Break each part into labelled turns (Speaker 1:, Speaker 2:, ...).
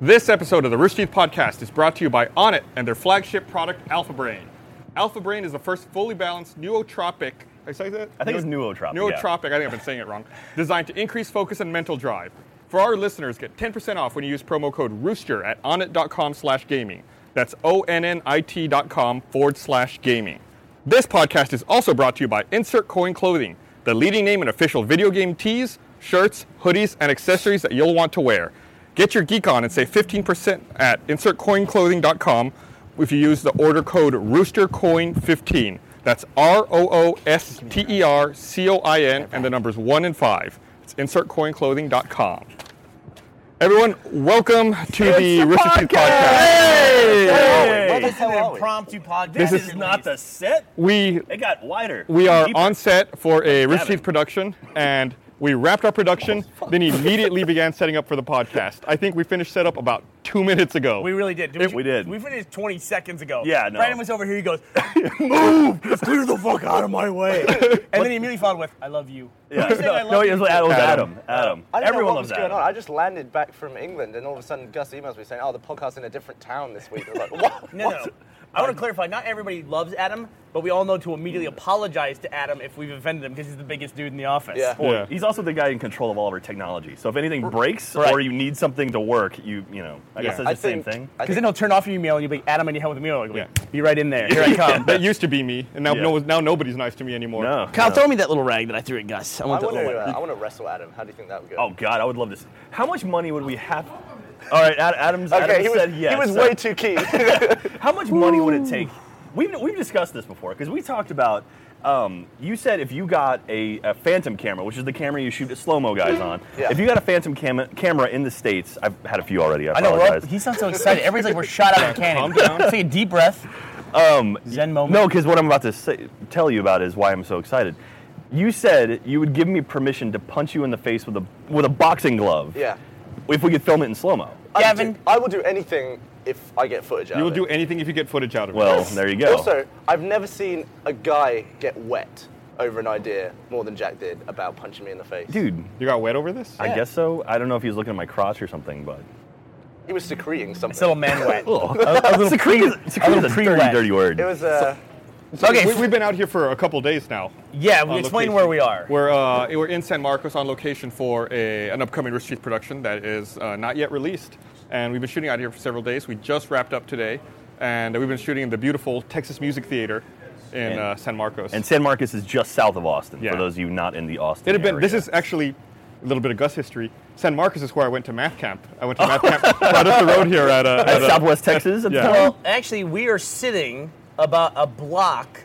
Speaker 1: This episode of the Rooster Teeth Podcast is brought to you by Onnit and their flagship product, Alpha Brain. Alpha Brain is the first fully balanced nootropic. Did I say that?
Speaker 2: I think it's nootropic, yeah.
Speaker 1: Nootropic. I think I've been saying it wrong. Designed to increase focus and mental drive. For our listeners, get 10% off when you use promo code Rooster at onnit.com/gaming. That's o-n-n-i-t dot com forward slash gaming. This podcast is also brought to you by Insert Coin Clothing, the leading name in official video game tees, shirts, hoodies, and accessories that you'll want to wear. Get your geek on and save 15% at insertcoinclothing.com if you use the order code roostercoin15. That's R O O S T E R C O I N and the numbers 1 and 5. It's insertcoinclothing.com. Everyone, welcome to the Rooster Teeth podcast.
Speaker 2: Hey!
Speaker 3: This is an impromptu podcast.
Speaker 2: This is not the set.
Speaker 1: We
Speaker 2: It got wider.
Speaker 1: We are
Speaker 2: Deeper.
Speaker 1: on set for a Rooster
Speaker 2: Gavin.
Speaker 1: Teeth production, and we wrapped our production, then immediately began setting up for the podcast. I think we finished setup about two minutes ago.
Speaker 3: We really did.
Speaker 1: It-
Speaker 2: we did.
Speaker 3: We finished 20 seconds ago.
Speaker 2: Yeah, no.
Speaker 3: Brandon was over here. He goes, "Move! Clear the fuck out of my way!" and then he immediately followed with, "I love you."
Speaker 2: Yeah.
Speaker 3: He said, "I
Speaker 2: No,
Speaker 3: love
Speaker 2: no,
Speaker 3: you."
Speaker 2: it was Adam. Adam.
Speaker 4: I didn't
Speaker 2: Everyone
Speaker 4: know what was
Speaker 2: loves
Speaker 4: going
Speaker 2: Adam.
Speaker 4: on. I just landed back from England, and all of a sudden, Gus emails me saying, "Oh, the podcast's in a different town this week." I was like, "What?"
Speaker 3: No, no. I want to clarify. Not everybody loves Adam, but we all know to immediately apologize to Adam if we've offended him because he's the biggest dude in the office.
Speaker 4: Yeah.
Speaker 2: Boy,
Speaker 1: Yeah.
Speaker 2: He's also the guy in control of all of our technology. So if anything breaks
Speaker 3: Right.
Speaker 2: or you need something to work, you you know, I guess
Speaker 1: Yeah.
Speaker 2: it's
Speaker 4: I
Speaker 2: the same
Speaker 4: think,
Speaker 2: thing.
Speaker 4: I
Speaker 3: Because
Speaker 4: think
Speaker 3: then he'll turn off your email and you'll be Adam and you help with the email. You'll be,
Speaker 1: Yeah.
Speaker 3: be right in there. Here I come.
Speaker 1: that used to be me, and now,
Speaker 2: Yeah.
Speaker 1: no, now nobody's nice to me anymore.
Speaker 2: No.
Speaker 3: Kyle,
Speaker 2: no.
Speaker 3: throw me that little rag that I threw at Gus. I
Speaker 4: I
Speaker 3: want that
Speaker 4: want
Speaker 3: little
Speaker 4: to.
Speaker 3: rag.
Speaker 4: Uh, I want to wrestle Adam. How do you think that would go?
Speaker 2: Oh God, I would love this. How much money would we have? All right, Ad- Adam's.
Speaker 4: okay.
Speaker 2: Adam
Speaker 4: He
Speaker 2: said
Speaker 4: was,
Speaker 2: yes.
Speaker 4: he was
Speaker 2: so-
Speaker 4: way too keen.
Speaker 2: How much money would it take? We've, we've discussed this before because we talked about. Um, you said if you got a, a phantom camera, which is the camera you shoot slow mo guys on,
Speaker 4: Yeah.
Speaker 2: if you got a phantom cam- camera in the states, I've had a few already. I,
Speaker 3: I know. Rob,
Speaker 2: apologize.
Speaker 3: he sounds so excited. Everybody's like, "We're shot out of a cannon." Calm down. Take a deep breath. Um, Zen moment.
Speaker 2: No, because what I'm about to say, tell you about is why I'm so excited. You said you would give me permission to punch you in the face with a with a boxing glove.
Speaker 4: yeah.
Speaker 2: If we could film it in slow mo.
Speaker 4: I would do-
Speaker 3: Gavin?
Speaker 4: I will do anything if I get footage. out
Speaker 1: You will
Speaker 4: of
Speaker 1: do
Speaker 4: it.
Speaker 1: anything if you get footage out of it.
Speaker 2: Well, there you go.
Speaker 4: Also, I've never seen a guy get wet over an idea more than Jack did about punching me in the face.
Speaker 2: dude,
Speaker 1: You got wet over this?
Speaker 2: I
Speaker 4: Yeah.
Speaker 2: guess so. I don't know if he was looking at my crotch or something, but
Speaker 4: he was secreting something.
Speaker 3: It's a little man wet.
Speaker 2: a, little secrete, is- secrete
Speaker 3: little
Speaker 2: is a
Speaker 3: pre-
Speaker 2: dirty,
Speaker 3: wet.
Speaker 2: dirty word.
Speaker 4: It was uh,
Speaker 3: Okay.
Speaker 1: We, have been out here for a couple days now.
Speaker 3: yeah, we
Speaker 1: on
Speaker 3: explain
Speaker 1: location.
Speaker 3: where we are.
Speaker 1: We're, uh, we're in San Marcos on location for a, an upcoming Rooster Teeth production that is uh, not yet released. And we've been shooting out here for several days. We just wrapped up today, and we've been shooting in the beautiful Texas Music Theater in
Speaker 2: And-
Speaker 1: uh, San Marcos.
Speaker 2: and San Marcos is just south of Austin.
Speaker 1: Yeah.
Speaker 2: For those of you not in the Austin,
Speaker 1: It had been.
Speaker 2: area.
Speaker 1: This is actually a little bit of Gus history. San Marcos is where I went to math camp. I went to math camp right up the road here at, uh, at
Speaker 2: That's
Speaker 1: uh,
Speaker 2: Southwest Texas. At
Speaker 1: yeah.
Speaker 2: the time.
Speaker 3: Well, actually, we are sitting about a block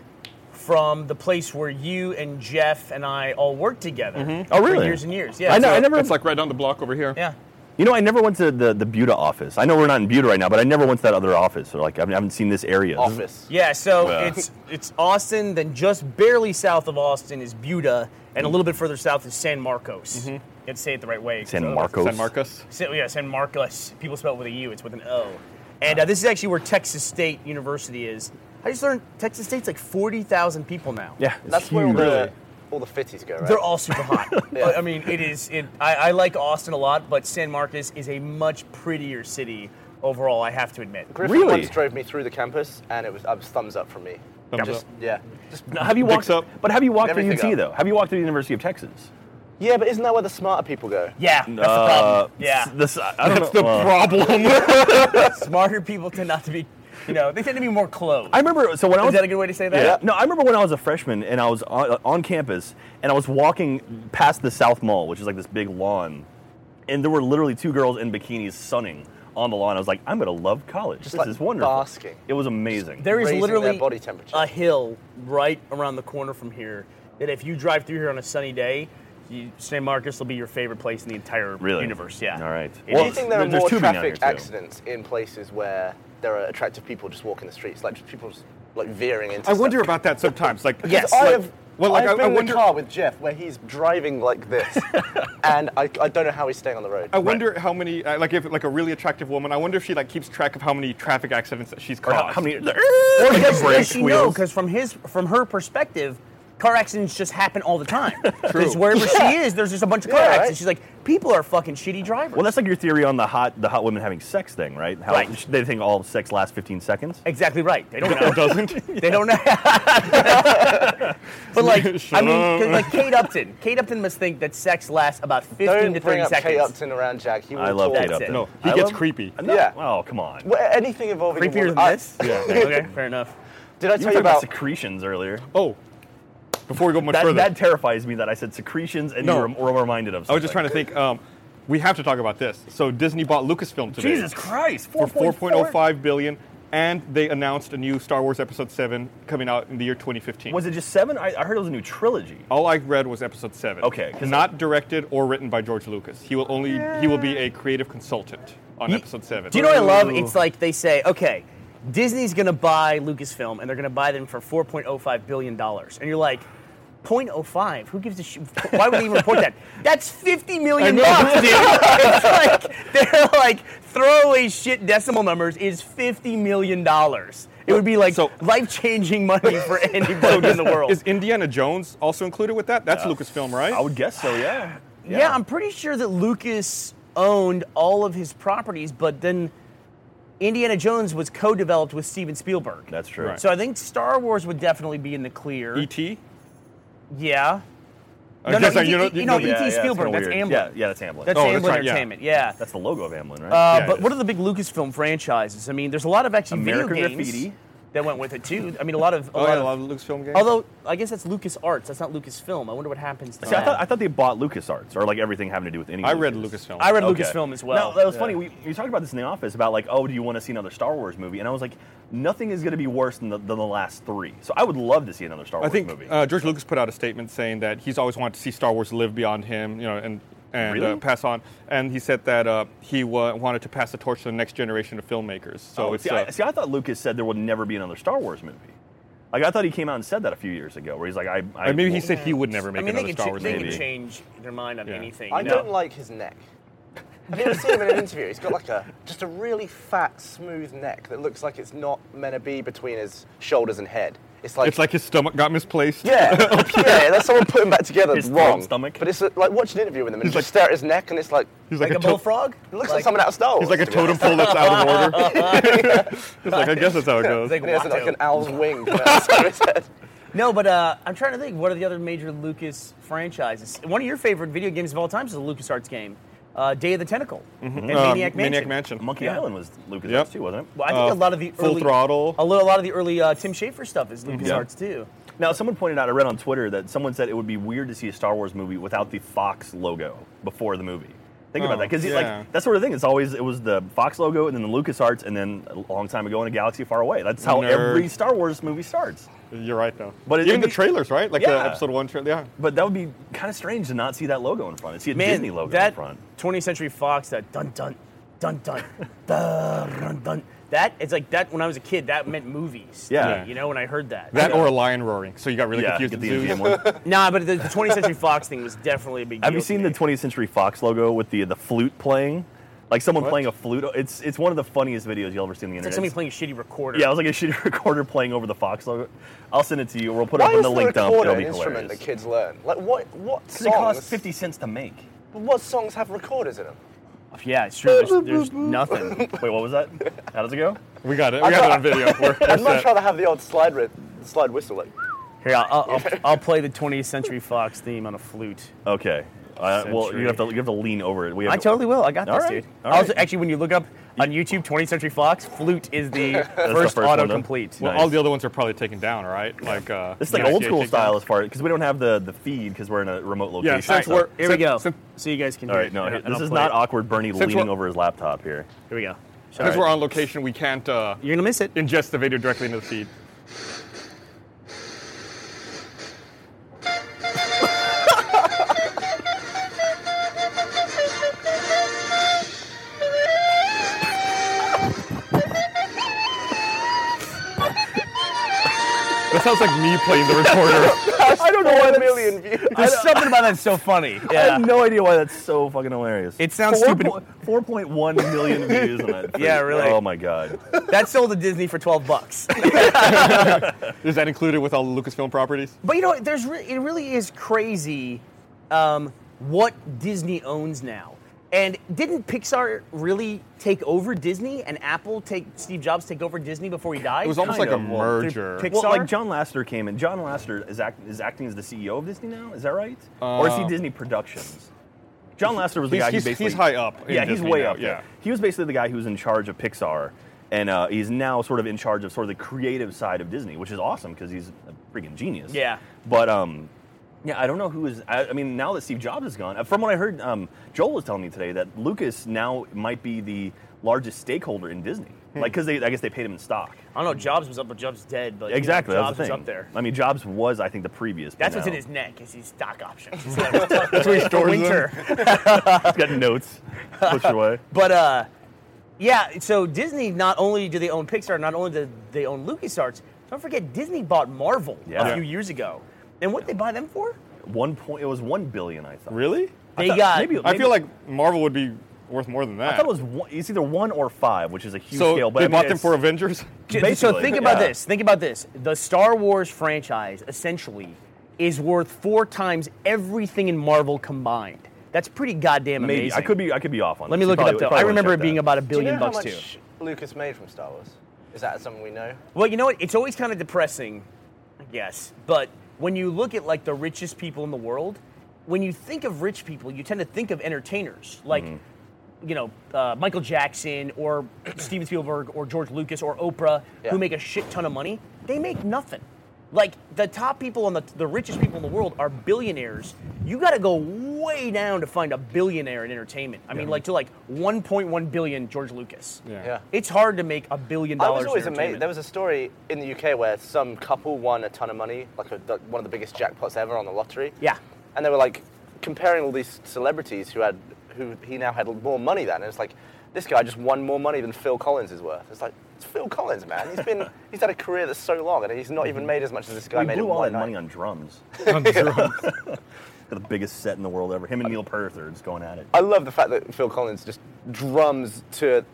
Speaker 3: from the place where you and Jeff and I all worked together.
Speaker 2: Oh,
Speaker 3: For
Speaker 2: really?
Speaker 3: years and years. Yeah.
Speaker 2: I know.
Speaker 3: so-
Speaker 2: I never.
Speaker 1: It's like right down the block over here.
Speaker 3: Yeah.
Speaker 2: You know, I never went to the, the Buda office. I know we're not in Buda right now, but I never went to that other office. Or like, I haven't seen this area. This is-
Speaker 4: office.
Speaker 3: Yeah. So
Speaker 2: Yeah.
Speaker 3: it's it's Austin. Then just barely south of Austin is Buda, and
Speaker 2: Mm-hmm.
Speaker 3: a little bit further south is San Marcos. You have to say it the right way. 'cause
Speaker 2: San
Speaker 3: otherwise-
Speaker 2: Marcos.
Speaker 1: San Marcos.
Speaker 3: So, yeah, San Marcos. People spell it with a U. It's with an O.
Speaker 2: Ah.
Speaker 3: And uh, this is actually where Texas State University is. I just learned Texas State's like forty thousand people now.
Speaker 2: Yeah, it's
Speaker 4: That's where all
Speaker 2: huge.
Speaker 4: the all the fitties go, right?
Speaker 3: They're all super hot.
Speaker 4: Yeah.
Speaker 3: I mean, it is. It, I, I like Austin a lot, but San Marcos is a much prettier city overall. I have to admit.
Speaker 4: Griffin
Speaker 2: Really?
Speaker 4: once drove me through the campus, and it was, I was thumbs up from me.
Speaker 1: Thumbs
Speaker 4: just,
Speaker 1: up.
Speaker 4: Yeah. Just,
Speaker 2: Now, have you
Speaker 1: Dicks up.
Speaker 2: walked? But have you walked to
Speaker 4: Everything
Speaker 2: UT
Speaker 4: up.
Speaker 2: though? Have you walked to the University of Texas?
Speaker 4: yeah, but isn't that where the smarter people go?
Speaker 3: Yeah, that's the problem. Yeah,
Speaker 2: s- Uh, This, I I don't
Speaker 1: That's
Speaker 2: know. Uh,
Speaker 1: the
Speaker 2: well,
Speaker 1: problem.
Speaker 3: smarter people tend not to be. You know, they tend to be more closed.
Speaker 2: I remember. So when I
Speaker 3: is
Speaker 2: was
Speaker 3: that a good way to say that?
Speaker 2: No, I remember when I was a freshman and I was on, on campus and I was walking past the South Mall, which is like this big lawn, and there were literally two girls in bikinis sunning on the lawn. I was like, I'm gonna love college. this
Speaker 4: like
Speaker 2: is wonderful.
Speaker 4: basking.
Speaker 2: It was amazing.
Speaker 3: There is
Speaker 4: Raising their
Speaker 3: literally
Speaker 4: body temperature.
Speaker 3: a hill right around the corner from here that if you drive through here on a sunny day, you, San Marcos will be your favorite place in the entire
Speaker 2: Really?
Speaker 3: universe. Yeah.
Speaker 2: All right.
Speaker 3: It
Speaker 4: Do
Speaker 2: Well,
Speaker 4: you
Speaker 3: is-
Speaker 4: think there are
Speaker 2: there's
Speaker 4: more
Speaker 2: tubing down here,
Speaker 4: traffic
Speaker 2: too.
Speaker 4: accidents in places where there are attractive people just walking the streets, like just people just, like veering into?
Speaker 1: I wonder
Speaker 4: stuff?
Speaker 1: about that sometimes. Like
Speaker 3: Yes.
Speaker 4: I
Speaker 1: like-
Speaker 4: have.
Speaker 1: Well, like
Speaker 4: I've
Speaker 1: I,
Speaker 4: been
Speaker 1: I
Speaker 4: in
Speaker 1: wonder.
Speaker 4: the car with Jeff where he's driving like this, and I, I don't know how he's staying on the road.
Speaker 1: I wonder how many, uh, like if like a really attractive woman, I wonder if she like keeps track of how many traffic accidents that she's
Speaker 2: Or
Speaker 1: caused.
Speaker 2: how, how many?
Speaker 3: Or
Speaker 2: Like
Speaker 3: does,
Speaker 2: brake
Speaker 3: does she know?
Speaker 2: wheels.
Speaker 3: Because from his, from her perspective, car accidents just happen all the time.
Speaker 1: True.
Speaker 3: Because wherever she is, there's just a bunch of car
Speaker 4: Yeah, right.
Speaker 3: accidents. She's like, people are fucking shitty drivers.
Speaker 2: Well, that's like your theory on the hot the hot women having sex thing, right? How
Speaker 3: Right.
Speaker 2: they think all sex lasts 15 seconds.
Speaker 3: exactly right. They don't
Speaker 1: It
Speaker 3: know.
Speaker 1: doesn't.
Speaker 3: they don't know. but like, I
Speaker 1: Shut
Speaker 3: mean, 'cause
Speaker 1: up.
Speaker 3: like Kate Upton. Kate Upton must think that sex lasts about 15
Speaker 4: Don't
Speaker 3: to 30
Speaker 4: bring up
Speaker 3: seconds.
Speaker 4: Kate Upton around Jack. He will
Speaker 2: I love
Speaker 4: talk.
Speaker 2: Kate
Speaker 3: That's it.
Speaker 2: Upton.
Speaker 1: No, he
Speaker 2: I
Speaker 1: gets
Speaker 2: love-
Speaker 1: creepy.
Speaker 2: No,
Speaker 4: Yeah.
Speaker 2: Oh, come on.
Speaker 4: Well, anything involving a
Speaker 3: Creepier
Speaker 4: woman-
Speaker 3: than
Speaker 4: I-
Speaker 3: this? Yeah. Okay, fair enough.
Speaker 4: Did I
Speaker 2: You were
Speaker 4: tell you
Speaker 2: talking about
Speaker 4: about?
Speaker 2: secretions earlier.
Speaker 1: Oh, before we go much
Speaker 2: That,
Speaker 1: further,
Speaker 2: that terrifies me that I said secretions and
Speaker 1: No.
Speaker 2: you were, were reminded of
Speaker 1: I
Speaker 2: something.
Speaker 1: was just trying to think. Um, we have to talk about this. So Disney bought Lucasfilm today
Speaker 3: Jesus Christ,
Speaker 1: for
Speaker 3: 4.4?
Speaker 1: 4.05 billion, and they announced a new Star Wars Episode Seven coming out in the year 2015.
Speaker 2: Was it just seven? I, I heard it was a new trilogy.
Speaker 1: All I read was Episode Seven.
Speaker 2: Okay, 'cause-
Speaker 1: Not directed or written by George Lucas. He will only he will be a creative consultant on Episode Seven.
Speaker 3: Do you know what I love?
Speaker 2: Ooh.
Speaker 3: It's like they say, okay, Disney's gonna buy Lucasfilm and they're gonna buy them for four point oh five billion dollars, and you're like. 0.05. Who gives a shit? Why would they even report that? That's 50
Speaker 1: I
Speaker 3: million
Speaker 1: know.
Speaker 3: bucks, dude. It's like they're like throwaway shit decimal numbers is 50 million dollars. It would be like
Speaker 1: So-
Speaker 3: life-changing money for anybody in the world.
Speaker 1: Is Indiana Jones also included with that? That's Lucasfilm, right?
Speaker 2: I would guess so. Yeah.
Speaker 3: Yeah. I'm pretty sure that Lucas owned all of his properties, but then Indiana Jones was co-developed with Steven Spielberg.
Speaker 2: That's true.
Speaker 1: Right. E
Speaker 3: so I think Star Wars would definitely be in the clear.
Speaker 1: E.T.
Speaker 3: Yeah.
Speaker 1: I
Speaker 3: No, no,
Speaker 1: guess I-
Speaker 3: E.T.
Speaker 1: you know-
Speaker 3: you
Speaker 1: you
Speaker 3: know,
Speaker 1: know-
Speaker 3: E.T.
Speaker 2: Yeah, yeah, it's kinda
Speaker 3: E Spielberg. That's
Speaker 2: weird.
Speaker 3: Amblin.
Speaker 2: Yeah, yeah, that's Amblin.
Speaker 3: That's
Speaker 1: Oh,
Speaker 3: Amblin
Speaker 1: that's right, yeah.
Speaker 3: Entertainment. Yeah.
Speaker 2: That's the logo of Amblin, right?
Speaker 3: Uh,
Speaker 1: Yeah, it
Speaker 3: but what
Speaker 1: is.
Speaker 3: are the big Lucasfilm franchises? I mean, there's a lot of actually
Speaker 2: American
Speaker 3: video games
Speaker 2: Graffiti.
Speaker 3: that went with it too. I mean, a lot of. A
Speaker 1: Oh,
Speaker 3: lot
Speaker 1: yeah,
Speaker 3: of,
Speaker 1: a lot of Lucasfilm games.
Speaker 3: although I guess that's Lucas Arts. That's not Lucasfilm. I wonder what happens. To
Speaker 2: See,
Speaker 3: that.
Speaker 2: I thought I thought they bought LucasArts or like everything having to do with any.
Speaker 1: I read Lucasfilm.
Speaker 3: I read
Speaker 2: Okay.
Speaker 3: Lucasfilm as well.
Speaker 2: Now, that was
Speaker 3: Yeah.
Speaker 2: funny. We, we talked about this in the office about like, oh, do you want to see another Star Wars movie? And I was like, nothing is going to be worse than the, than the last three. So I would love to see another Star
Speaker 1: I
Speaker 2: Wars
Speaker 1: think
Speaker 2: movie.
Speaker 1: uh, George Lucas put out a statement saying that he's always wanted to see Star Wars live beyond him, you know, and and uh,
Speaker 2: Really?
Speaker 1: pass on. And he said that uh, he wa- wanted to pass the torch to the next generation of filmmakers. So
Speaker 2: Oh,
Speaker 1: it's
Speaker 2: see,
Speaker 1: uh,
Speaker 2: I, see, I thought Lucas said there would never be another Star Wars movie. Like I thought he came out and said that a few years ago, where he's like, I, I
Speaker 1: or maybe he
Speaker 2: won't-
Speaker 1: said he would never make
Speaker 3: I mean, they
Speaker 1: another
Speaker 3: can,
Speaker 1: Star
Speaker 3: cha-
Speaker 1: Wars
Speaker 3: they
Speaker 1: movie.
Speaker 3: can change their mind on
Speaker 1: Yeah.
Speaker 3: anything.
Speaker 4: I
Speaker 3: you know?
Speaker 4: don't like his neck. Have you ever seen him in an interview? He's got like a just a really fat, smooth neck that looks like it's not meant to be between his shoulders and head. It's like
Speaker 1: It's like his stomach got misplaced.
Speaker 4: yeah, yeah. That's someone put him back together.
Speaker 2: His
Speaker 4: wrong
Speaker 2: throat stomach.
Speaker 4: But it's uh, like watch an interview with him and
Speaker 1: He's
Speaker 4: just
Speaker 1: like-
Speaker 4: stare at his neck, and it's like
Speaker 1: He's
Speaker 3: Like,
Speaker 1: like,
Speaker 3: a
Speaker 1: to-
Speaker 3: bullfrog?
Speaker 4: it looks like, someone out of Star Wars.
Speaker 1: He's like a
Speaker 4: to be honest.
Speaker 1: totem pole that's out of order. He's like, I guess that's how it goes.
Speaker 3: Like-
Speaker 4: And he has like
Speaker 3: Watto.
Speaker 4: an owl's wing. coming outside of his head.
Speaker 3: No, but uh, I'm trying to think. What are the other major Lucas franchises? One of your favorite video games of all time is a LucasArts game, uh, Day of the Tentacle and
Speaker 1: Uh,
Speaker 3: Maniac Mansion.
Speaker 1: Maniac Mansion.
Speaker 2: Monkey
Speaker 3: Yeah.
Speaker 2: Island was Lucas
Speaker 1: Yep.
Speaker 2: too, wasn't it?
Speaker 3: Well, I think
Speaker 1: Uh,
Speaker 3: a lot of the
Speaker 1: Full
Speaker 3: early
Speaker 1: Throttle.
Speaker 3: a lo- a lot of the early uh, Tim Schafer stuff is
Speaker 2: Mm-hmm.
Speaker 3: LucasArts too.
Speaker 2: Now, someone pointed out, I read on Twitter that someone said it would be weird to see a Star Wars movie without the Fox logo before the movie. Think about
Speaker 1: Oh,
Speaker 2: that, because
Speaker 1: yeah.
Speaker 2: like that sort of thing. It's always it was the Fox logo and then the LucasArts and then a long time ago in a galaxy far away. That's how
Speaker 1: Nerd.
Speaker 2: every Star Wars movie starts.
Speaker 1: You're right though.
Speaker 2: But
Speaker 1: But
Speaker 2: it-
Speaker 1: even the
Speaker 2: it'd be-
Speaker 1: trailers, right? Like
Speaker 2: Yeah.
Speaker 1: the episode one trailer. Yeah.
Speaker 2: But that would be kind of strange to not see that logo in front. and see a
Speaker 3: Man,
Speaker 2: Disney logo
Speaker 3: that
Speaker 2: in front.
Speaker 3: 20th Century Fox, that dun dun dun dun dun dun dun. That it's like that when I was a kid, that meant movies.
Speaker 2: Yeah.
Speaker 3: you know when I heard that.
Speaker 1: That or a lion roaring. So you got really
Speaker 2: yeah,
Speaker 1: confused.
Speaker 2: get
Speaker 1: at
Speaker 2: the
Speaker 1: zoos.
Speaker 2: MGM one.
Speaker 3: Nah, but the 20th Century Fox thing was definitely a big.
Speaker 2: Have you
Speaker 3: deal to
Speaker 2: seen
Speaker 3: me.
Speaker 2: the 20th Century Fox logo with the the flute playing? Like someone
Speaker 1: What?
Speaker 2: playing a flute. It's it's one of the funniest videos you'll ever see on the
Speaker 3: It's
Speaker 2: internet.
Speaker 3: like somebody playing a shitty recorder.
Speaker 2: Yeah, it was like a shitty recorder playing over the Fox logo. I'll send it to you, or we'll put
Speaker 4: Why
Speaker 2: it up on
Speaker 4: is
Speaker 2: the
Speaker 4: the
Speaker 2: link dump.
Speaker 4: recorder
Speaker 2: It'll
Speaker 4: an
Speaker 2: be
Speaker 4: instrument that
Speaker 2: hilarious.
Speaker 4: kids learn? Like what? What
Speaker 2: Because it costs
Speaker 4: songs?
Speaker 2: fifty cents to make.
Speaker 4: What songs have recorders in them?
Speaker 3: Yeah, it's true. There's, there's nothing.
Speaker 2: Wait, what was that? How does it go?
Speaker 1: We got it. We got it on video. We're, we're
Speaker 4: I'd much
Speaker 1: set.
Speaker 4: rather have the old slide ri- slide whistle. Like,
Speaker 3: Here, I'll, I'll, I'll, I'll play the 20th Century Fox theme on a flute.
Speaker 2: Okay. Uh, well,
Speaker 3: Century.
Speaker 2: you have to you have to lean over it. We have
Speaker 3: I
Speaker 2: to-
Speaker 3: totally will. I got this,
Speaker 2: All right,
Speaker 3: dude.
Speaker 2: all
Speaker 3: Also,
Speaker 2: right.
Speaker 3: actually, when you look up on YouTube 20th Century Fox, flute is the first,
Speaker 2: first one, huh?
Speaker 3: autocomplete.
Speaker 1: Well,
Speaker 2: Nice.
Speaker 1: all the other ones are probably taken down, right? Like uh,
Speaker 2: This is like
Speaker 1: yeah,
Speaker 2: old
Speaker 1: yeah,
Speaker 2: school
Speaker 1: taken
Speaker 2: style
Speaker 1: down.
Speaker 2: as far because we don't have the the feed because we're in a remote location.
Speaker 1: Yeah, since
Speaker 2: so-
Speaker 1: we're-
Speaker 3: Here we
Speaker 1: Sim-
Speaker 3: go.
Speaker 1: sim-
Speaker 3: So you guys can.
Speaker 2: all
Speaker 3: hear
Speaker 2: right.
Speaker 3: it,
Speaker 2: No,
Speaker 3: and I'll-
Speaker 2: here-
Speaker 3: and
Speaker 2: this
Speaker 3: I'll
Speaker 2: is
Speaker 3: play
Speaker 2: not
Speaker 3: it.
Speaker 2: awkward. Bernie
Speaker 1: Since
Speaker 2: leaning
Speaker 1: we're-
Speaker 2: over his laptop here.
Speaker 3: Here we go. Sorry.
Speaker 1: Because we're on location, we can't uh,
Speaker 3: You're gonna miss it.
Speaker 1: ingest the video directly into the feed. That sounds like me playing the recorder.
Speaker 2: I don't know why
Speaker 4: a
Speaker 2: that's-
Speaker 4: million views.
Speaker 3: There's something about that so funny.
Speaker 2: I have no idea why that's so fucking hilarious.
Speaker 3: It sounds stupid.
Speaker 2: Four point one million views on that.
Speaker 3: Yeah, really.
Speaker 2: Oh my god.
Speaker 3: that sold to Disney for 12 bucks.
Speaker 1: Is that included with all the Lucasfilm properties?
Speaker 3: But you know, there's re- it really is crazy um, what Disney owns now. And didn't Pixar really take over Disney and Apple take Steve Jobs take over Disney before he died?
Speaker 1: It was almost
Speaker 2: Kind
Speaker 1: like a
Speaker 2: of, well,
Speaker 3: through
Speaker 1: merger.
Speaker 3: Pixar?
Speaker 2: Well, like John Lasseter came in. John Lasseter is, act, is acting as the CEO of Disney now. Is that right? or is he Disney Productions? John Lasseter was the
Speaker 1: Uh, He's-
Speaker 2: guy who
Speaker 1: he's-
Speaker 2: basically
Speaker 1: he's high up in
Speaker 2: Yeah, he's
Speaker 1: Disney
Speaker 2: way
Speaker 1: now,
Speaker 2: up. there.
Speaker 1: yeah.
Speaker 2: he was basically the guy who was in charge of Pixar, and uh, he's now sort of in charge of sort of the creative side of Disney, which is awesome because he's a freaking genius.
Speaker 3: Yeah.
Speaker 2: But um, yeah, I don't know who is. I, I mean, now that Steve Jobs is gone, uh, from what I heard, um, Joel was telling me today that Lucas now might be the largest stakeholder in Disney,
Speaker 1: Hmm.
Speaker 2: like because they I guess they paid him in stock.
Speaker 3: I don't know. Jobs was up, but Jobs dead. But you know,
Speaker 2: Exactly, that's
Speaker 3: Jobs
Speaker 2: the
Speaker 3: was
Speaker 2: thing.
Speaker 3: up there.
Speaker 2: I mean, Jobs was, I think, the previous. but
Speaker 3: That's what's in
Speaker 2: now-
Speaker 3: his neck. Is his stock options? That's where he
Speaker 1: stores them.
Speaker 3: winter.
Speaker 2: He's got notes pushed away.
Speaker 3: But uh, yeah, so Disney not only do they own Pixar, not only do they own LucasArts, don't forget Disney bought Marvel a
Speaker 2: Yeah.
Speaker 3: few years ago. And what did they buy them for?
Speaker 2: One point, it was one billion, I thought.
Speaker 1: Really?
Speaker 2: I
Speaker 3: They
Speaker 2: thought-
Speaker 3: got-
Speaker 2: Maybe,
Speaker 1: I
Speaker 2: maybe-
Speaker 1: feel like Marvel would be worth more than that.
Speaker 2: I thought it was one, it's either one or five, which is a huge
Speaker 1: so
Speaker 2: scale. But
Speaker 1: they
Speaker 2: I mean,
Speaker 1: bought them
Speaker 2: it's-
Speaker 1: for Avengers.
Speaker 3: J- So
Speaker 2: Basically,
Speaker 3: think about
Speaker 2: yeah.
Speaker 3: this. Think about this. The Star Wars franchise essentially is worth four times everything in Marvel combined. That's pretty goddamn
Speaker 2: Maybe
Speaker 3: amazing.
Speaker 2: I could be. I could be off on.
Speaker 3: Let
Speaker 2: this.
Speaker 3: me
Speaker 2: You
Speaker 3: look it
Speaker 2: probably-
Speaker 3: up
Speaker 2: you
Speaker 3: though.
Speaker 2: probably
Speaker 3: I
Speaker 2: wanna
Speaker 3: remember it
Speaker 2: check
Speaker 3: being
Speaker 2: that.
Speaker 3: about a
Speaker 4: Do you
Speaker 3: billion
Speaker 4: know how
Speaker 3: bucks
Speaker 4: much
Speaker 3: too.
Speaker 4: Lucas made from Star Wars? Is that something we know?
Speaker 3: Well, you know what? It's always kind of depressing, I guess. But when you look at like the richest people in the world, when you think of rich people, you tend to think of entertainers like, you know, uh, Michael Jackson or Steven Spielberg or George Lucas or Oprah,
Speaker 4: Yeah.
Speaker 3: who make a shit ton of money. They make nothing. Like the top people on the the richest people in the world are billionaires. You got to go way down to find a billionaire in entertainment. I mean, like to like 1.1 billion George Lucas.
Speaker 1: Yeah.
Speaker 4: Yeah.
Speaker 3: It's hard to make a billion
Speaker 4: I
Speaker 3: dollars.
Speaker 4: was
Speaker 3: in
Speaker 4: always amazed.
Speaker 3: entertainment.
Speaker 4: There was a story in the UK where some couple won a ton of money, like a, the, one of the biggest jackpots ever on the lottery.
Speaker 3: Yeah.
Speaker 4: And they were like comparing all these celebrities who had, who he now had more money than. And it's like, this guy just won more money than Phil Collins is worth. It's like, it's Phil Collins, man. He's been, he's had a career that's so long, and he's not even made as much as this guy
Speaker 2: We
Speaker 4: made
Speaker 2: blew
Speaker 4: in
Speaker 2: all
Speaker 4: one
Speaker 2: that
Speaker 4: night.
Speaker 2: money on drums. Got the biggest set in the world ever. Him and Neil Perth are just going at it.
Speaker 4: I love the fact that Phil Collins just drums to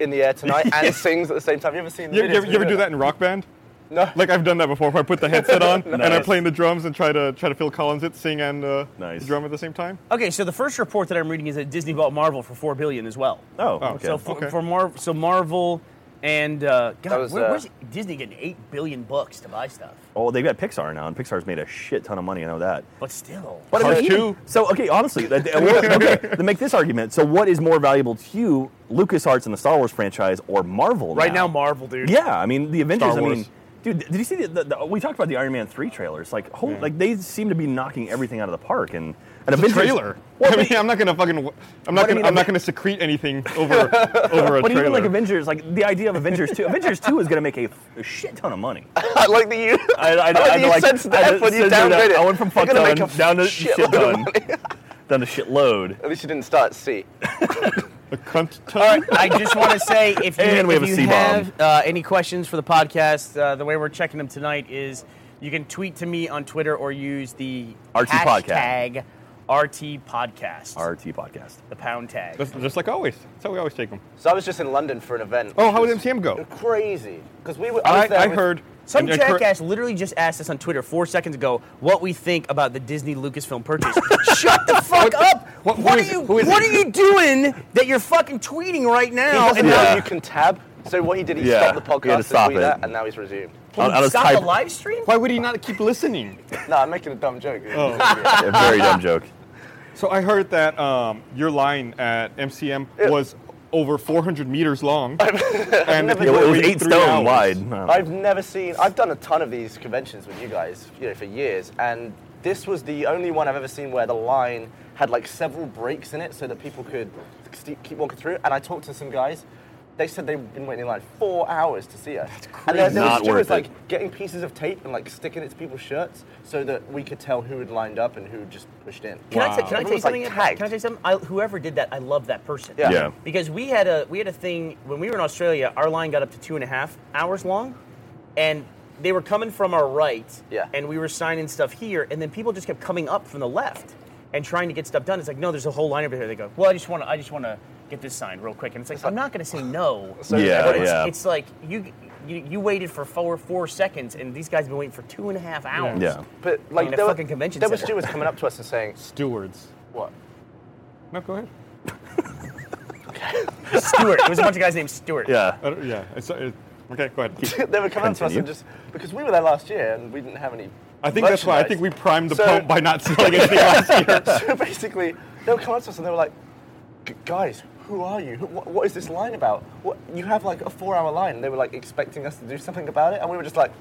Speaker 4: in the air tonight and sings at the same time. You ever seen the
Speaker 1: You, you
Speaker 4: videos
Speaker 1: ever,
Speaker 4: of
Speaker 1: you
Speaker 4: him
Speaker 1: ever do
Speaker 4: doing
Speaker 1: that in Rock Band?
Speaker 4: No.
Speaker 1: Like I've done that before, where I put the headset on and I'm
Speaker 2: Nice.
Speaker 1: playing the drums and try to try to Phil Collins it, sing and uh,
Speaker 2: Nice.
Speaker 1: drum at the same time.
Speaker 3: Okay, so the first report that I'm reading is that Disney bought Marvel for four billion as well.
Speaker 2: Oh,
Speaker 1: Oh,
Speaker 2: okay.
Speaker 3: so for,
Speaker 1: okay.
Speaker 3: for Mar- so Marvel and uh, God,
Speaker 4: That was,
Speaker 3: where-
Speaker 4: uh,
Speaker 3: where's Disney getting eight billion bucks to buy stuff?
Speaker 2: oh, they've got Pixar now, and Pixar's made a shit ton of money. I know that.
Speaker 3: But still,
Speaker 2: But I mean,
Speaker 1: Cars
Speaker 2: even-
Speaker 1: too.
Speaker 2: so okay, honestly, that- that- well, okay, to make this argument, so what is more valuable to you, LucasArts and the Star Wars franchise, or Marvel?
Speaker 3: right now Marvel, dude.
Speaker 2: yeah, I mean the Avengers.
Speaker 1: Star
Speaker 2: I mean,
Speaker 1: Wars.
Speaker 2: dude, did you see the, the, the we talked about the Iron Man three trailers? Like, whole, like they seem to be knocking everything out of the park, and an Avengers
Speaker 1: Trailer.
Speaker 2: Well,
Speaker 1: I
Speaker 2: but-
Speaker 1: mean, I'm not gonna fucking. w- I'm not
Speaker 2: But I
Speaker 1: gonna. I
Speaker 2: mean,
Speaker 1: am not
Speaker 2: Aven-
Speaker 1: gonna secrete anything over over a
Speaker 2: but
Speaker 1: trailer.
Speaker 2: even like Avengers, like the idea of Avengers two, Avengers two is going to make a, a shit ton of money.
Speaker 4: I like the you.
Speaker 2: I, I, I,
Speaker 4: like
Speaker 2: I,
Speaker 4: you
Speaker 2: like,
Speaker 4: censored the
Speaker 2: I
Speaker 4: F when you
Speaker 2: censored out.
Speaker 4: downgrade it.
Speaker 2: I went from
Speaker 4: You're
Speaker 2: fuck
Speaker 4: gonna
Speaker 2: ton
Speaker 4: make a
Speaker 2: down to
Speaker 4: shitload
Speaker 2: shit
Speaker 4: of
Speaker 2: ton, down to shitload.
Speaker 4: At least you didn't start at C.
Speaker 1: a cunt.
Speaker 3: All right, I just want to say if you,
Speaker 2: And we
Speaker 3: if
Speaker 2: have a
Speaker 3: you
Speaker 2: C-bomb.
Speaker 3: have uh, any questions for the podcast, uh, the way we're checking them tonight is you can tweet to me on Twitter or use the
Speaker 2: RT
Speaker 3: hashtag RT Podcast,
Speaker 2: RT podcast.
Speaker 3: the pound tag.
Speaker 1: That's just like always. That's how we always take them.
Speaker 4: So I was just in London for an event.
Speaker 1: Oh,
Speaker 4: which
Speaker 1: how did MCM go?
Speaker 4: Crazy, because we were. I, was
Speaker 1: I,
Speaker 4: there
Speaker 1: I
Speaker 4: with-
Speaker 1: heard.
Speaker 3: Some
Speaker 1: and I cor-
Speaker 3: jackass literally just asked us on Twitter four seconds ago what we think about the Disney Lucasfilm purchase. Shut the fuck up!
Speaker 1: what-
Speaker 3: What,
Speaker 1: who
Speaker 3: are
Speaker 1: is it?
Speaker 3: you?
Speaker 1: Who is
Speaker 3: What
Speaker 1: it?
Speaker 3: are you doing that you're fucking tweeting right
Speaker 4: He
Speaker 3: now?
Speaker 4: doesn't
Speaker 3: And
Speaker 4: know
Speaker 2: Yeah.
Speaker 4: you can tab. So what he did, he
Speaker 2: Yeah,
Speaker 4: stopped the
Speaker 2: he had to
Speaker 4: podcast
Speaker 2: stop
Speaker 4: and tweeted that,
Speaker 2: it.
Speaker 4: and now he's resumed.
Speaker 2: I'll- I'll
Speaker 3: now,
Speaker 2: just
Speaker 3: stop
Speaker 2: type-
Speaker 3: the live stream.
Speaker 1: Why would he not keep listening?
Speaker 4: No, I'm making a dumb joke.
Speaker 1: Oh.
Speaker 2: A very dumb joke.
Speaker 1: So I heard that um, your line at MCM was over 400 meters long, and
Speaker 4: never
Speaker 1: that
Speaker 2: It,
Speaker 1: you were
Speaker 2: was
Speaker 1: waiting
Speaker 2: eight
Speaker 1: three
Speaker 2: stone
Speaker 1: hours.
Speaker 2: wide. Um,
Speaker 4: I've never seen. I've done a ton of these conventions with you guys, you know, for years, and this was the only one I've ever seen where the line had like several breaks in it, so that people could st- keep walking through. And I talked to some guys. They said they've been waiting in line four hours to see us. That's crazy. And there, there
Speaker 2: Not
Speaker 4: was stewards
Speaker 2: worth it.
Speaker 4: like getting pieces of tape and like sticking it to people's shirts so that we could tell who had lined up and who just pushed in.
Speaker 3: Can, I, t- can I tell you
Speaker 4: Everyone's, like,
Speaker 3: something?
Speaker 4: tagged.
Speaker 3: can I tell you something? I, whoever did that, I love that person.
Speaker 4: Yeah.
Speaker 2: Yeah.
Speaker 3: Because we had a we had a thing when we were in Australia. Our line got up to two and a half hours long, and they were coming from our right.
Speaker 4: Yeah.
Speaker 3: And we were signing stuff here, and then people just kept coming up from the left and trying to get stuff done. It's like, no, there's a whole line over here. They go, well, I just want to, I just want to get this signed real quick. And it's like, I'm not going to say no.
Speaker 4: So-
Speaker 2: Yeah,
Speaker 3: but it's,
Speaker 2: yeah.
Speaker 3: it's like you, you you waited for four four seconds, and these guys have been waiting for two and a half hours.
Speaker 2: Yeah.
Speaker 4: But
Speaker 3: In
Speaker 4: like
Speaker 3: a
Speaker 4: there were,
Speaker 3: fucking convention
Speaker 4: there were
Speaker 3: center.
Speaker 4: stewards coming up to us and saying,
Speaker 1: Stewards.
Speaker 4: What?
Speaker 1: No, go ahead.
Speaker 3: Stewart. It was a bunch of guys named Stewart.
Speaker 2: Yeah.
Speaker 1: I don't, yeah. It's, uh, it, okay, go ahead.
Speaker 4: they would come up to us
Speaker 2: Continue.
Speaker 4: and just because we were there last year and we didn't have any.
Speaker 1: I think that's why I think we
Speaker 4: merchandise.
Speaker 1: primed the
Speaker 4: So-
Speaker 1: pump by not selling anything last year.
Speaker 4: so basically, they would come up to us and they were like, "Gu- "Guys, who are you? Who, what, what is this line about? What you have like a four-hour line?" And they were like expecting us to do something about it, and we were just like,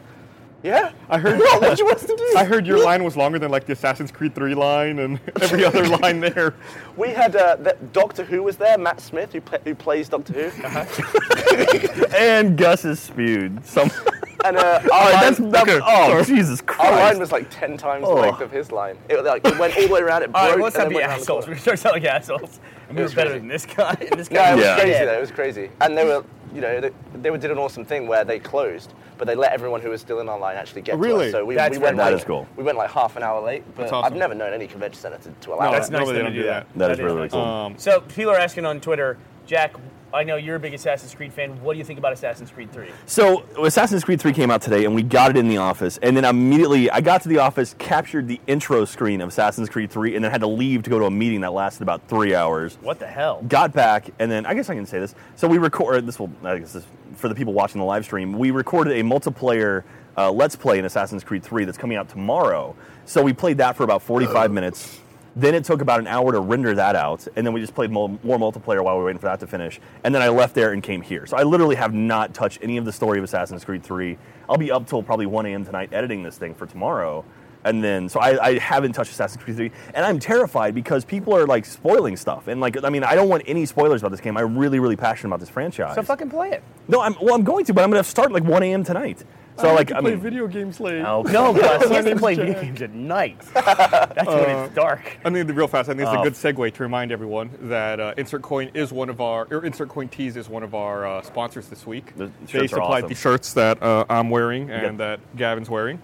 Speaker 4: "Yeah,
Speaker 1: I heard-
Speaker 4: what, what do you want us to do?"
Speaker 1: I heard your line was longer than like the Assassin's Creed 3 line and every other line there.
Speaker 4: we had uh, the, Doctor Who was there, Matt Smith, who, pla who plays Doctor Who,
Speaker 1: Uh-huh.
Speaker 2: And Gus is spewed. Some.
Speaker 4: and uh, our,
Speaker 2: All right,
Speaker 4: line,
Speaker 2: that's that,
Speaker 1: okay,
Speaker 2: oh
Speaker 1: sorry.
Speaker 2: Jesus
Speaker 4: our
Speaker 2: Christ.
Speaker 4: line was like ten times
Speaker 2: Oh.
Speaker 4: the length of his line. It, like, it went all the way around. It broke.
Speaker 3: All right, well, let's
Speaker 4: and
Speaker 3: not
Speaker 4: then
Speaker 3: be
Speaker 4: went around the
Speaker 3: assholes.
Speaker 4: corner.
Speaker 3: We were starting selling assholes, and we were
Speaker 4: was
Speaker 3: better
Speaker 4: crazy.
Speaker 3: than this guy. And this
Speaker 4: No,
Speaker 3: guy
Speaker 4: it was
Speaker 2: Yeah.
Speaker 4: crazy though. It was crazy, and they were, you know, they, they were, did an awesome thing where they closed, but they let everyone who was still in our line actually get to
Speaker 1: Really?
Speaker 4: us. So we,
Speaker 3: That's
Speaker 4: we
Speaker 3: very
Speaker 4: went
Speaker 2: nice.
Speaker 4: like
Speaker 2: That is cool.
Speaker 4: we went like half an hour late. But
Speaker 1: That's awesome.
Speaker 4: I've never known any convention center to, to allow
Speaker 3: that's
Speaker 4: that.
Speaker 3: Oh, nice
Speaker 1: normally
Speaker 3: of
Speaker 1: they
Speaker 3: them to
Speaker 1: don't
Speaker 3: do
Speaker 1: do
Speaker 3: that.
Speaker 1: that.
Speaker 2: that is,
Speaker 3: That is
Speaker 2: really
Speaker 3: nice.
Speaker 2: cool.
Speaker 1: Um,
Speaker 3: So people are asking on Twitter, Jack. I know you're a big Assassin's Creed fan. What do you think about Assassin's Creed 3?
Speaker 2: So Assassin's Creed 3 came out today, and we got it in the office. And then immediately, I got to the office, captured the intro screen of Assassin's Creed 3, and then had to leave to go to a meeting that lasted about three hours.
Speaker 3: What the hell?
Speaker 2: Got back, and then I guess I can say this. So we record this will I guess this, for the people watching the live stream. We recorded a multiplayer uh, let's play in Assassin's Creed 3 that's coming out tomorrow. So we played that for about 45 minutes. Then it took about an hour to render that out, and then we just played mul- more multiplayer while we were waiting for that to finish. And then I left there and came here. So I literally have not touched any of the story of Assassin's Creed 3. I'll be up till probably 1 a.m. tonight editing this thing for tomorrow. And then, so I, I haven't touched Assassin's Creed 3, and I'm terrified because people are like spoiling stuff. And like, I mean, I don't want any spoilers about this game. I'm really, really passionate about this franchise.
Speaker 3: So fucking play it.
Speaker 2: no, I'm well, I'm going to, but I'm going to start like 1 a.m. tonight. So like, I
Speaker 1: play
Speaker 2: mean,
Speaker 1: video games late.
Speaker 2: Oh,
Speaker 3: No, Gus, he has to
Speaker 1: name's
Speaker 3: play
Speaker 1: Jack.
Speaker 3: video games at night. That's when it's
Speaker 1: Uh,
Speaker 3: dark.
Speaker 1: I think real fast. I think
Speaker 2: Oh.
Speaker 1: it's a good segue to remind everyone that uh, Insert Coin is one of our, or Insert Coin Tees is one of our uh, sponsors this week.
Speaker 2: The
Speaker 1: they
Speaker 2: shirts are
Speaker 1: supplied
Speaker 2: awesome.
Speaker 1: the shirts that uh, I'm wearing and
Speaker 2: Yeah.
Speaker 1: that Gavin's wearing.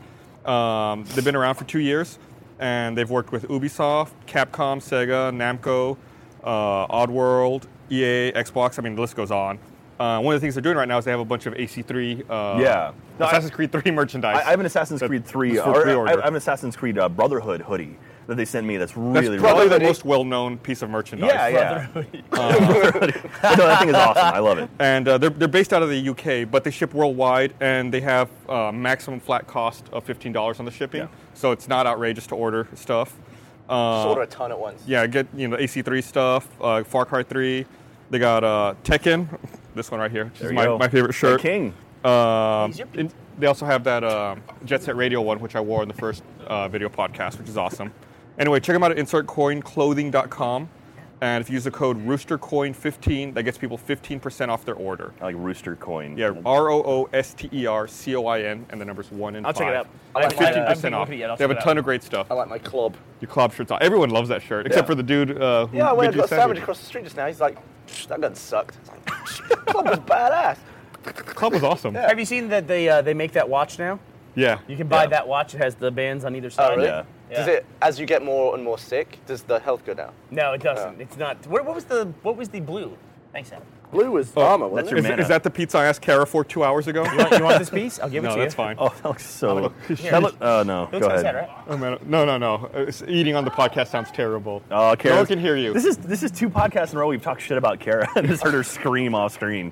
Speaker 1: Um, they've been around for two years, and they've worked with Ubisoft, Capcom, Sega, Namco, uh, Oddworld, EA, Xbox. I mean, the list goes on. Uh, one of the things they're doing right now is they have a bunch of AC3, uh,
Speaker 2: Yeah. No, I-
Speaker 1: Assassin's Creed 3 merchandise.
Speaker 2: I, I have an Assassin's
Speaker 1: That-
Speaker 2: Creed 3,
Speaker 1: that's for
Speaker 2: or I,
Speaker 1: pre-order.
Speaker 2: I have an Assassin's Creed uh, Brotherhood hoodie that they sent me. That's
Speaker 1: That's
Speaker 2: really,
Speaker 1: probably
Speaker 2: really
Speaker 1: the most well-known piece of merchandise.
Speaker 2: yeah, yeah. But no, that thing is awesome. I love it.
Speaker 1: and uh, they're, they're based out of the UK, but they ship worldwide, and they have uh, maximum flat cost of fifteen dollars on the shipping.
Speaker 2: Yeah.
Speaker 1: So it's not outrageous to order stuff. Uh,
Speaker 4: Just order a ton at once.
Speaker 1: yeah, get you know AC3 stuff, uh, Far Cry 3. They got uh, Tekken, this one right here, which
Speaker 2: There
Speaker 1: is
Speaker 2: you
Speaker 1: my,
Speaker 2: go.
Speaker 1: my favorite
Speaker 2: The
Speaker 1: shirt.
Speaker 2: King.
Speaker 1: Um,
Speaker 3: He's your
Speaker 1: and they also have that uh, Jet Set Radio one, which I wore in the first uh, video podcast, which is awesome. Anyway, check them out at insertcoinclothing.com. And if you use the code roostercoin15, that gets people 15% off their order.
Speaker 2: I like Rooster Coin. Oh,
Speaker 1: Yeah, R O O S T E R C O I N, and the numbers one and
Speaker 3: I'll
Speaker 1: five.
Speaker 3: check it out.
Speaker 4: I like
Speaker 1: Fifteen
Speaker 4: mine. I haven't
Speaker 1: percent off.
Speaker 3: looked at it yet. I'll
Speaker 1: They have
Speaker 3: check
Speaker 1: a
Speaker 3: it
Speaker 1: ton
Speaker 3: out.
Speaker 1: of great stuff.
Speaker 4: I like my club.
Speaker 1: Your club shirts on. Everyone loves that shirt, except
Speaker 2: Yeah.
Speaker 1: for the dude uh, who
Speaker 4: Yeah, when I
Speaker 1: made you
Speaker 4: got
Speaker 1: a
Speaker 4: a sandwich
Speaker 1: sandwich.
Speaker 4: across the street just now, he's like, "Psh, "That gun sucked." It's like, "Psh, club was badass.
Speaker 1: Club was awesome.
Speaker 4: Yeah.
Speaker 1: yeah.
Speaker 3: Have you seen that they uh, they make that watch now? You can buy
Speaker 2: Yeah.
Speaker 3: that watch. It has the bands on either
Speaker 4: Oh,
Speaker 3: side.
Speaker 4: really?
Speaker 2: Yeah.
Speaker 4: Does
Speaker 3: Yeah.
Speaker 4: it? As you get more and more sick, does the health go down?
Speaker 3: No, it doesn't.
Speaker 2: Oh.
Speaker 3: It's not. What, what was the what was the blue? Thanks, Adam.
Speaker 4: Blue was armor.
Speaker 2: that's
Speaker 4: Wasn't
Speaker 2: your
Speaker 4: it?
Speaker 1: Is,
Speaker 2: mana.
Speaker 1: is that the pizza I asked Kara for two hours ago?
Speaker 3: You want, you want this piece? I'll give it
Speaker 1: no,
Speaker 3: to
Speaker 1: that's
Speaker 3: you.
Speaker 1: fine.
Speaker 2: Oh, that looks so.
Speaker 3: Here.
Speaker 2: That look, oh no.
Speaker 3: It
Speaker 2: Go
Speaker 3: looks
Speaker 2: ahead.
Speaker 3: upset, right?
Speaker 1: Oh, man. No, no, no. Uh, it's- Eating on the podcast sounds terrible.
Speaker 2: Oh, Kara.
Speaker 1: No one can hear you.
Speaker 2: This is this is two podcasts in a row we've talked shit about Kara. I just heard her scream off screen.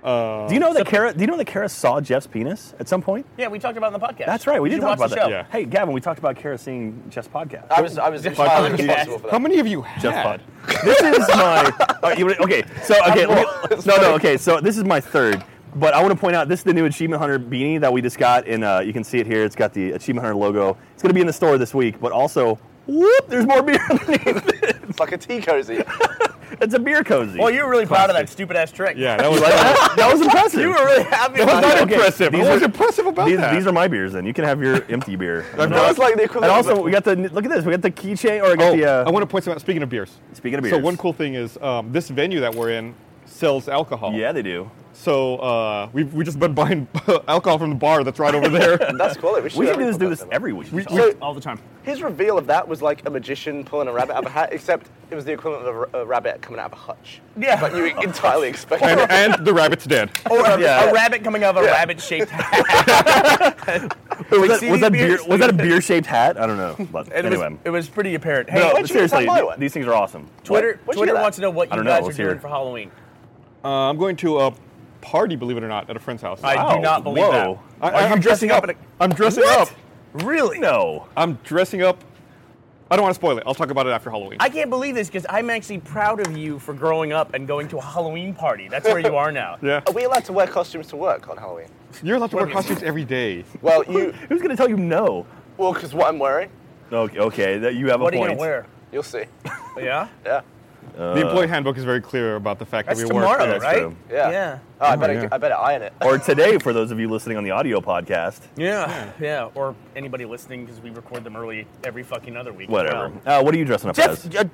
Speaker 3: Uh,
Speaker 2: do you know that Kara? Do you know that Kara saw Jeff's penis at some point?
Speaker 3: Yeah, we talked about it in the podcast.
Speaker 2: That's right. We
Speaker 3: You
Speaker 2: did
Speaker 3: should
Speaker 2: talk
Speaker 3: watch
Speaker 2: about
Speaker 3: the
Speaker 2: that.
Speaker 3: show.
Speaker 1: Yeah.
Speaker 2: Hey, Gavin, we talked about Kara seeing Jeff's podcast.
Speaker 4: I was I was entirely responsible for that.
Speaker 1: How many of you had?
Speaker 2: Jeff Pod- This is my. all right, you wanna- okay, so okay, let me- no, no, okay, so this is my third. But I want to point out this is the new Achievement Hunter beanie that we just got, and uh, you can see it here. It's got the Achievement Hunter logo. It's going to be in the store this week, but also, whoop, there's more beer underneath.
Speaker 4: It's like a tea cozy.
Speaker 2: it's a beer cozy.
Speaker 3: Well, you were really proud of that stupid ass trick.
Speaker 1: Yeah, that was.
Speaker 2: that, that was impressive.
Speaker 3: You were really happy
Speaker 1: That was
Speaker 3: about
Speaker 1: not
Speaker 3: it.
Speaker 2: Okay,
Speaker 1: impressive.
Speaker 2: these
Speaker 1: What was
Speaker 2: are-
Speaker 1: impressive about
Speaker 2: these,
Speaker 1: that?
Speaker 2: these are my beers. Then you can have your empty beer. and
Speaker 4: That was like the equivalent. of
Speaker 2: also,
Speaker 4: the-
Speaker 2: we got the look at this. We got the keychain, or I got
Speaker 1: Oh,
Speaker 2: the. Uh,
Speaker 1: I want to point something out. Speaking of beers.
Speaker 2: Speaking of
Speaker 1: So
Speaker 2: beers.
Speaker 1: one cool thing is um, this venue that we're in sells alcohol.
Speaker 2: yeah, they do.
Speaker 1: So uh, we've we just been buying alcohol from the bar that's right over there.
Speaker 4: That's quality. We should,
Speaker 2: We
Speaker 4: have
Speaker 2: should do this, do
Speaker 4: every
Speaker 2: this
Speaker 4: podcast
Speaker 2: every week.
Speaker 4: ever. So
Speaker 3: all the time.
Speaker 4: his reveal of that was like a magician pulling a rabbit out of a hat, except it was the equivalent of a r- a, rabbit coming out of a hutch.
Speaker 3: Yeah.
Speaker 4: But you entirely expect.
Speaker 1: and, and the rabbit's dead.
Speaker 3: Or a,
Speaker 2: Yeah.
Speaker 3: a rabbit coming out of a rabbit-shaped hat.
Speaker 2: was, that, was that
Speaker 3: CD
Speaker 2: beer?
Speaker 3: beers?
Speaker 2: Was that a beer-shaped hat? I don't know. But
Speaker 3: It,
Speaker 2: anyway,
Speaker 3: was, it was pretty apparent. Hey,
Speaker 2: no,
Speaker 4: why'd you
Speaker 2: seriously,
Speaker 4: use that one?
Speaker 2: these things are awesome.
Speaker 3: Twitter,
Speaker 4: What'd you
Speaker 3: Twitter
Speaker 4: get at?
Speaker 3: wants to know what
Speaker 2: I
Speaker 3: you
Speaker 2: don't know,
Speaker 3: guys are
Speaker 2: let's hear
Speaker 3: doing
Speaker 2: it.
Speaker 3: for Halloween.
Speaker 1: Uh, I'm going to a party, believe it or not, at a friend's house.
Speaker 3: I do not believe
Speaker 2: whoa.
Speaker 3: that.
Speaker 1: I,
Speaker 3: Are you
Speaker 1: am dressing
Speaker 3: dressing
Speaker 1: up.
Speaker 3: up in a-
Speaker 1: I'm dressing up.
Speaker 3: Really?
Speaker 2: No.
Speaker 1: I'm dressing up. I don't want to spoil it. I'll talk about it after Halloween.
Speaker 3: I can't believe this because I'm actually proud of you for growing up and going to a Halloween party. That's where you are now.
Speaker 1: yeah,
Speaker 4: Are we allowed to wear costumes to work on Halloween?
Speaker 1: you're allowed to wear costumes every day.
Speaker 4: Well, you.
Speaker 2: Who's gonna tell you no?
Speaker 4: Well, because what I'm wearing,
Speaker 2: Okay, okay, that you have
Speaker 3: What
Speaker 2: a
Speaker 3: are you
Speaker 2: point.
Speaker 3: gonna wear?
Speaker 4: you'll see.
Speaker 3: Yeah.
Speaker 4: Yeah.
Speaker 1: the employee handbook is very clear about the fact
Speaker 3: That's
Speaker 1: that we work.
Speaker 3: tomorrow,
Speaker 2: that's
Speaker 3: right?
Speaker 2: true.
Speaker 4: Yeah.
Speaker 3: Yeah.
Speaker 4: Oh, I
Speaker 1: Oh,
Speaker 4: better.
Speaker 1: yeah.
Speaker 4: I better iron it.
Speaker 2: Or today, for those of you listening on the audio podcast,
Speaker 3: Yeah, yeah, or anybody listening because we record them early every fucking other week. as
Speaker 2: whatever.
Speaker 3: well.
Speaker 2: Uh, what are you dressing up
Speaker 3: Jeff,
Speaker 2: as?
Speaker 3: uh, Jack,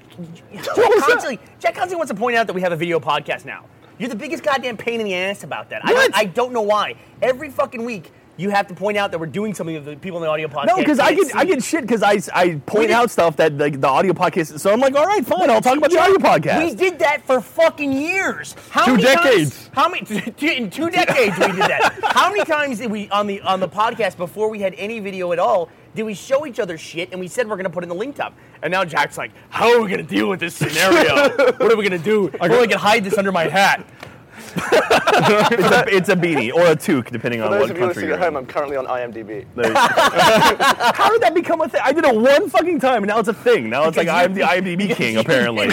Speaker 3: constantly, Jack constantly wants to point out that we have a video podcast now. You're the biggest goddamn pain in the ass about that. I,
Speaker 2: What?
Speaker 3: don't, I don't know why. Every fucking week, you have to point out that we're doing something that the people in the audio podcast.
Speaker 2: No, because I
Speaker 3: can't
Speaker 2: get I
Speaker 3: see.
Speaker 2: get shit because I, I point
Speaker 3: did-
Speaker 2: out stuff that like the audio podcast. So I'm like, all right, fine, I'll talk about the audio podcast.
Speaker 3: We did that for fucking years. How
Speaker 1: Two
Speaker 3: many
Speaker 1: decades.
Speaker 3: Times, how many? In two decades, we did that. How many times did we on the on the podcast before we had any video at all? Did we show each other shit and we said we're gonna put it in the link top? And now Jack's like, "How are we gonna deal with this scenario? what are we gonna do? I only can hide this under my hat."
Speaker 2: it's, a, it's a beanie or a toque, depending on
Speaker 4: For those
Speaker 2: what
Speaker 4: of you
Speaker 2: country
Speaker 4: listening
Speaker 2: you're
Speaker 4: at
Speaker 2: in.
Speaker 4: home, I'm currently on IMDb.
Speaker 2: There you- How did that become a thing? I did it one fucking time, and now it's a thing. Now it's like
Speaker 3: Because
Speaker 2: I'm the IMDb king, apparently.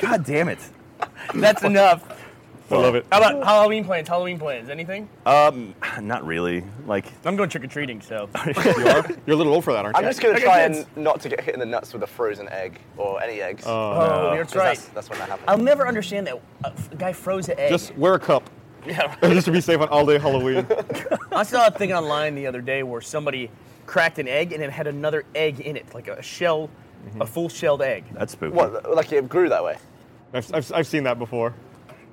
Speaker 2: God damn it!
Speaker 3: That's enough.
Speaker 1: I love it.
Speaker 3: How about Halloween plans? Halloween plans? Anything?
Speaker 2: Oh. Not really. Like
Speaker 3: I'm going trick or treating, so
Speaker 1: You are? You're a little old for that, aren't
Speaker 4: I'm
Speaker 1: you?
Speaker 4: just gonna
Speaker 3: Okay,
Speaker 4: try
Speaker 3: kids.
Speaker 4: and not to get hit in the nuts with a frozen egg or any eggs. Oh,
Speaker 3: oh, that's right.
Speaker 4: That's, that's when that happens.
Speaker 3: I'll never understand that a f- guy froze an egg.
Speaker 1: Just wear a cup. Yeah. just to be safe on all day Halloween.
Speaker 3: I saw a thing online the other day where somebody cracked an egg and it had another egg in it, like a shell, a full shelled egg.
Speaker 2: that's spooky.
Speaker 4: what? Like it grew that way.
Speaker 1: I've, I've, I've seen that before.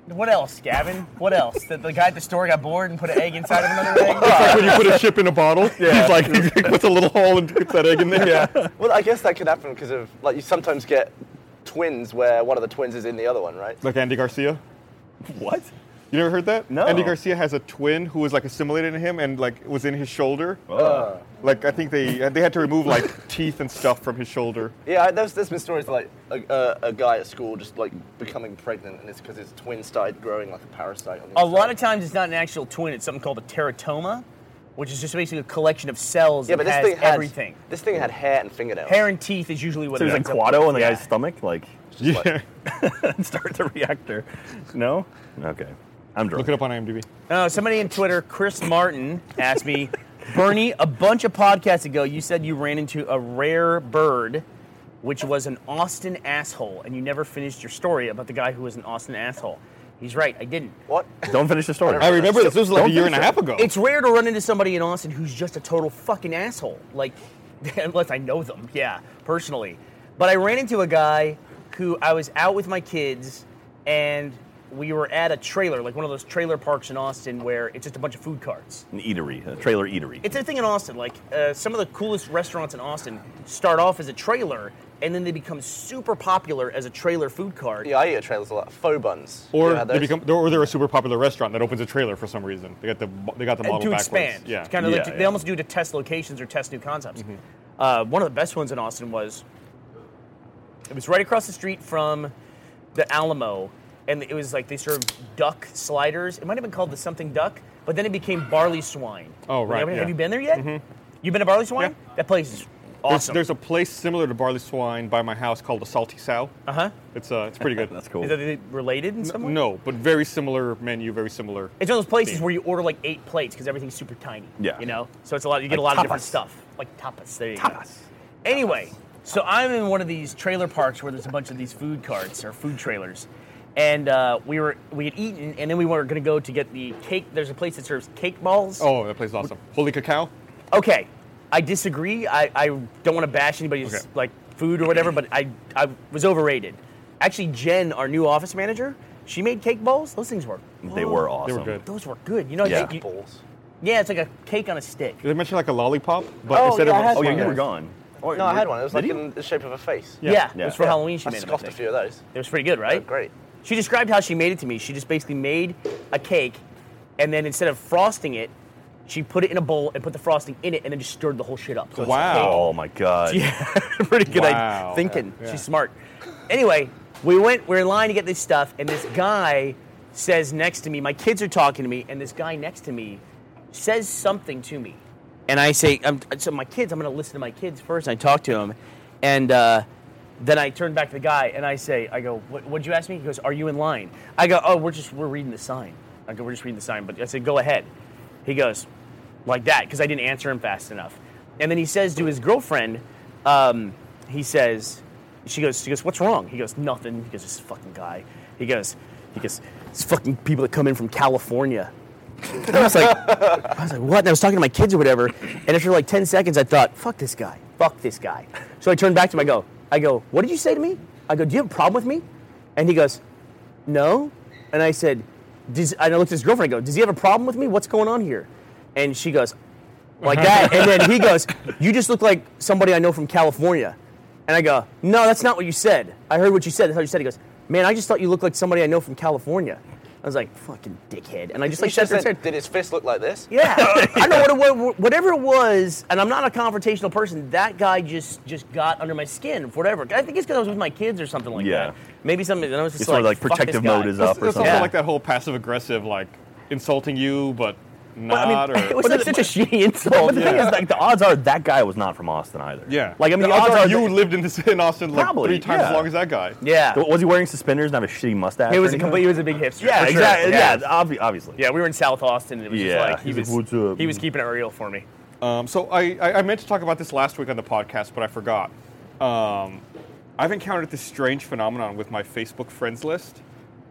Speaker 3: What else, Gavin? What else? That the guy at the store got bored and put an egg inside of another egg?
Speaker 1: It's like when you put a chip in a bottle. Yeah. He's like, he puts a little hole and puts that egg in there. Yeah.
Speaker 4: Well, I guess that could happen because of like you sometimes get twins where one of the twins is in the other one, right?
Speaker 1: Like Andy Garcia.
Speaker 2: What?
Speaker 1: You never heard that?
Speaker 2: No.
Speaker 1: Andy Garcia has a twin who was like assimilated in him and like was in his shoulder.
Speaker 2: Oh.
Speaker 1: Like I think they they had to remove like teeth and stuff from his shoulder.
Speaker 4: Yeah, I- there's, there's been stories like a, a, a guy at school just like becoming pregnant, and it's because his twin started growing like a parasite. On the
Speaker 3: a lot
Speaker 4: inside.
Speaker 3: of times it's not an actual twin, it's something called a teratoma, which is just basically a collection of cells
Speaker 4: yeah,
Speaker 3: that
Speaker 4: but this
Speaker 3: has
Speaker 4: thing had
Speaker 3: everything.
Speaker 4: This thing had hair and fingernails.
Speaker 3: Hair and teeth is usually what
Speaker 2: So
Speaker 3: it
Speaker 2: there's a
Speaker 3: ends up
Speaker 2: quado
Speaker 3: with.
Speaker 2: on the
Speaker 3: Yeah.
Speaker 2: guy's stomach, like
Speaker 1: Yeah.
Speaker 2: start the reactor. No? Okay. I'm drunk.
Speaker 1: Look it up on IMDb.
Speaker 3: Uh, somebody in Twitter, Chris Martin, asked me, Bernie, a bunch of podcasts ago, you said you ran into a rare bird, which was an Austin asshole, and you never finished your story about the guy who was an Austin asshole. He's right, I didn't.
Speaker 4: What?
Speaker 2: Don't finish the story.
Speaker 1: I remember this. This was like a
Speaker 2: Don't
Speaker 1: year
Speaker 2: think
Speaker 1: and a
Speaker 2: so.
Speaker 1: half ago.
Speaker 3: It's rare to run into somebody in Austin who's just a total fucking asshole. Like, unless I know them, yeah, personally. But I ran into a guy who I was out with my kids and we were at a trailer, like one of those trailer parks in Austin where it's just a bunch of food carts.
Speaker 2: An eatery, a trailer eatery.
Speaker 3: it's a thing in Austin. Like uh, some of the coolest restaurants in Austin start off as a trailer, and then they become super popular as a trailer food cart.
Speaker 4: Yeah, I eat at trailers a lot. Faux buns. You
Speaker 1: or
Speaker 4: ever had
Speaker 1: they
Speaker 4: those?
Speaker 1: become, or they're a super popular restaurant that opens a trailer for some reason. They got the they got the
Speaker 3: and
Speaker 1: model
Speaker 3: to
Speaker 1: backwards.
Speaker 3: expand.
Speaker 1: Yeah. Mm-hmm.
Speaker 3: It's kind of like
Speaker 2: Yeah,
Speaker 3: they
Speaker 2: yeah.
Speaker 3: almost do to test locations or test new concepts. Uh, one of the best ones in Austin was it was right across the street from the Alamo, and it was like they served duck sliders. It might have been called the something duck, but then it became barley swine.
Speaker 1: Oh, right,
Speaker 3: Have,
Speaker 1: yeah. Mm-hmm.
Speaker 3: you been there yet? You've been to barley swine?
Speaker 1: Yeah.
Speaker 3: That place is
Speaker 1: There's,
Speaker 3: awesome.
Speaker 1: there's a place similar to Barley Swine by my house called the Salty Sow.
Speaker 3: uh huh.
Speaker 1: It's uh, it's pretty good.
Speaker 2: That's cool.
Speaker 3: Is that related in some way?
Speaker 1: No, but very similar menu, very similar.
Speaker 3: It's one of those places
Speaker 1: Yeah.
Speaker 3: where you order like eight plates because everything's super tiny.
Speaker 2: Yeah.
Speaker 3: You know? So it's a lot, you
Speaker 2: Like
Speaker 3: get a lot of different
Speaker 2: tapas.
Speaker 3: stuff. Like tapas. There you go.
Speaker 2: Tapas.
Speaker 3: Anyway, so I'm in one of these trailer parks where there's a bunch of these food carts or food trailers. And uh, we were we had eaten, and then we were going to go to get the cake. There's a place that serves cake balls.
Speaker 1: Oh, that place is awesome. Holy cacao.
Speaker 3: Okay, I disagree. I, I don't want to bash anybody's
Speaker 1: Okay.
Speaker 3: like food or whatever, but I I was overrated. Actually, Jen, our new office manager, She made cake balls. Those things Oh. were.
Speaker 2: They were awesome.
Speaker 1: They were good.
Speaker 3: Those were good. You know,
Speaker 2: Yeah.
Speaker 3: you- you-
Speaker 4: balls.
Speaker 3: yeah, it's like a cake on a stick.
Speaker 1: They mentioned like a lollipop, but
Speaker 4: Oh,
Speaker 1: instead
Speaker 4: yeah, I
Speaker 1: of
Speaker 4: had
Speaker 2: Oh yeah,
Speaker 4: one.
Speaker 2: you were gone. Oh,
Speaker 4: No, I had one. It was
Speaker 2: did
Speaker 4: like
Speaker 2: you?
Speaker 4: in the shape of a face.
Speaker 3: Yeah,
Speaker 1: Yeah.
Speaker 3: it was
Speaker 2: Yeah.
Speaker 3: for Halloween. She
Speaker 4: I
Speaker 3: made them, I
Speaker 4: scoffed a
Speaker 3: think.
Speaker 4: few of those.
Speaker 3: It was pretty good, right?
Speaker 4: They're great.
Speaker 3: She described how she made it to me. She just basically made a cake, and then instead of frosting it, she put it in a bowl and put the frosting in it, and then just stirred the whole shit up. So it's
Speaker 1: Wow.
Speaker 2: Oh my god.
Speaker 3: a cake. pretty good
Speaker 1: Wow.
Speaker 3: idea. Thinking
Speaker 1: Yeah.
Speaker 3: she's smart. Anyway, we went. We're in line to get this stuff, and this guy says next to me, my kids are talking to me, and this guy next to me says something to me, and I say, I'm, so my kids, I'm going to listen to my kids first. And I talk to him, and. Uh, then I turn back to the guy and I say, I go, what, what'd you ask me? He goes, are you in line? I go, oh, we're just, we're reading the sign. I go, we're just reading the sign. But I said, go ahead. He goes, like that, because I didn't answer him fast enough. And then he says to his girlfriend, um, he says, she goes, she goes, what's wrong? He goes, nothing. He goes, this fucking guy. He goes, he goes, it's fucking people that come in from California. And I was like, I was like, what? And I was talking to my kids or whatever. And after like 10 seconds, I thought, fuck this guy. Fuck this guy. So I turned back to him. I go, I go, what did you say to me? I go, do you have a problem with me? And he goes, no. And I said, does, and I looked at his girlfriend. I go, does he have a problem with me? What's going on here? And she goes, like that. And then he goes, you just look like somebody I know from California. And I go, no, that's not what you said. I heard what you said. That's how you said. it." He goes, man, I just thought you looked like somebody I know from California. I was like, fucking dickhead. And I just
Speaker 4: You
Speaker 3: like shut
Speaker 4: should've
Speaker 3: there.
Speaker 4: said, did his fist look like this?
Speaker 3: Yeah, I know what it was. Whatever it was, and I'm not a confrontational person. That guy just just got under my skin for whatever. I think it's because I was with my kids or something like
Speaker 2: Yeah.
Speaker 3: that. Maybe something. And I was just
Speaker 2: It's sort of like
Speaker 3: "Fuck this
Speaker 2: protective
Speaker 3: guy."
Speaker 2: mode is
Speaker 1: It's,
Speaker 2: up
Speaker 1: it's
Speaker 2: or
Speaker 1: also
Speaker 2: something.
Speaker 3: Yeah.
Speaker 1: like that whole passive aggressive, like insulting you, but not.
Speaker 2: mean,
Speaker 1: or,
Speaker 3: It was like such a shitty insult.
Speaker 2: But the thing is, like, the odds are that guy was not from Austin either.
Speaker 1: yeah.
Speaker 2: Like, I mean,
Speaker 1: the
Speaker 2: the,
Speaker 1: odds are
Speaker 2: that-
Speaker 1: you lived in, this, in Austin like
Speaker 2: Probably,
Speaker 1: three times as
Speaker 2: yeah.
Speaker 1: long as that guy.
Speaker 3: yeah,
Speaker 2: Was he wearing suspenders and have a shitty mustache?
Speaker 3: he
Speaker 2: or
Speaker 3: was a
Speaker 2: anything?
Speaker 3: complete. He was a big hipster.
Speaker 2: Yeah,
Speaker 3: for sure.
Speaker 2: exactly. Yeah,
Speaker 3: yeah,
Speaker 2: obvi- obviously.
Speaker 3: Yeah, we were in South Austin, and it was
Speaker 2: Yeah.
Speaker 3: just like he
Speaker 2: He's like,
Speaker 3: was.
Speaker 2: "What's up?"
Speaker 3: he was keeping it real for me.
Speaker 1: Um, so I, I, I meant to talk about this last week on the podcast, but I forgot. Um, I've encountered this strange phenomenon with my Facebook friends list.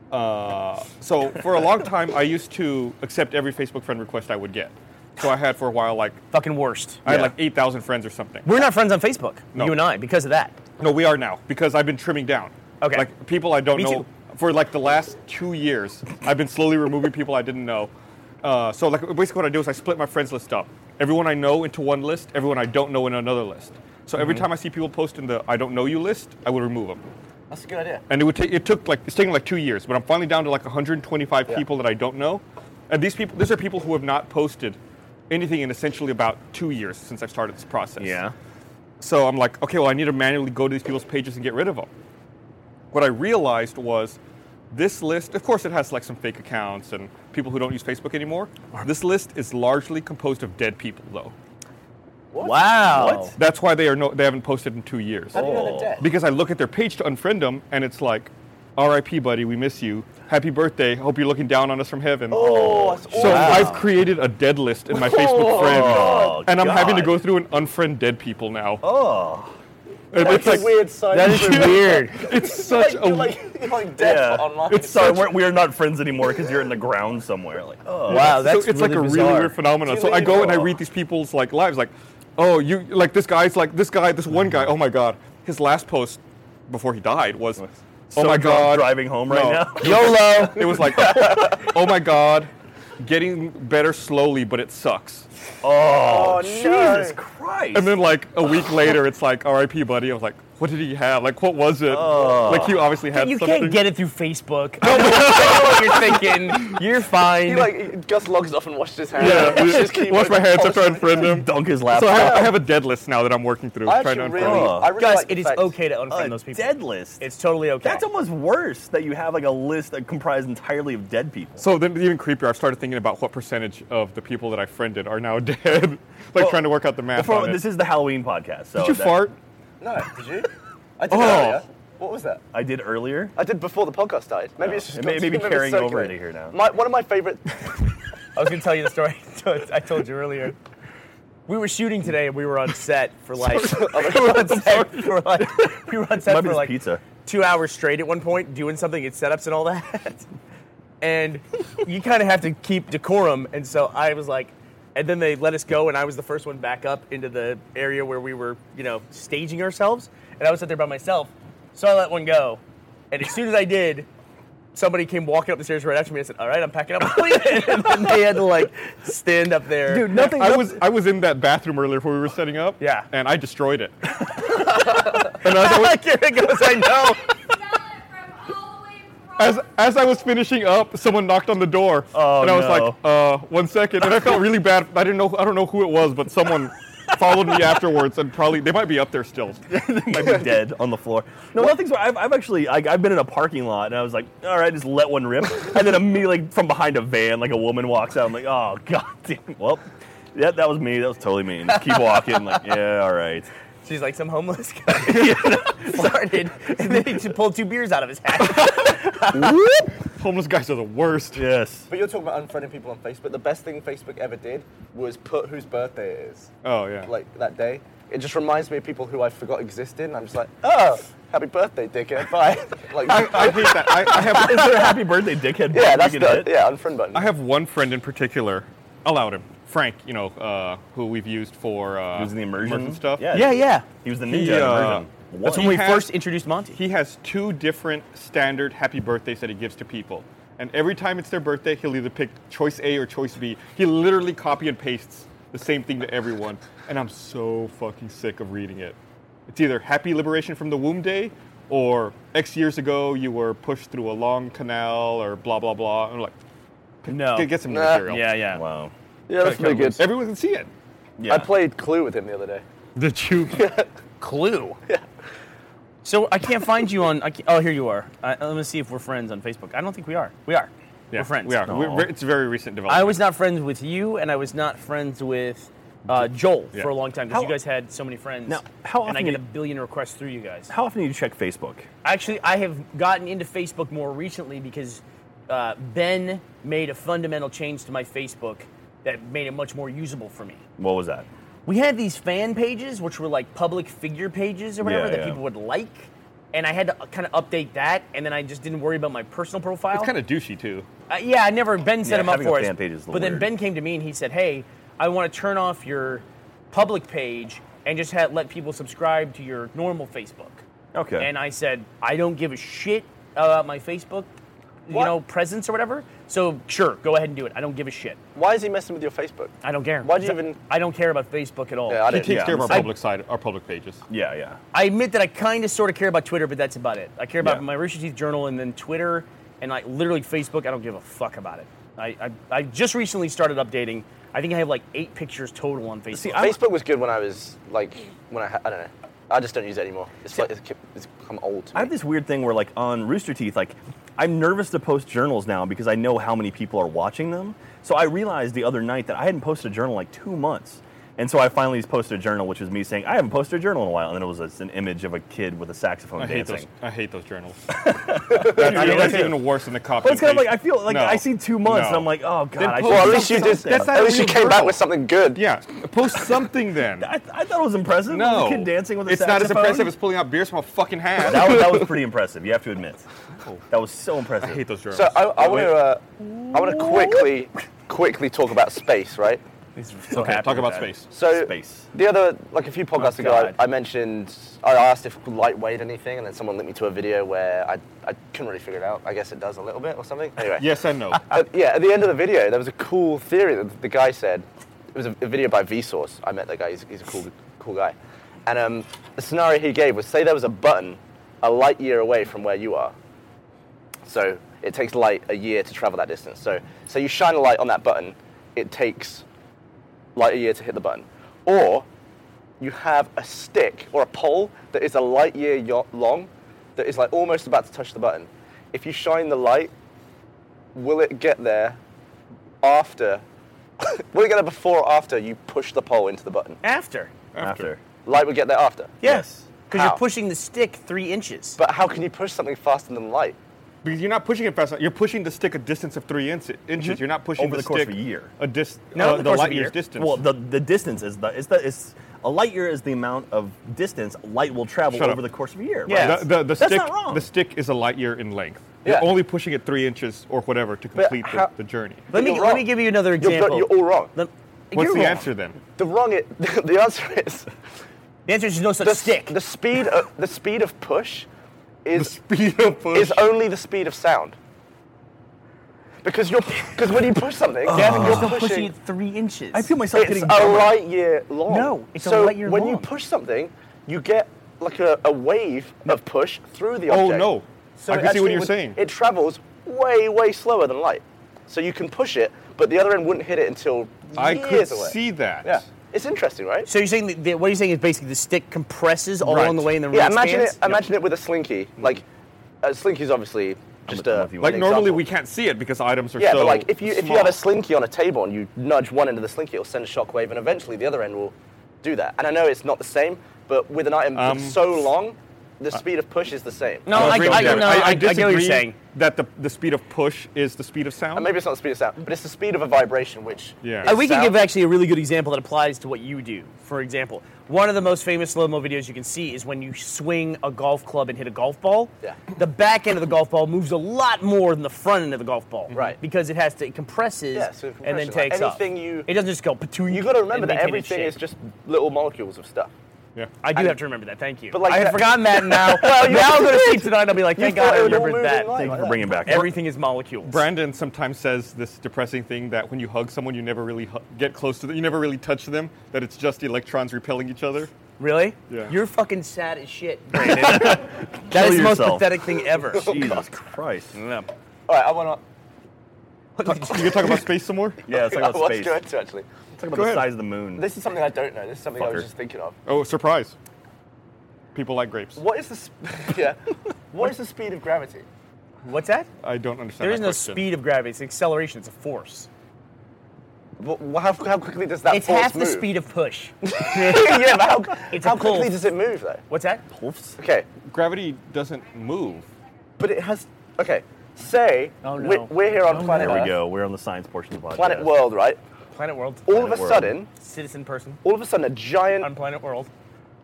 Speaker 1: Uh, so for a long time, I used to accept every Facebook friend request I would get. So I had for a while like
Speaker 3: Fucking worst.
Speaker 1: I had
Speaker 2: Yeah.
Speaker 1: like eight thousand friends or something.
Speaker 3: We're not friends on Facebook.
Speaker 1: No.
Speaker 3: You and I because of that.
Speaker 1: No, we are now because I've been trimming down.
Speaker 3: Okay.
Speaker 1: Like people I don't
Speaker 3: Me
Speaker 1: know
Speaker 3: too.
Speaker 1: for like the last two years, I've been slowly removing people I didn't know. Uh, so like basically what I do is I split my friends list up. Everyone I know into one list, everyone I don't know in another list. So
Speaker 3: Mm-hmm.
Speaker 1: every time I see people post in the I don't know you list, I would remove them.
Speaker 4: That's a good idea.
Speaker 1: And it would take it took like it's taken like two years, but I'm finally down to like 125
Speaker 4: Yeah.
Speaker 1: people that I don't know. And these people, these are people who have not posted anything in essentially about two years since I've started this process.
Speaker 2: Yeah.
Speaker 1: So I'm like, okay, well, I need to manually go to these people's pages and get rid of them. What I realized was this list, of course, it has like some fake accounts and people who don't use Facebook anymore. This list is largely composed of dead people, though.
Speaker 3: Wow.
Speaker 2: What?
Speaker 1: That's why they are no, they haven't posted in two years.
Speaker 4: How do you know they're dead?
Speaker 1: Because I look at their page to unfriend them, and it's like, "R.I.P. buddy, we miss you. Happy birthday. Hope you're looking down on us from heaven."
Speaker 4: Oh, that's
Speaker 1: So
Speaker 4: awesome.
Speaker 1: I've created a dead list in my Facebook friend,
Speaker 2: Oh,
Speaker 1: and I'm having to
Speaker 2: God.
Speaker 1: go through and unfriend dead people now.
Speaker 2: Oh.
Speaker 1: And
Speaker 4: That's
Speaker 1: it's like
Speaker 4: a weird side.
Speaker 3: That is weird.
Speaker 1: it's such
Speaker 4: you're
Speaker 1: a
Speaker 4: like, you're like dead
Speaker 2: Yeah.
Speaker 4: online.
Speaker 1: It's
Speaker 2: Sorry, we're, we're not friends anymore because you're in the ground somewhere. Like, oh.
Speaker 3: Wow, that's
Speaker 1: so it's
Speaker 3: really
Speaker 1: like a really
Speaker 3: bizarre.
Speaker 1: weird phenomenon.
Speaker 4: Do
Speaker 1: So
Speaker 4: you
Speaker 1: I go and I
Speaker 4: know?
Speaker 1: read these people's like lives, like, oh, you like this guy's like this guy, this one guy. Oh my god, his last post before he died was, oh
Speaker 2: So
Speaker 1: my
Speaker 2: drunk
Speaker 1: god,
Speaker 2: driving home right
Speaker 1: No.
Speaker 2: now.
Speaker 1: YOLO. it was like, oh my god, getting better slowly, but it sucks.
Speaker 4: oh,
Speaker 2: Jesus Christ.
Speaker 1: And then like a week later, it's like, R.I.P. buddy. I was like, what did he have? Like, what was it? Like he obviously had
Speaker 3: You
Speaker 1: something.
Speaker 3: can't get it through Facebook. I know what you're thinking. You're fine.
Speaker 4: He like Gus logs off and washes his hands.
Speaker 1: yeah,
Speaker 4: Washes his keyboard
Speaker 1: wash my hands after I
Speaker 4: constantly.
Speaker 1: unfriend him.
Speaker 2: dunk his laptop.
Speaker 1: So I have, I have a dead list now that I'm working through.
Speaker 4: I
Speaker 1: trying
Speaker 4: actually
Speaker 1: to
Speaker 4: really,
Speaker 1: unfriend him.
Speaker 2: Oh.
Speaker 4: I really
Speaker 3: Guys,
Speaker 4: like the
Speaker 3: it is
Speaker 4: fact-
Speaker 3: okay to unfriend
Speaker 2: a
Speaker 3: those people.
Speaker 2: dead list.
Speaker 3: It's totally okay.
Speaker 2: That's almost worse that you have like a list that comprised entirely of dead people.
Speaker 1: So then, even creepier, I've started thinking about what percentage of the people that I friended are now dead. like trying to work out the math.
Speaker 2: Before-
Speaker 1: on it.
Speaker 2: this is the Halloween podcast. So
Speaker 1: Did you
Speaker 2: that-
Speaker 1: fart?
Speaker 4: No, did you? I did
Speaker 1: Oh.
Speaker 4: earlier. What was that?
Speaker 2: I did earlier.
Speaker 4: I did before the podcast started. Maybe it's just
Speaker 2: It may-
Speaker 4: got-
Speaker 2: may be
Speaker 4: maybe it's
Speaker 2: carrying over
Speaker 4: circulating.
Speaker 2: into here now.
Speaker 4: My, one of my favorite.
Speaker 3: I was going to tell you the story. I told you earlier. We were shooting today and we were on set for like. we, were on set for like we were on set
Speaker 2: Might be
Speaker 3: for
Speaker 2: this
Speaker 3: like
Speaker 2: pizza.
Speaker 3: two hours straight at one point doing something at setups and all that. and you kind of have to keep decorum. And so I was like, and then they let us go, and I was the first one back up into the area where we were, you know, staging ourselves. And I was out there by myself, so I let one go. And as soon as I did, somebody came walking up the stairs right after me and said, "All right, I'm packing up." I'm leaving." and then they had to like stand up there.
Speaker 2: Dude, nothing.
Speaker 1: I
Speaker 2: nothing-
Speaker 1: was I was in that bathroom earlier before we were setting up.
Speaker 3: Yeah.
Speaker 1: And I destroyed it.
Speaker 2: and I was-
Speaker 3: Karen goes, "I know."
Speaker 1: As as I was finishing up, someone knocked on the door.
Speaker 2: Oh,
Speaker 1: and I was
Speaker 2: no.
Speaker 1: like, uh, one second. And I felt really bad. I didn't know I don't know who it was, but someone followed me afterwards and probably they might be up there still.
Speaker 2: might be dead on the floor. No, nothing's. I've, I've actually I, I've been in a parking lot and I was like, all right, just let one rip, and then immediately like, from behind a van, like a woman walks out. I'm like, oh god damn. Well, that that was me. That was totally me. And just keep walking. Like, yeah, all right.
Speaker 3: She's like some homeless guy started, and then he just pulled two beers out of his hat.
Speaker 2: Whoop.
Speaker 1: Homeless guys are the worst.
Speaker 2: Yes.
Speaker 4: But you're talking about unfriending people on Facebook. The best thing Facebook ever did was put whose birthday it is.
Speaker 1: Oh yeah.
Speaker 4: Like that day. It just reminds me of people who I forgot existed, and I'm just like, oh, happy birthday, dickhead. Bye. like,
Speaker 1: I, I hate that. I, I have
Speaker 2: Is there a happy birthday, dickhead?
Speaker 4: yeah,
Speaker 2: button
Speaker 4: that's
Speaker 2: we
Speaker 4: the
Speaker 2: can hit?
Speaker 4: yeah unfriend button.
Speaker 1: I have one friend in particular. I'll out him. Frank, you know, uh, who we've used for uh,
Speaker 2: He was in the immersion,
Speaker 1: stuff.
Speaker 2: Yeah.
Speaker 3: Yeah, yeah.
Speaker 2: He was the ninja
Speaker 1: He,
Speaker 2: in
Speaker 1: uh,
Speaker 2: immersion.
Speaker 3: That's
Speaker 2: One.
Speaker 3: when we
Speaker 1: has-
Speaker 3: first introduced Monty.
Speaker 1: He has two different standard happy birthdays that he gives to people. And every time it's their birthday, he'll either pick choice A or choice B. He literally copy and pastes the same thing to everyone. And I'm so fucking sick of reading it. It's either happy liberation from the womb day or X years ago you were pushed through a long canal or blah, blah, blah. I'm like,
Speaker 3: no.
Speaker 1: "Get- get some new
Speaker 4: Nah.
Speaker 1: material.
Speaker 3: Yeah, yeah.
Speaker 2: Wow.
Speaker 4: yeah, that's
Speaker 1: That kinda
Speaker 4: pretty good.
Speaker 1: works. Everyone can see it.
Speaker 2: Yeah.
Speaker 4: I played Clue with him the other day.
Speaker 1: Did you?
Speaker 3: Clue. So I can't find you on. I can't, oh, here you are. I, let me see if we're friends on Facebook. I don't think we are. We are.
Speaker 1: Yeah,
Speaker 3: we're friends.
Speaker 1: We are.
Speaker 2: No.
Speaker 1: We're- it's a very recent development.
Speaker 3: I was not friends with you, and I was not friends with uh, Joel
Speaker 1: Yeah.
Speaker 3: for a long time because
Speaker 2: How-
Speaker 3: you guys had so many friends.
Speaker 2: Now, how
Speaker 3: and I
Speaker 2: often
Speaker 3: get
Speaker 2: you-
Speaker 3: a billion requests through you guys.
Speaker 2: How often do you check Facebook?
Speaker 3: Actually, I have gotten into Facebook more recently because uh, Ben made a fundamental change to my Facebook that made it much more usable for me.
Speaker 2: What was that?
Speaker 3: we had these fan pages, which were like public figure pages or whatever
Speaker 2: Yeah,
Speaker 3: that
Speaker 2: yeah.
Speaker 3: people would like. And I had to kind of update that, and then I just didn't worry about my personal profile.
Speaker 1: It's kind of douchey too.
Speaker 3: Uh, yeah, I never. Ben set
Speaker 2: Yeah,
Speaker 3: him up
Speaker 2: having a
Speaker 3: for it.
Speaker 2: fan page is a little
Speaker 3: but then
Speaker 2: weird.
Speaker 3: Ben came to me and he said, "Hey, I want to turn off your public page and just ha let people subscribe to your normal Facebook."
Speaker 2: Okay.
Speaker 3: And I said, "I don't give a shit about my Facebook, you
Speaker 4: What?
Speaker 3: know, presence or whatever. So sure, go ahead and do it. I don't give a shit.
Speaker 4: Why is he messing with your Facebook?
Speaker 3: I don't care.
Speaker 4: Why'd you even-
Speaker 3: I don't care about Facebook at all.
Speaker 4: Yeah, I
Speaker 1: He
Speaker 4: didn't.
Speaker 1: takes
Speaker 2: yeah,
Speaker 1: care of our
Speaker 2: I-
Speaker 1: public side, our public pages.
Speaker 2: yeah, yeah.
Speaker 3: I admit that I kind of sort of care about Twitter, but that's about it. I care about
Speaker 2: Yeah.
Speaker 3: my Rooster Teeth Journal and then Twitter and like literally Facebook. I don't give a fuck about it. I, I, I just recently started updating. I think I have like eight pictures total on Facebook.
Speaker 2: See, I-
Speaker 4: Facebook was good when I was like when I ha- I don't know. I just don't use it anymore. It's like it's, it's become old. To me.
Speaker 2: I have this weird thing where, like, on Rooster Teeth, like, I'm nervous to post journals now because I know how many people are watching them. So I realized the other night that I hadn't posted a journal in, like two months. And so I finally posted a journal, which was me saying, I haven't posted a journal in a while. And then it was just an image of a kid with a saxophone
Speaker 1: I hate
Speaker 2: dancing.
Speaker 1: those. I hate those journals. that's that's even worse than the copy.
Speaker 2: But it's
Speaker 1: and
Speaker 2: kind of like, I
Speaker 1: paste.
Speaker 2: feel like
Speaker 1: No.
Speaker 2: I see two months
Speaker 1: No.
Speaker 2: and I'm like, oh, God.
Speaker 1: Then
Speaker 2: I
Speaker 1: post
Speaker 2: should
Speaker 4: well, at
Speaker 2: do
Speaker 4: least you did.
Speaker 1: That's not
Speaker 4: At least you
Speaker 1: even
Speaker 4: came
Speaker 1: real.
Speaker 4: back with something good.
Speaker 1: yeah, post something then.
Speaker 2: I, I thought it was impressive.
Speaker 1: no,
Speaker 2: The kid dancing with a
Speaker 1: it's not as
Speaker 2: saxophone.
Speaker 1: impressive as pulling out beers from a fucking hat.
Speaker 2: that, was, that was pretty impressive, you have to admit. That was so impressive.
Speaker 1: I hate those journals.
Speaker 4: So I, I
Speaker 1: Wait,
Speaker 4: want to uh, I want to quickly quickly talk about space, right?
Speaker 3: So
Speaker 1: okay,
Speaker 3: happy
Speaker 1: talk
Speaker 3: with
Speaker 1: about
Speaker 3: that.
Speaker 1: space.
Speaker 4: So
Speaker 2: Space.
Speaker 4: the other like a few podcasts
Speaker 3: Oh,
Speaker 4: ago, I,
Speaker 3: God.
Speaker 4: I mentioned I asked if light weighed anything, and then someone linked me to a video where I I couldn't really figure it out. I guess it does a little bit or something. Anyway.
Speaker 1: Yes and no.
Speaker 4: At- yeah, at the end of the video, there was a cool theory that the guy said. It was a, a video by Vsauce. I met that guy. He's, he's a cool, cool guy. And um, the scenario he gave was: say there was a button a light year away from where you are. So it takes light a year to travel that distance. So say you shine a light on that button, it takes light a year to hit the button. Or you have a stick or a pole that is a light year yo- long, that is like almost about to touch the button. If you shine the light will it get there after? will it get there before or after you push the pole into the button?
Speaker 3: After.
Speaker 2: After.
Speaker 4: Light would get there after.
Speaker 2: Yes.
Speaker 3: Because you're
Speaker 4: How?
Speaker 3: pushing the stick three inches.
Speaker 4: But how can you push something faster than light?
Speaker 1: Because you're not pushing it fast enough. You're pushing the stick a distance of three inch- inches. You're not pushing
Speaker 2: Mm-hmm. Over the course
Speaker 1: stick
Speaker 2: of a year.
Speaker 1: A dis-
Speaker 3: No,
Speaker 1: uh,
Speaker 3: the
Speaker 1: the,
Speaker 3: course of
Speaker 1: light
Speaker 3: a
Speaker 1: year's
Speaker 3: year.
Speaker 1: distance.
Speaker 2: Well, the, the distance is the is the is a light year is the amount of distance light will travel
Speaker 1: Shut up.
Speaker 2: over the course of a year.
Speaker 3: Yeah.
Speaker 2: right?
Speaker 1: the, the, the
Speaker 2: That's
Speaker 1: stick
Speaker 2: not wrong.
Speaker 1: the stick is a light year in length. You're
Speaker 4: Yeah.
Speaker 1: only pushing it three inches or whatever to complete the-
Speaker 4: how-
Speaker 1: the, journey.
Speaker 3: let me
Speaker 4: you're
Speaker 3: let
Speaker 4: wrong.
Speaker 3: me give you another
Speaker 4: You're,
Speaker 3: example.
Speaker 4: bro- you're all wrong.
Speaker 3: Let-
Speaker 1: What's
Speaker 3: you're
Speaker 1: the
Speaker 3: wrong.
Speaker 1: answer then?
Speaker 4: The wrong. i the answer is
Speaker 3: The answer is no such
Speaker 4: the s-
Speaker 3: stick.
Speaker 4: The speed. Of, the speed of push
Speaker 1: The
Speaker 4: is
Speaker 1: speed of push.
Speaker 4: is only the speed of sound. because you're because when you push something, Gavin, you're
Speaker 3: Still Oh. pushing
Speaker 4: pushing.
Speaker 3: it three inches.
Speaker 2: I feel myself
Speaker 4: It's
Speaker 2: getting
Speaker 4: a
Speaker 2: dumber.
Speaker 4: light year long.
Speaker 3: No, it's a
Speaker 4: so
Speaker 3: light year
Speaker 4: when you
Speaker 3: long.
Speaker 4: push something, you get like a, a wave of push through the
Speaker 1: Oh
Speaker 4: object.
Speaker 1: no.
Speaker 4: So
Speaker 1: I
Speaker 4: it
Speaker 1: can see
Speaker 4: actually
Speaker 1: what you're
Speaker 4: would-
Speaker 1: saying.
Speaker 4: It travels way, way slower than light. So you can push it, but the other end wouldn't hit it until
Speaker 1: I could
Speaker 4: years away.
Speaker 1: see that.
Speaker 4: Yeah, it's interesting, right?
Speaker 3: So you're saying that the, what you're saying is basically the stick compresses all
Speaker 1: Right.
Speaker 3: along the way and then
Speaker 4: yeah,
Speaker 3: re-expands?
Speaker 4: imagine it. Imagine it with a slinky. Like a slinky's obviously just
Speaker 2: I'm
Speaker 4: a
Speaker 2: with you.
Speaker 1: Like
Speaker 4: an
Speaker 1: normally
Speaker 4: example.
Speaker 1: we can't see it because items are
Speaker 4: Yeah,
Speaker 1: so
Speaker 4: but like if you if you have
Speaker 1: small.
Speaker 4: a slinky on a table and you nudge one end of the slinky, it'll send a shockwave, and eventually the other end will do that. And I know it's not the same, but with an item
Speaker 1: Um,
Speaker 4: that's so long, the speed of push is the same.
Speaker 3: No, I,
Speaker 1: agree
Speaker 3: I,
Speaker 1: with Gavin.
Speaker 3: no, I, I get what you're
Speaker 1: disagree
Speaker 3: saying.
Speaker 1: That the, the speed of push is the speed of sound.
Speaker 4: And maybe it's not the speed of sound, but it's the speed of a vibration, which
Speaker 1: Yeah.
Speaker 4: is
Speaker 1: Uh,
Speaker 3: Uh, we can
Speaker 4: sound.
Speaker 3: give actually a really good example that applies to what you do. For example, one of the most famous slow mo videos you can see is when you swing a golf club and hit a golf ball.
Speaker 4: Yeah.
Speaker 3: The back end of the golf ball moves a lot more than the front end of the golf ball.
Speaker 4: Right.
Speaker 3: Because it has to, it compresses
Speaker 4: Yeah, so it
Speaker 3: and then
Speaker 4: compresses, like
Speaker 3: takes off.
Speaker 4: anything you-
Speaker 3: It doesn't just go patooey.
Speaker 4: You got to remember
Speaker 3: and
Speaker 4: that
Speaker 3: maintain its
Speaker 4: everything
Speaker 3: shape.
Speaker 4: is just little molecules of stuff.
Speaker 1: yeah.
Speaker 3: I do
Speaker 4: I-
Speaker 3: have to remember that. Thank you.
Speaker 4: But like
Speaker 3: I had
Speaker 4: that-
Speaker 3: forgotten that now.
Speaker 4: Well, you-
Speaker 3: now I'll go to sleep tonight. and I'll be like,
Speaker 4: You
Speaker 3: thank
Speaker 4: thought
Speaker 3: God I
Speaker 4: it would all
Speaker 3: remembered
Speaker 4: move in
Speaker 3: that.
Speaker 4: line.
Speaker 2: Thank you for bringing it back.
Speaker 3: Everything is molecules.
Speaker 1: Brandon sometimes says this depressing thing that when you hug someone, you never really hu- get close to them, you never really touch them, that it's just electrons repelling each other.
Speaker 3: Really?
Speaker 1: Yeah.
Speaker 3: You're fucking sad as shit, Brandon. that
Speaker 2: Kill
Speaker 3: is the most
Speaker 2: yourself.
Speaker 3: pathetic thing ever.
Speaker 2: Jesus Christ.
Speaker 3: No.
Speaker 4: All right, I want
Speaker 1: You can talk about space some more?
Speaker 2: Yeah, let's
Speaker 4: to.
Speaker 2: talk
Speaker 4: I
Speaker 2: about
Speaker 4: was
Speaker 2: space.
Speaker 4: going to actually.
Speaker 2: Let's talk about
Speaker 1: Go
Speaker 2: the
Speaker 1: ahead.
Speaker 2: size of the moon.
Speaker 4: This is something I don't know. This is something I
Speaker 2: Fucker.
Speaker 4: was just thinking of.
Speaker 1: Oh, surprise. People like grapes.
Speaker 4: What is the sp- yeah? What is the speed of gravity?
Speaker 3: What's that?
Speaker 1: I don't understand
Speaker 3: There
Speaker 1: that
Speaker 3: is no
Speaker 1: question.
Speaker 3: speed of gravity. It's acceleration. It's a force.
Speaker 4: Wh- How, how quickly does that
Speaker 3: It's
Speaker 4: force
Speaker 3: half the
Speaker 4: move?
Speaker 3: speed of push.
Speaker 4: yeah, but how,
Speaker 3: It's a
Speaker 4: how quickly
Speaker 3: pull.
Speaker 4: does it move though?
Speaker 3: What's that?
Speaker 2: Wolfs?
Speaker 4: Okay,
Speaker 1: Gravity doesn't move.
Speaker 4: but it has. Okay, say
Speaker 3: Oh, no.
Speaker 4: we're, we're here on
Speaker 3: Oh,
Speaker 4: planet
Speaker 2: There we
Speaker 4: Earth,
Speaker 2: go. We're on the science portion of the podcast.
Speaker 4: planet World, right?
Speaker 3: Planet World.
Speaker 4: All
Speaker 2: Planet
Speaker 4: of a
Speaker 2: World.
Speaker 4: sudden,
Speaker 3: Citizen person
Speaker 4: all of a sudden, a giant.
Speaker 3: on Planet World.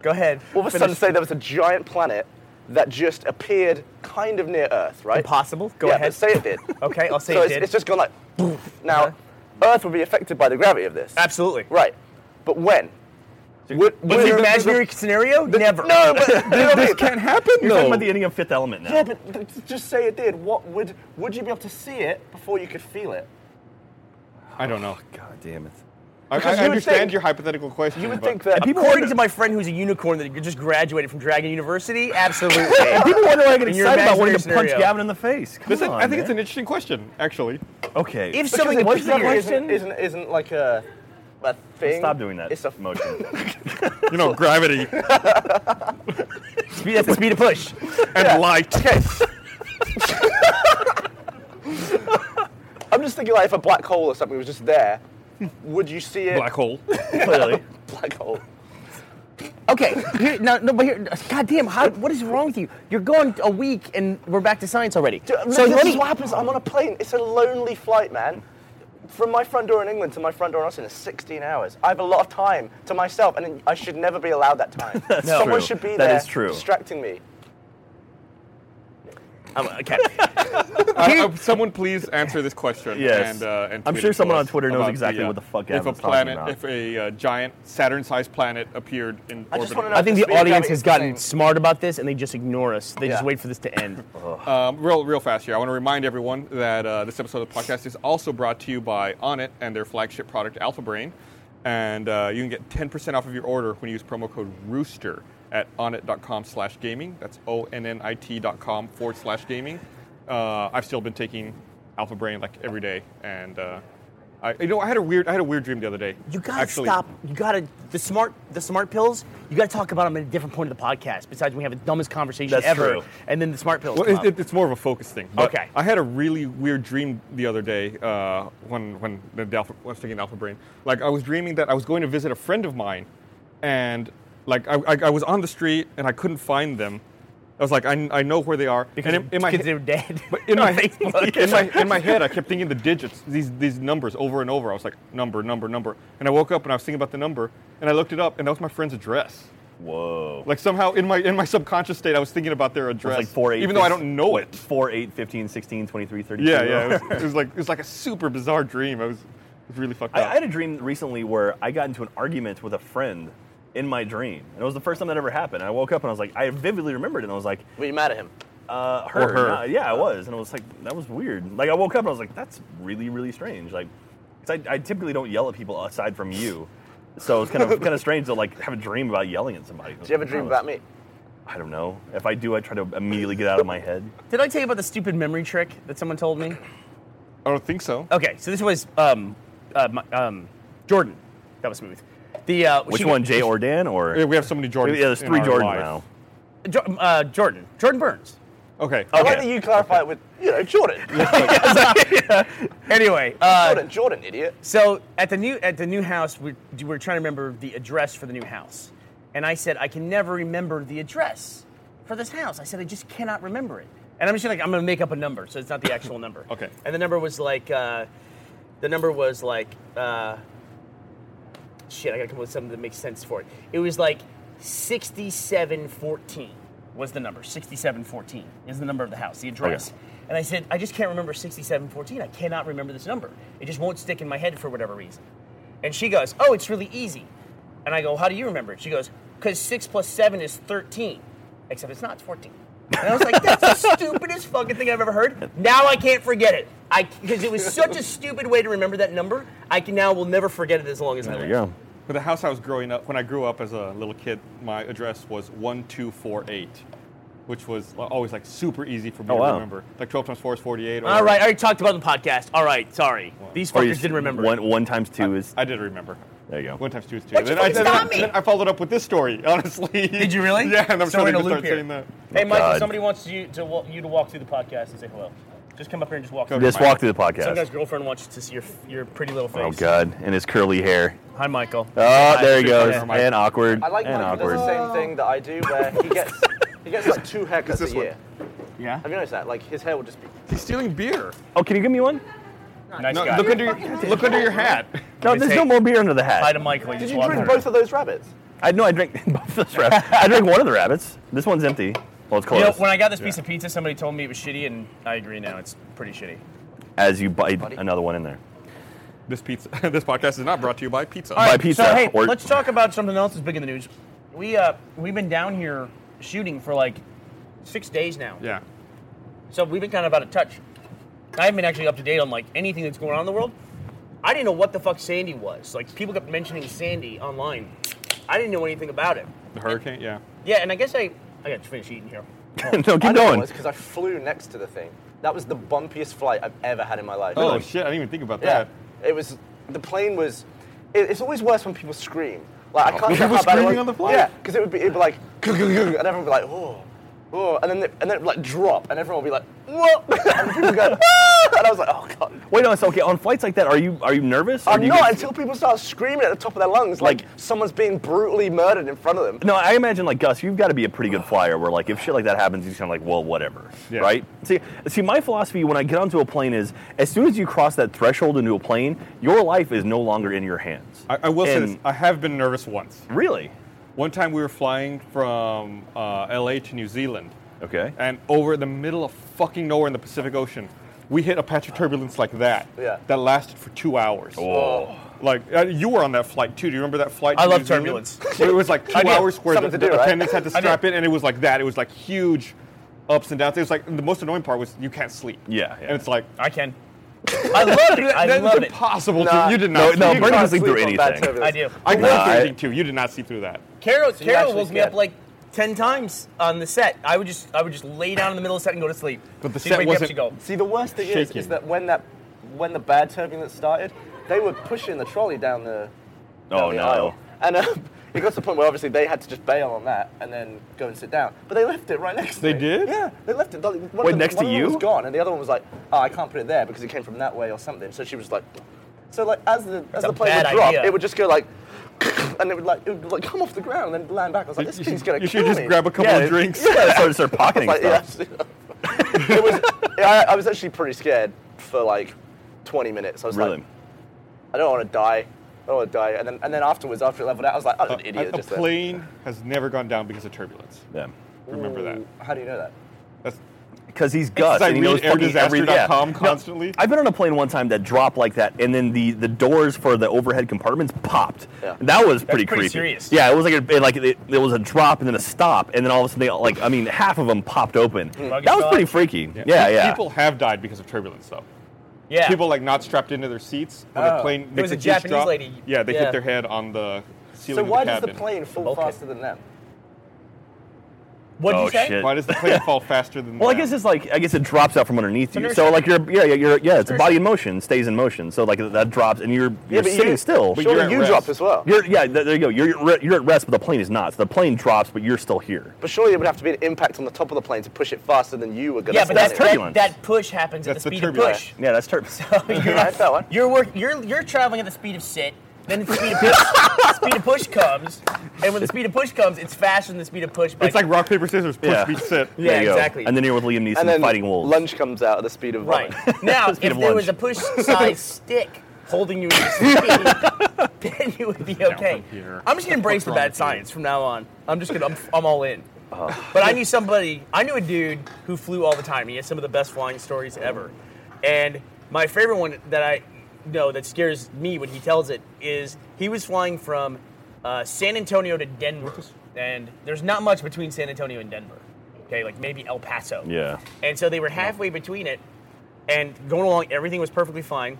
Speaker 3: Go ahead.
Speaker 4: all of a
Speaker 3: Finish.
Speaker 4: sudden, say there was a giant planet that just appeared kind of near Earth, right?
Speaker 3: Impossible. Go
Speaker 4: yeah,
Speaker 3: ahead.
Speaker 4: But say it did.
Speaker 3: Okay, I'll say
Speaker 4: so
Speaker 3: it
Speaker 4: it's,
Speaker 3: did. Uh-huh.
Speaker 4: it's just gone like. Poof. Now, Earth would be affected by the gravity of this.
Speaker 3: Absolutely.
Speaker 4: Right, but when? Would,
Speaker 3: But
Speaker 4: would-
Speaker 3: the imaginary scenario? Never.
Speaker 4: No, but you know what I mean?
Speaker 1: Can't happen
Speaker 2: You're
Speaker 1: though.
Speaker 2: talking about the ending of Fifth Element now.
Speaker 4: Yeah, but th- just say it did. What would would you be able to see it before you could feel it?
Speaker 1: I don't know.
Speaker 2: God damn it.
Speaker 1: I, I
Speaker 4: Because you would
Speaker 1: understand
Speaker 4: think-
Speaker 1: your hypothetical question.
Speaker 4: You would
Speaker 1: but-
Speaker 4: think that
Speaker 2: And people
Speaker 3: According
Speaker 2: wonder-
Speaker 3: to my friend who's a unicorn that just graduated from Dragon University, absolutely.
Speaker 2: And people wonder why I get
Speaker 3: In your
Speaker 2: excited about wanting to
Speaker 3: imaginary
Speaker 2: punch
Speaker 3: scenario.
Speaker 2: Gavin in the face. Come
Speaker 1: This is-
Speaker 2: on,
Speaker 1: I think it's an
Speaker 2: man.
Speaker 1: interesting question, actually.
Speaker 2: Okay.
Speaker 3: If
Speaker 4: because
Speaker 3: something
Speaker 4: it
Speaker 2: what's the
Speaker 4: clearly
Speaker 3: appears,
Speaker 2: question?
Speaker 4: isn't, isn't isn't like a a thing.
Speaker 2: Stop doing that
Speaker 4: It's a
Speaker 2: motion.
Speaker 1: You know, gravity
Speaker 3: speed, that's the speed of push.
Speaker 1: and light.
Speaker 4: okay. I'm just thinking like if a black hole or something was just there, would you see it?
Speaker 1: Black hole.
Speaker 2: Clearly.
Speaker 4: Black hole.
Speaker 3: Okay, here, no, no, but here, God damn, how, what is wrong with you? You're gone a week and we're back to science already.
Speaker 4: So
Speaker 3: let
Speaker 4: this
Speaker 3: me-
Speaker 4: is what happens. I'm on a plane. It's a lonely flight, man. From my front door in England to my front door in Austin is 16 hours. I have a lot of time to myself, and I should never be allowed that time. Someone
Speaker 2: true.
Speaker 4: should be
Speaker 2: That
Speaker 4: there
Speaker 2: is true.
Speaker 4: distracting me.
Speaker 3: I'm- okay.
Speaker 1: I- I- Uh, someone please answer this question.
Speaker 2: Yes.
Speaker 1: And, uh, and
Speaker 2: I'm
Speaker 1: tweet
Speaker 2: sure
Speaker 1: it to
Speaker 2: someone
Speaker 1: us
Speaker 2: on Twitter knows
Speaker 1: about
Speaker 2: exactly
Speaker 1: uh,
Speaker 2: what the fuck
Speaker 1: If a
Speaker 2: Adam's talking
Speaker 1: planet,
Speaker 2: about.
Speaker 1: if a uh, giant Saturn-sized planet appeared in
Speaker 4: I
Speaker 1: orbit,
Speaker 4: just wanna
Speaker 1: of-
Speaker 4: know-
Speaker 3: I think
Speaker 4: It's
Speaker 3: the
Speaker 4: being
Speaker 3: audience
Speaker 4: done
Speaker 3: has
Speaker 4: at the
Speaker 3: gotten
Speaker 4: same-
Speaker 3: smart about this and they just ignore us. They just
Speaker 4: Yeah.
Speaker 3: wait for this to end.
Speaker 1: Um, real, real fast here. I want to remind everyone that uh, this episode of the podcast is also brought to you by Onnit and their flagship product, Alpha Brain. And uh, you can get 10% off of your order when you use promo code Rooster at onnit.com slash gaming. That's O-N-N-I-T dot com forward slash gaming. Uh, I've still been taking Alpha Brain like every day, and uh, I, you know, I had a weird, I had a weird dream the other day.
Speaker 3: You gotta
Speaker 1: Actually,
Speaker 3: stop. You gotta the smart the smart pills. You gotta talk about them at a different point of the podcast. Besides, we have the dumbest conversation
Speaker 2: That's
Speaker 3: ever,
Speaker 2: true.
Speaker 3: and then the smart pills.
Speaker 1: Well,
Speaker 3: come
Speaker 1: it,
Speaker 3: up.
Speaker 1: it, it's more of a focus thing. But
Speaker 3: Okay.
Speaker 1: I had a really weird dream the other day uh, when when the alpha, when I was taking Alpha Brain. Like I was dreaming that I was going to visit a friend of mine, and like I, I, I was on the street and I couldn't find them. I was like, I, I know where they are.
Speaker 3: because
Speaker 1: and in, in my
Speaker 3: because
Speaker 1: he-
Speaker 3: they're dead.
Speaker 1: but in my,
Speaker 3: Facebook.
Speaker 1: in my in my head, I kept thinking the digits, these these numbers over and over. I was like, number, number, number, and I woke up and I was thinking about the number, and I looked it up, and that was my friend's address.
Speaker 2: Whoa.
Speaker 1: Like somehow in my in my subconscious state, I was thinking about their
Speaker 2: It's
Speaker 1: address,
Speaker 2: like 4, 8,
Speaker 1: even though I don't know it.
Speaker 2: 4, 8, 15, 16, 23, 32.
Speaker 1: Yeah, yeah. It was, it was like it was like a super bizarre dream. I was, it was really fucked
Speaker 2: I,
Speaker 1: up.
Speaker 2: I had a dream recently where I got into an argument with a friend in my dream. And it was the first time that ever happened. And I woke up and I was like, I vividly remembered it. And I was like,
Speaker 4: Were you mad at him?
Speaker 2: uh, her.
Speaker 1: her.
Speaker 2: no, yeah, I was, and I was like, that was weird. Like I woke up and I was like, that's really really strange. Like, 'cause I, I typically don't yell at people aside from you, so it's kind of kind of strange to like have a dream about yelling at somebody.
Speaker 4: Do you have a dream about me?
Speaker 2: I don't know. If I do, I try to immediately get out of my head.
Speaker 3: Did I tell you about the stupid memory trick that someone told me?
Speaker 1: I don't think so.
Speaker 3: Okay, so this was um, uh, my- um, Jordan. That was smooth. The uh,
Speaker 2: Which
Speaker 3: she-
Speaker 2: one, Jay or Dan, or
Speaker 1: Yeah, we have so many Jordans.
Speaker 2: yeah, there's
Speaker 1: in
Speaker 2: three
Speaker 1: our
Speaker 2: Jordans
Speaker 1: life.
Speaker 2: now.
Speaker 3: Jo- uh, Jordan. Jordan Burns.
Speaker 1: Okay.
Speaker 4: I
Speaker 2: Okay.
Speaker 4: like that you clarify it with, you know, Jordan.
Speaker 3: Anyway, uh,
Speaker 4: Jordan, Jordan, idiot.
Speaker 3: so at the new at the new house, we we were trying to remember the address for the new house, and I said I can never remember the address for this house. I said I just cannot remember it, and I'm just like I'm gonna make up a number, so it's not the actual number.
Speaker 1: Okay.
Speaker 3: And the number was like, uh, the number was like, uh, shit, I gotta come up with something that makes sense for it. It was like sixty-seven fourteen was the number. Sixty-seven fourteen is the number of the house, the address.
Speaker 2: Okay.
Speaker 3: And I said, I just can't remember 6714. I cannot remember this number. It just won't stick in my head for whatever reason. And she goes, Oh, it's really easy. And I go, How do you remember it? She goes, Because 6 plus 7 is 13. Except it's not, it's 14. And I was like, That's the stupidest fucking thing I've ever heard. Now I can't forget it. I Because it was such a stupid way to remember that number. I can now will never forget it as long as I
Speaker 2: There
Speaker 3: live.
Speaker 2: you go.
Speaker 1: But the house I was growing up, when I grew up as a little kid, my address was 1248, which was always like super easy for me
Speaker 2: Oh,
Speaker 1: to
Speaker 2: wow.
Speaker 1: remember. Like 12 times 4 is 48. Or,
Speaker 3: All right, I already talked about it on the podcast. All right, sorry. These
Speaker 2: Or you
Speaker 3: fuckers didn't remember.
Speaker 2: One,
Speaker 3: it.
Speaker 2: one times two is.
Speaker 1: I did remember.
Speaker 2: There you go.
Speaker 1: 1 times 2 is 2.
Speaker 3: Why'd you
Speaker 1: Then I,
Speaker 3: fucking
Speaker 1: then I-
Speaker 3: stop me?
Speaker 1: then I followed up with this story, honestly.
Speaker 3: Did you really?
Speaker 1: yeah, and I'm
Speaker 3: So
Speaker 1: sure
Speaker 3: we're
Speaker 1: they
Speaker 3: in a
Speaker 1: just
Speaker 3: loop
Speaker 1: start
Speaker 3: here.
Speaker 1: saying that.
Speaker 3: Hey, Mike, if
Speaker 2: God.
Speaker 3: somebody wants you to wa- you to walk through the podcast and say hello, just come up here and just walk. through.
Speaker 2: Just walk through the
Speaker 3: Some guy's
Speaker 2: podcast.
Speaker 3: girlfriend wants to see your your pretty little face.
Speaker 2: Oh God, and his curly hair.
Speaker 3: Hi, Michael.
Speaker 2: Oh, there he
Speaker 1: should-
Speaker 2: goes.
Speaker 1: yeah.
Speaker 2: And awkward.
Speaker 4: I like
Speaker 2: and
Speaker 4: Michael
Speaker 2: awkward.
Speaker 4: does the same thing that I do, where he gets he gets like two haircuts
Speaker 1: this
Speaker 4: a
Speaker 1: one.
Speaker 4: year.
Speaker 3: Yeah.
Speaker 4: Have you noticed that? Like his hair will just be.
Speaker 1: He's stealing beer.
Speaker 2: Oh, can you give me one?
Speaker 3: Nice
Speaker 1: No,
Speaker 3: guy.
Speaker 1: look under, your, look under your hat.
Speaker 2: No,
Speaker 3: me
Speaker 2: there's
Speaker 3: take-
Speaker 2: no more beer under the
Speaker 3: Hi
Speaker 2: hat.
Speaker 3: to Michael.
Speaker 4: Did
Speaker 3: just
Speaker 4: you
Speaker 3: walked
Speaker 4: drink
Speaker 3: through.
Speaker 4: both of those rabbits?
Speaker 2: I know I drank both those rabbits. I drank one of the rabbits. This one's empty. Well, it's
Speaker 3: You
Speaker 2: close.
Speaker 3: know, when I got this piece of pizza, somebody told me it was shitty, and I agree now. It's pretty shitty.
Speaker 2: As you bite another one in there.
Speaker 1: This pizza, this podcast is not brought to you by pizza.
Speaker 2: All right. Buy pizza
Speaker 3: So hey,
Speaker 2: or-
Speaker 3: let's talk about something else that's big in the news. We uh we've been down here shooting for like six days now.
Speaker 1: Yeah.
Speaker 3: So we've been kind of out of touch. I haven't been actually up to date on like anything that's going on in the world. I didn't know what the fuck Sandy was. Like people kept mentioning Sandy online. I didn't know anything about it.
Speaker 1: The hurricane, yeah.
Speaker 3: Yeah, and I guess I I got to finish eating here.
Speaker 2: no, keep
Speaker 4: Oh, I know it
Speaker 2: going.
Speaker 4: was because I flew next to the thing. That was the bumpiest flight I've ever had in my life.
Speaker 1: Oh, shit, I didn't even think about
Speaker 4: Yeah,
Speaker 1: that.
Speaker 4: it was. The plane was. It, it's always worse when people scream. Like I can't
Speaker 1: People
Speaker 4: tell how bad it
Speaker 1: Oh. screaming
Speaker 4: was.
Speaker 1: on the flight?
Speaker 4: Yeah, because it would be it'd be like, "Gug, gug, gug," and everyone would be like, oh, oh, and then they, and then it would, like drop, and everyone would be like, whoa, and people would go, ah! and I was like, oh god.
Speaker 2: Wait, no, so okay. On flights like that, are you are you nervous? Or do
Speaker 4: I'm
Speaker 2: you
Speaker 4: not
Speaker 2: get-
Speaker 4: until people start screaming at the top of their lungs like,
Speaker 2: Like-
Speaker 4: someone's being brutally murdered in front of them.
Speaker 2: No, I imagine like Gus, you've got to be a pretty good flyer. Where like if shit like that happens, you're just kind of like, well, whatever,
Speaker 1: Yeah.
Speaker 2: right? See, see, my philosophy when I get onto a plane is, as soon as you cross that threshold into a plane, your life is no longer in your hands.
Speaker 1: I, I will say
Speaker 2: And-
Speaker 1: this I have been nervous once.
Speaker 2: Really?
Speaker 1: One time we were flying from uh, LA to New Zealand.
Speaker 2: Okay.
Speaker 1: And over the middle of fucking nowhere in the Pacific Ocean, we hit a patch of turbulence like that.
Speaker 4: Yeah.
Speaker 1: That lasted for two hours.
Speaker 2: Oh.
Speaker 1: Like uh, you were on that flight too. Do you remember that flight?
Speaker 3: I
Speaker 1: to
Speaker 3: love
Speaker 1: New Zealand?
Speaker 3: turbulence.
Speaker 1: It was like two
Speaker 4: did.
Speaker 1: hours where the,
Speaker 4: Something
Speaker 1: the
Speaker 4: to do, right?
Speaker 1: attendants had to
Speaker 4: I did.
Speaker 1: strap in, and it was like that. It was like huge ups and downs. It was like the most annoying part was you can't sleep.
Speaker 2: Yeah, yeah.
Speaker 1: And it's like
Speaker 3: I can. I love it. I
Speaker 1: that's
Speaker 3: love it.
Speaker 1: impossible.
Speaker 4: Nah.
Speaker 1: to, you did
Speaker 2: No,
Speaker 1: not.
Speaker 2: no,
Speaker 1: sleep.
Speaker 2: Brandon
Speaker 4: Can't
Speaker 2: doesn't sleep
Speaker 4: sleep
Speaker 2: through
Speaker 4: on bad
Speaker 2: anything.
Speaker 4: turbulence.
Speaker 3: I do.
Speaker 1: I went
Speaker 2: Nah,
Speaker 1: through
Speaker 2: I-
Speaker 1: everything too. You did not see through that.
Speaker 3: Carol,
Speaker 4: So you
Speaker 3: Carol
Speaker 4: actually
Speaker 3: woke me up
Speaker 4: scared.
Speaker 3: like ten times on the set. I would just I would just lay down in the middle of the set and go to sleep.
Speaker 1: But the
Speaker 3: She'd
Speaker 1: set
Speaker 3: wake me up,
Speaker 1: wasn't-
Speaker 3: she'd go,
Speaker 4: See, the worst thing is,
Speaker 1: Shaking.
Speaker 4: is that when that when the bad turbulence started, they were pushing the trolley down the. down
Speaker 2: Oh,
Speaker 4: the
Speaker 2: no.
Speaker 4: aisle. And um, it got to the point where obviously they had to just bail on that and then go and sit down. But they left it right next. to
Speaker 1: They
Speaker 4: me.
Speaker 1: did?
Speaker 4: Yeah, they left it. One of
Speaker 2: Wait,
Speaker 4: them-
Speaker 2: next
Speaker 4: one
Speaker 2: to
Speaker 4: of them
Speaker 2: you?
Speaker 4: was gone, and the other one was like, "Oh, I can't put it there because it came from that way or something." So she was like, so like as the as
Speaker 3: a
Speaker 4: the plane
Speaker 3: bad
Speaker 4: would drop,
Speaker 3: idea.
Speaker 4: it would just go like. And it would like it would like come off the ground and then land back. I was like, this
Speaker 1: you
Speaker 4: thing's
Speaker 1: should,
Speaker 4: gonna
Speaker 1: you
Speaker 4: kill
Speaker 1: should just
Speaker 4: me.
Speaker 1: grab a couple
Speaker 2: Yeah,
Speaker 1: of drinks.
Speaker 2: Yeah, start, start pocketing
Speaker 4: Like,
Speaker 2: stuff.
Speaker 4: yeah, it was. I, I was actually pretty scared for like 20 minutes. I was
Speaker 2: Really?
Speaker 4: like, I don't want to die. I don't want to die. And then, and then afterwards, after it leveled out, I was like, I was an idiot.
Speaker 1: Uh, a, a
Speaker 4: just then.
Speaker 1: plane has never gone down because of turbulence.
Speaker 2: Yeah.
Speaker 1: Remember that.
Speaker 4: How do you know that?
Speaker 1: That's
Speaker 2: because he's Gus
Speaker 1: I
Speaker 2: and Oh, he knows
Speaker 1: read
Speaker 2: fucking every- yeah.
Speaker 1: airdisaster.com
Speaker 2: No,
Speaker 1: constantly.
Speaker 2: I've been on a plane one time that dropped like that, and then the, the doors for the overhead compartments popped.
Speaker 4: Yeah.
Speaker 2: That was pretty,
Speaker 3: pretty
Speaker 2: creepy.
Speaker 3: serious.
Speaker 2: Yeah, it was like a, it, like it, it was a drop and then a stop, and then all of a sudden they all, like I mean half of them popped open.
Speaker 3: Buggy
Speaker 2: That was
Speaker 3: bug.
Speaker 2: pretty freaky. Hmm. Yeah, yeah.
Speaker 1: People have died because of turbulence, though.
Speaker 3: Yeah.
Speaker 1: People like not strapped into their seats when the
Speaker 3: Oh.
Speaker 1: plane
Speaker 3: There
Speaker 1: makes
Speaker 3: was
Speaker 1: a,
Speaker 3: a
Speaker 1: huge
Speaker 3: Japanese
Speaker 1: drop.
Speaker 3: lady.
Speaker 1: Yeah, they
Speaker 3: Yeah.
Speaker 1: hit their head on the ceiling
Speaker 4: So
Speaker 1: of
Speaker 4: why
Speaker 1: the
Speaker 4: does the
Speaker 1: cabin.
Speaker 4: plane fall
Speaker 3: Bulkhead.
Speaker 4: faster than them?
Speaker 3: What'd
Speaker 2: Oh,
Speaker 3: you say?
Speaker 2: shit.
Speaker 1: Why does the plane fall faster than?
Speaker 2: Well, I
Speaker 1: that?
Speaker 2: guess it's like I guess it drops out from underneath you.
Speaker 3: inertia.
Speaker 2: So like you're yeah yeah you're, yeah it's a body in motion stays in motion. So like that drops and you're you're
Speaker 4: but
Speaker 2: sitting
Speaker 4: you-
Speaker 2: still.
Speaker 1: but
Speaker 2: you're,
Speaker 1: you're
Speaker 4: Surely
Speaker 1: at
Speaker 4: you
Speaker 1: rest.
Speaker 4: drop as well.
Speaker 2: yeah th- there you go. You're you're at re- you're at rest, but the plane is not. So the plane drops, but you're still here.
Speaker 4: But surely it would have to be an impact on the top of the plane to push it faster than you were going to.
Speaker 3: Yeah, but
Speaker 2: that's
Speaker 3: that, that,
Speaker 2: turbulence.
Speaker 3: that push happens at
Speaker 1: That's
Speaker 3: the
Speaker 1: the
Speaker 3: speed of
Speaker 1: turbulence.
Speaker 3: push.
Speaker 2: Yeah, that's terrible.
Speaker 4: You're right, that one.
Speaker 3: You're work. You're you're traveling at the speed of sit. Then the speed of push, speed of push comes, and when the speed of push comes, it's faster than the speed of push. by-
Speaker 1: It's like rock paper scissors. Push
Speaker 2: Yeah.
Speaker 1: beat sit.
Speaker 3: Yeah,
Speaker 2: There you go.
Speaker 3: exactly.
Speaker 2: And then you're with Liam Neeson
Speaker 4: And then
Speaker 2: fighting wolves.
Speaker 4: lunch comes out at the speed of
Speaker 3: right
Speaker 4: light.
Speaker 3: now, if
Speaker 2: Speed
Speaker 3: there
Speaker 2: of lunch.
Speaker 3: was a push size stick holding you to speed, then you would be okay.
Speaker 1: here.
Speaker 3: I'm just gonna embrace the
Speaker 1: wrong
Speaker 3: bad
Speaker 1: with you?
Speaker 3: science from now on. I'm just gonna I'm, I'm all in.
Speaker 4: Uh-huh.
Speaker 3: But I knew somebody. I knew a dude who flew all the time. He has some of the best flying stories ever. And my favorite one that I know that scares me when he tells it is he was flying from uh, San Antonio to Denver, and there's not much between San Antonio and Denver. Okay, like maybe El Paso.
Speaker 2: Yeah.
Speaker 3: And so they were halfway between it, and going along, everything was perfectly fine.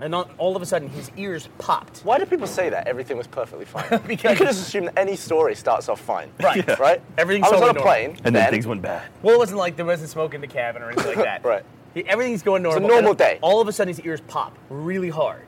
Speaker 3: And all, all of a sudden, his ears popped.
Speaker 4: Why do people say that everything was perfectly fine?
Speaker 3: Because-
Speaker 4: you could just assume that any story starts off fine.
Speaker 3: Right. Yeah.
Speaker 4: Right?
Speaker 3: Everything's
Speaker 4: I was
Speaker 3: totally
Speaker 4: on a
Speaker 3: normal.
Speaker 4: plane.
Speaker 2: and then things went bad.
Speaker 3: Well, it wasn't like there wasn't smoke in the cabin or anything like that.
Speaker 4: Right.
Speaker 3: He- everything's going normal.
Speaker 4: normal
Speaker 3: And
Speaker 4: day.
Speaker 3: All of a sudden, his ears pop really hard,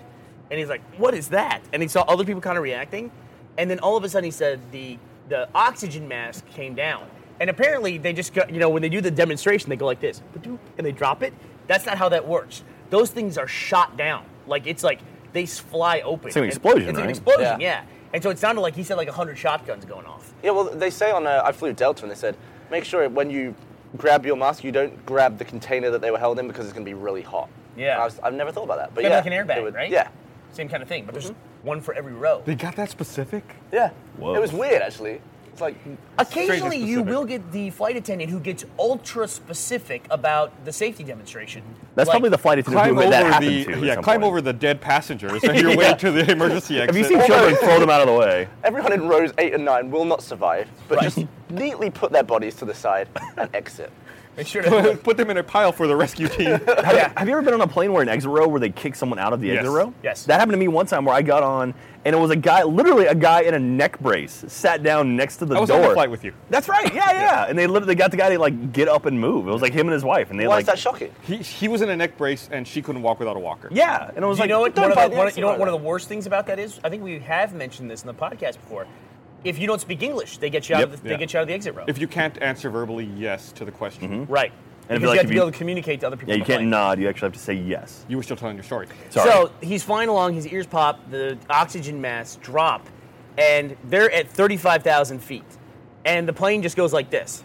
Speaker 3: and he's like, "What is that?" And he saw other people kind of reacting, and then all of a sudden, he said the the oxygen mask came down, and apparently they just got you know when they do the demonstration, they go like this, "Ba-doop," and they drop it. That's not how that works. Those things are shot down. Like it's like they s- fly open.
Speaker 2: It's an
Speaker 3: And-
Speaker 2: explosion,
Speaker 3: It's an
Speaker 2: right?
Speaker 3: explosion,
Speaker 4: Yeah.
Speaker 3: yeah. And so it sounded like he said like hundred shotguns going off.
Speaker 4: Yeah, well, they say on, uh, I flew Delta and they said, make sure when you grab your mask, you don't grab the container that they were held in because it's going to be really hot.
Speaker 3: Yeah.
Speaker 4: And I was, I've never thought about that. But
Speaker 3: Kind
Speaker 4: yeah.
Speaker 3: of like an
Speaker 4: it
Speaker 3: airbag,
Speaker 4: would-
Speaker 3: right?
Speaker 4: Yeah.
Speaker 3: Same kind of thing, but there's one for every row.
Speaker 1: They got that specific.
Speaker 4: Yeah.
Speaker 2: Whoa.
Speaker 4: It was weird, actually. It's like,
Speaker 3: Occasionally,
Speaker 1: Strangely
Speaker 3: you
Speaker 1: specific.
Speaker 3: will get the flight attendant who gets ultra specific about the safety demonstration.
Speaker 2: That's
Speaker 3: Like,
Speaker 2: probably the flight attendant
Speaker 1: Climb
Speaker 2: who that
Speaker 1: over
Speaker 2: happened
Speaker 1: the
Speaker 2: to. at
Speaker 1: yeah,
Speaker 2: some
Speaker 1: climb
Speaker 2: point.
Speaker 1: over the dead passengers and your way to the emergency exit.
Speaker 2: Have you seen children throw them out of the way?
Speaker 4: everyone in rows eight and nine will not survive, but just neatly put their bodies to the side and exit.
Speaker 3: Make sure to-
Speaker 1: Oh, Put them in a pile for the rescue team.
Speaker 2: Have, have you ever been on a plane where an exit row where they kick someone out of the
Speaker 1: Yes.
Speaker 2: exit row?
Speaker 3: Yes.
Speaker 2: That happened to me one time where I got on and it was a guy, literally a guy in a neck brace, sat down next to the
Speaker 1: I was
Speaker 2: door.
Speaker 1: on the flight with you.
Speaker 2: That's right. Yeah, yeah. And they literally got the guy to like get up and move. It was like him and his wife, and they
Speaker 4: Why
Speaker 2: like
Speaker 4: is that shocking?
Speaker 1: He, he was in a neck brace and she couldn't walk without a walker.
Speaker 2: yeah. And it was
Speaker 3: Do
Speaker 2: like
Speaker 3: you know what?
Speaker 2: don't
Speaker 3: One of,
Speaker 2: buy
Speaker 3: the,
Speaker 2: the
Speaker 3: one,
Speaker 2: exit
Speaker 3: you know what
Speaker 2: row.
Speaker 3: one of the worst things about that is? I think we have mentioned this in the podcast before. If you don't speak English, they get you out.
Speaker 2: Yep.
Speaker 3: of the,
Speaker 1: Yeah.
Speaker 3: They get you out of the exit row.
Speaker 1: If you can't answer verbally yes to the question,
Speaker 2: Mm-hmm.
Speaker 3: right.
Speaker 2: And if
Speaker 3: because
Speaker 2: you like-
Speaker 3: you have
Speaker 2: if
Speaker 3: to be
Speaker 2: you-
Speaker 3: able to communicate to other people.
Speaker 2: Yeah,
Speaker 3: on
Speaker 2: you
Speaker 3: the
Speaker 2: can't
Speaker 3: plane.
Speaker 2: nod. You actually have to say yes.
Speaker 1: you were still telling your story.
Speaker 2: Sorry.
Speaker 3: So he's flying along, his ears pop, the oxygen masks drop, and they're at 35,000 feet. And the plane just goes like this.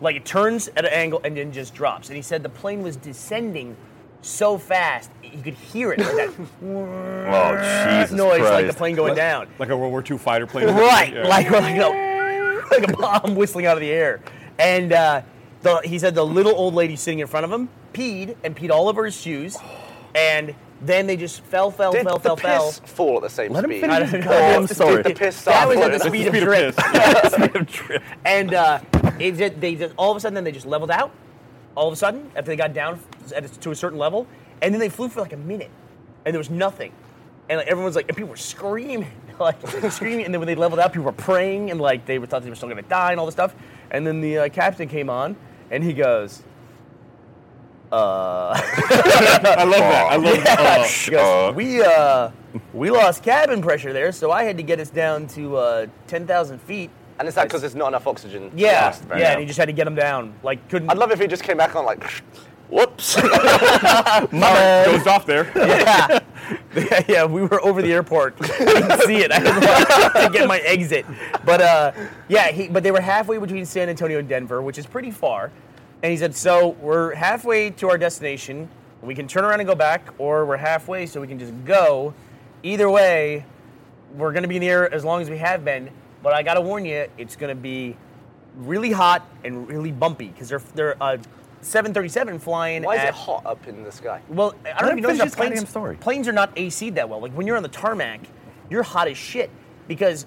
Speaker 3: Like it turns at an angle and then just drops. And he said the plane was descending so fast, you could hear it. Like that
Speaker 2: Oh Jesus
Speaker 3: Uh, noise, like the
Speaker 2: Christ.
Speaker 3: plane going down.
Speaker 1: Like a World War II fighter plane.
Speaker 3: Right,
Speaker 1: Yeah.
Speaker 3: like like a, like a bomb whistling out of the air. And uh, the, he said the little old lady sitting in front of him peed and peed all over his shoes, and then they just fell, fell,
Speaker 4: Did
Speaker 3: fell,
Speaker 4: the
Speaker 3: fell, fell.
Speaker 4: piss fall at the same
Speaker 2: Let him
Speaker 4: speed?
Speaker 2: finish.
Speaker 3: don't know.
Speaker 2: Oh, I'm
Speaker 4: Did
Speaker 2: sorry.
Speaker 4: The piss
Speaker 3: That
Speaker 4: start
Speaker 3: was at the
Speaker 4: falling?
Speaker 3: speed of
Speaker 1: Speed of piss.
Speaker 3: drip, and uh, it did, they just, all of a sudden then they just leveled out. All of a sudden, after they got down at a, to a certain level, and then they flew for like a minute, and there was nothing, and like, everyone's like, and people were screaming, like screaming, and then when they leveled out, people were praying, and like they were thought they were still gonna die and all this stuff, and then the uh, captain came on, and he goes,
Speaker 1: I love that. I love
Speaker 2: Oh,
Speaker 1: that.
Speaker 3: He goes, we Oh, uh, we lost cabin pressure there, so I had to get us down to uh, ten thousand feet.
Speaker 4: And is that because there's not enough oxygen?
Speaker 3: Yeah,
Speaker 4: left?
Speaker 3: yeah, and he just had to get them down. Like couldn't.
Speaker 4: I'd love if he just came back on like, whoops.
Speaker 1: Uh, goes off there.
Speaker 3: yeah. yeah, yeah, we were over the airport. I didn't see it. I had to run to get my exit. But uh, yeah, he, but they were halfway between San Antonio and Denver, which is pretty far. And he said, "So we're halfway to our destination. We can turn around and go back, or we're halfway, so we can just go. Either way, we're going to be in the air as long as we have been. But I got to warn you, it's going to be really hot and really bumpy because they're they're uh, 737 flying.
Speaker 4: Why is
Speaker 3: at-
Speaker 4: it hot up in the sky?
Speaker 3: Well, I
Speaker 2: Let
Speaker 3: don't
Speaker 2: him
Speaker 3: know if
Speaker 2: finish
Speaker 3: you know
Speaker 2: his
Speaker 3: that
Speaker 2: goddamn
Speaker 3: planes,
Speaker 2: story.
Speaker 3: planes are not AC'd that well. Like when you're on the tarmac, you're hot as shit because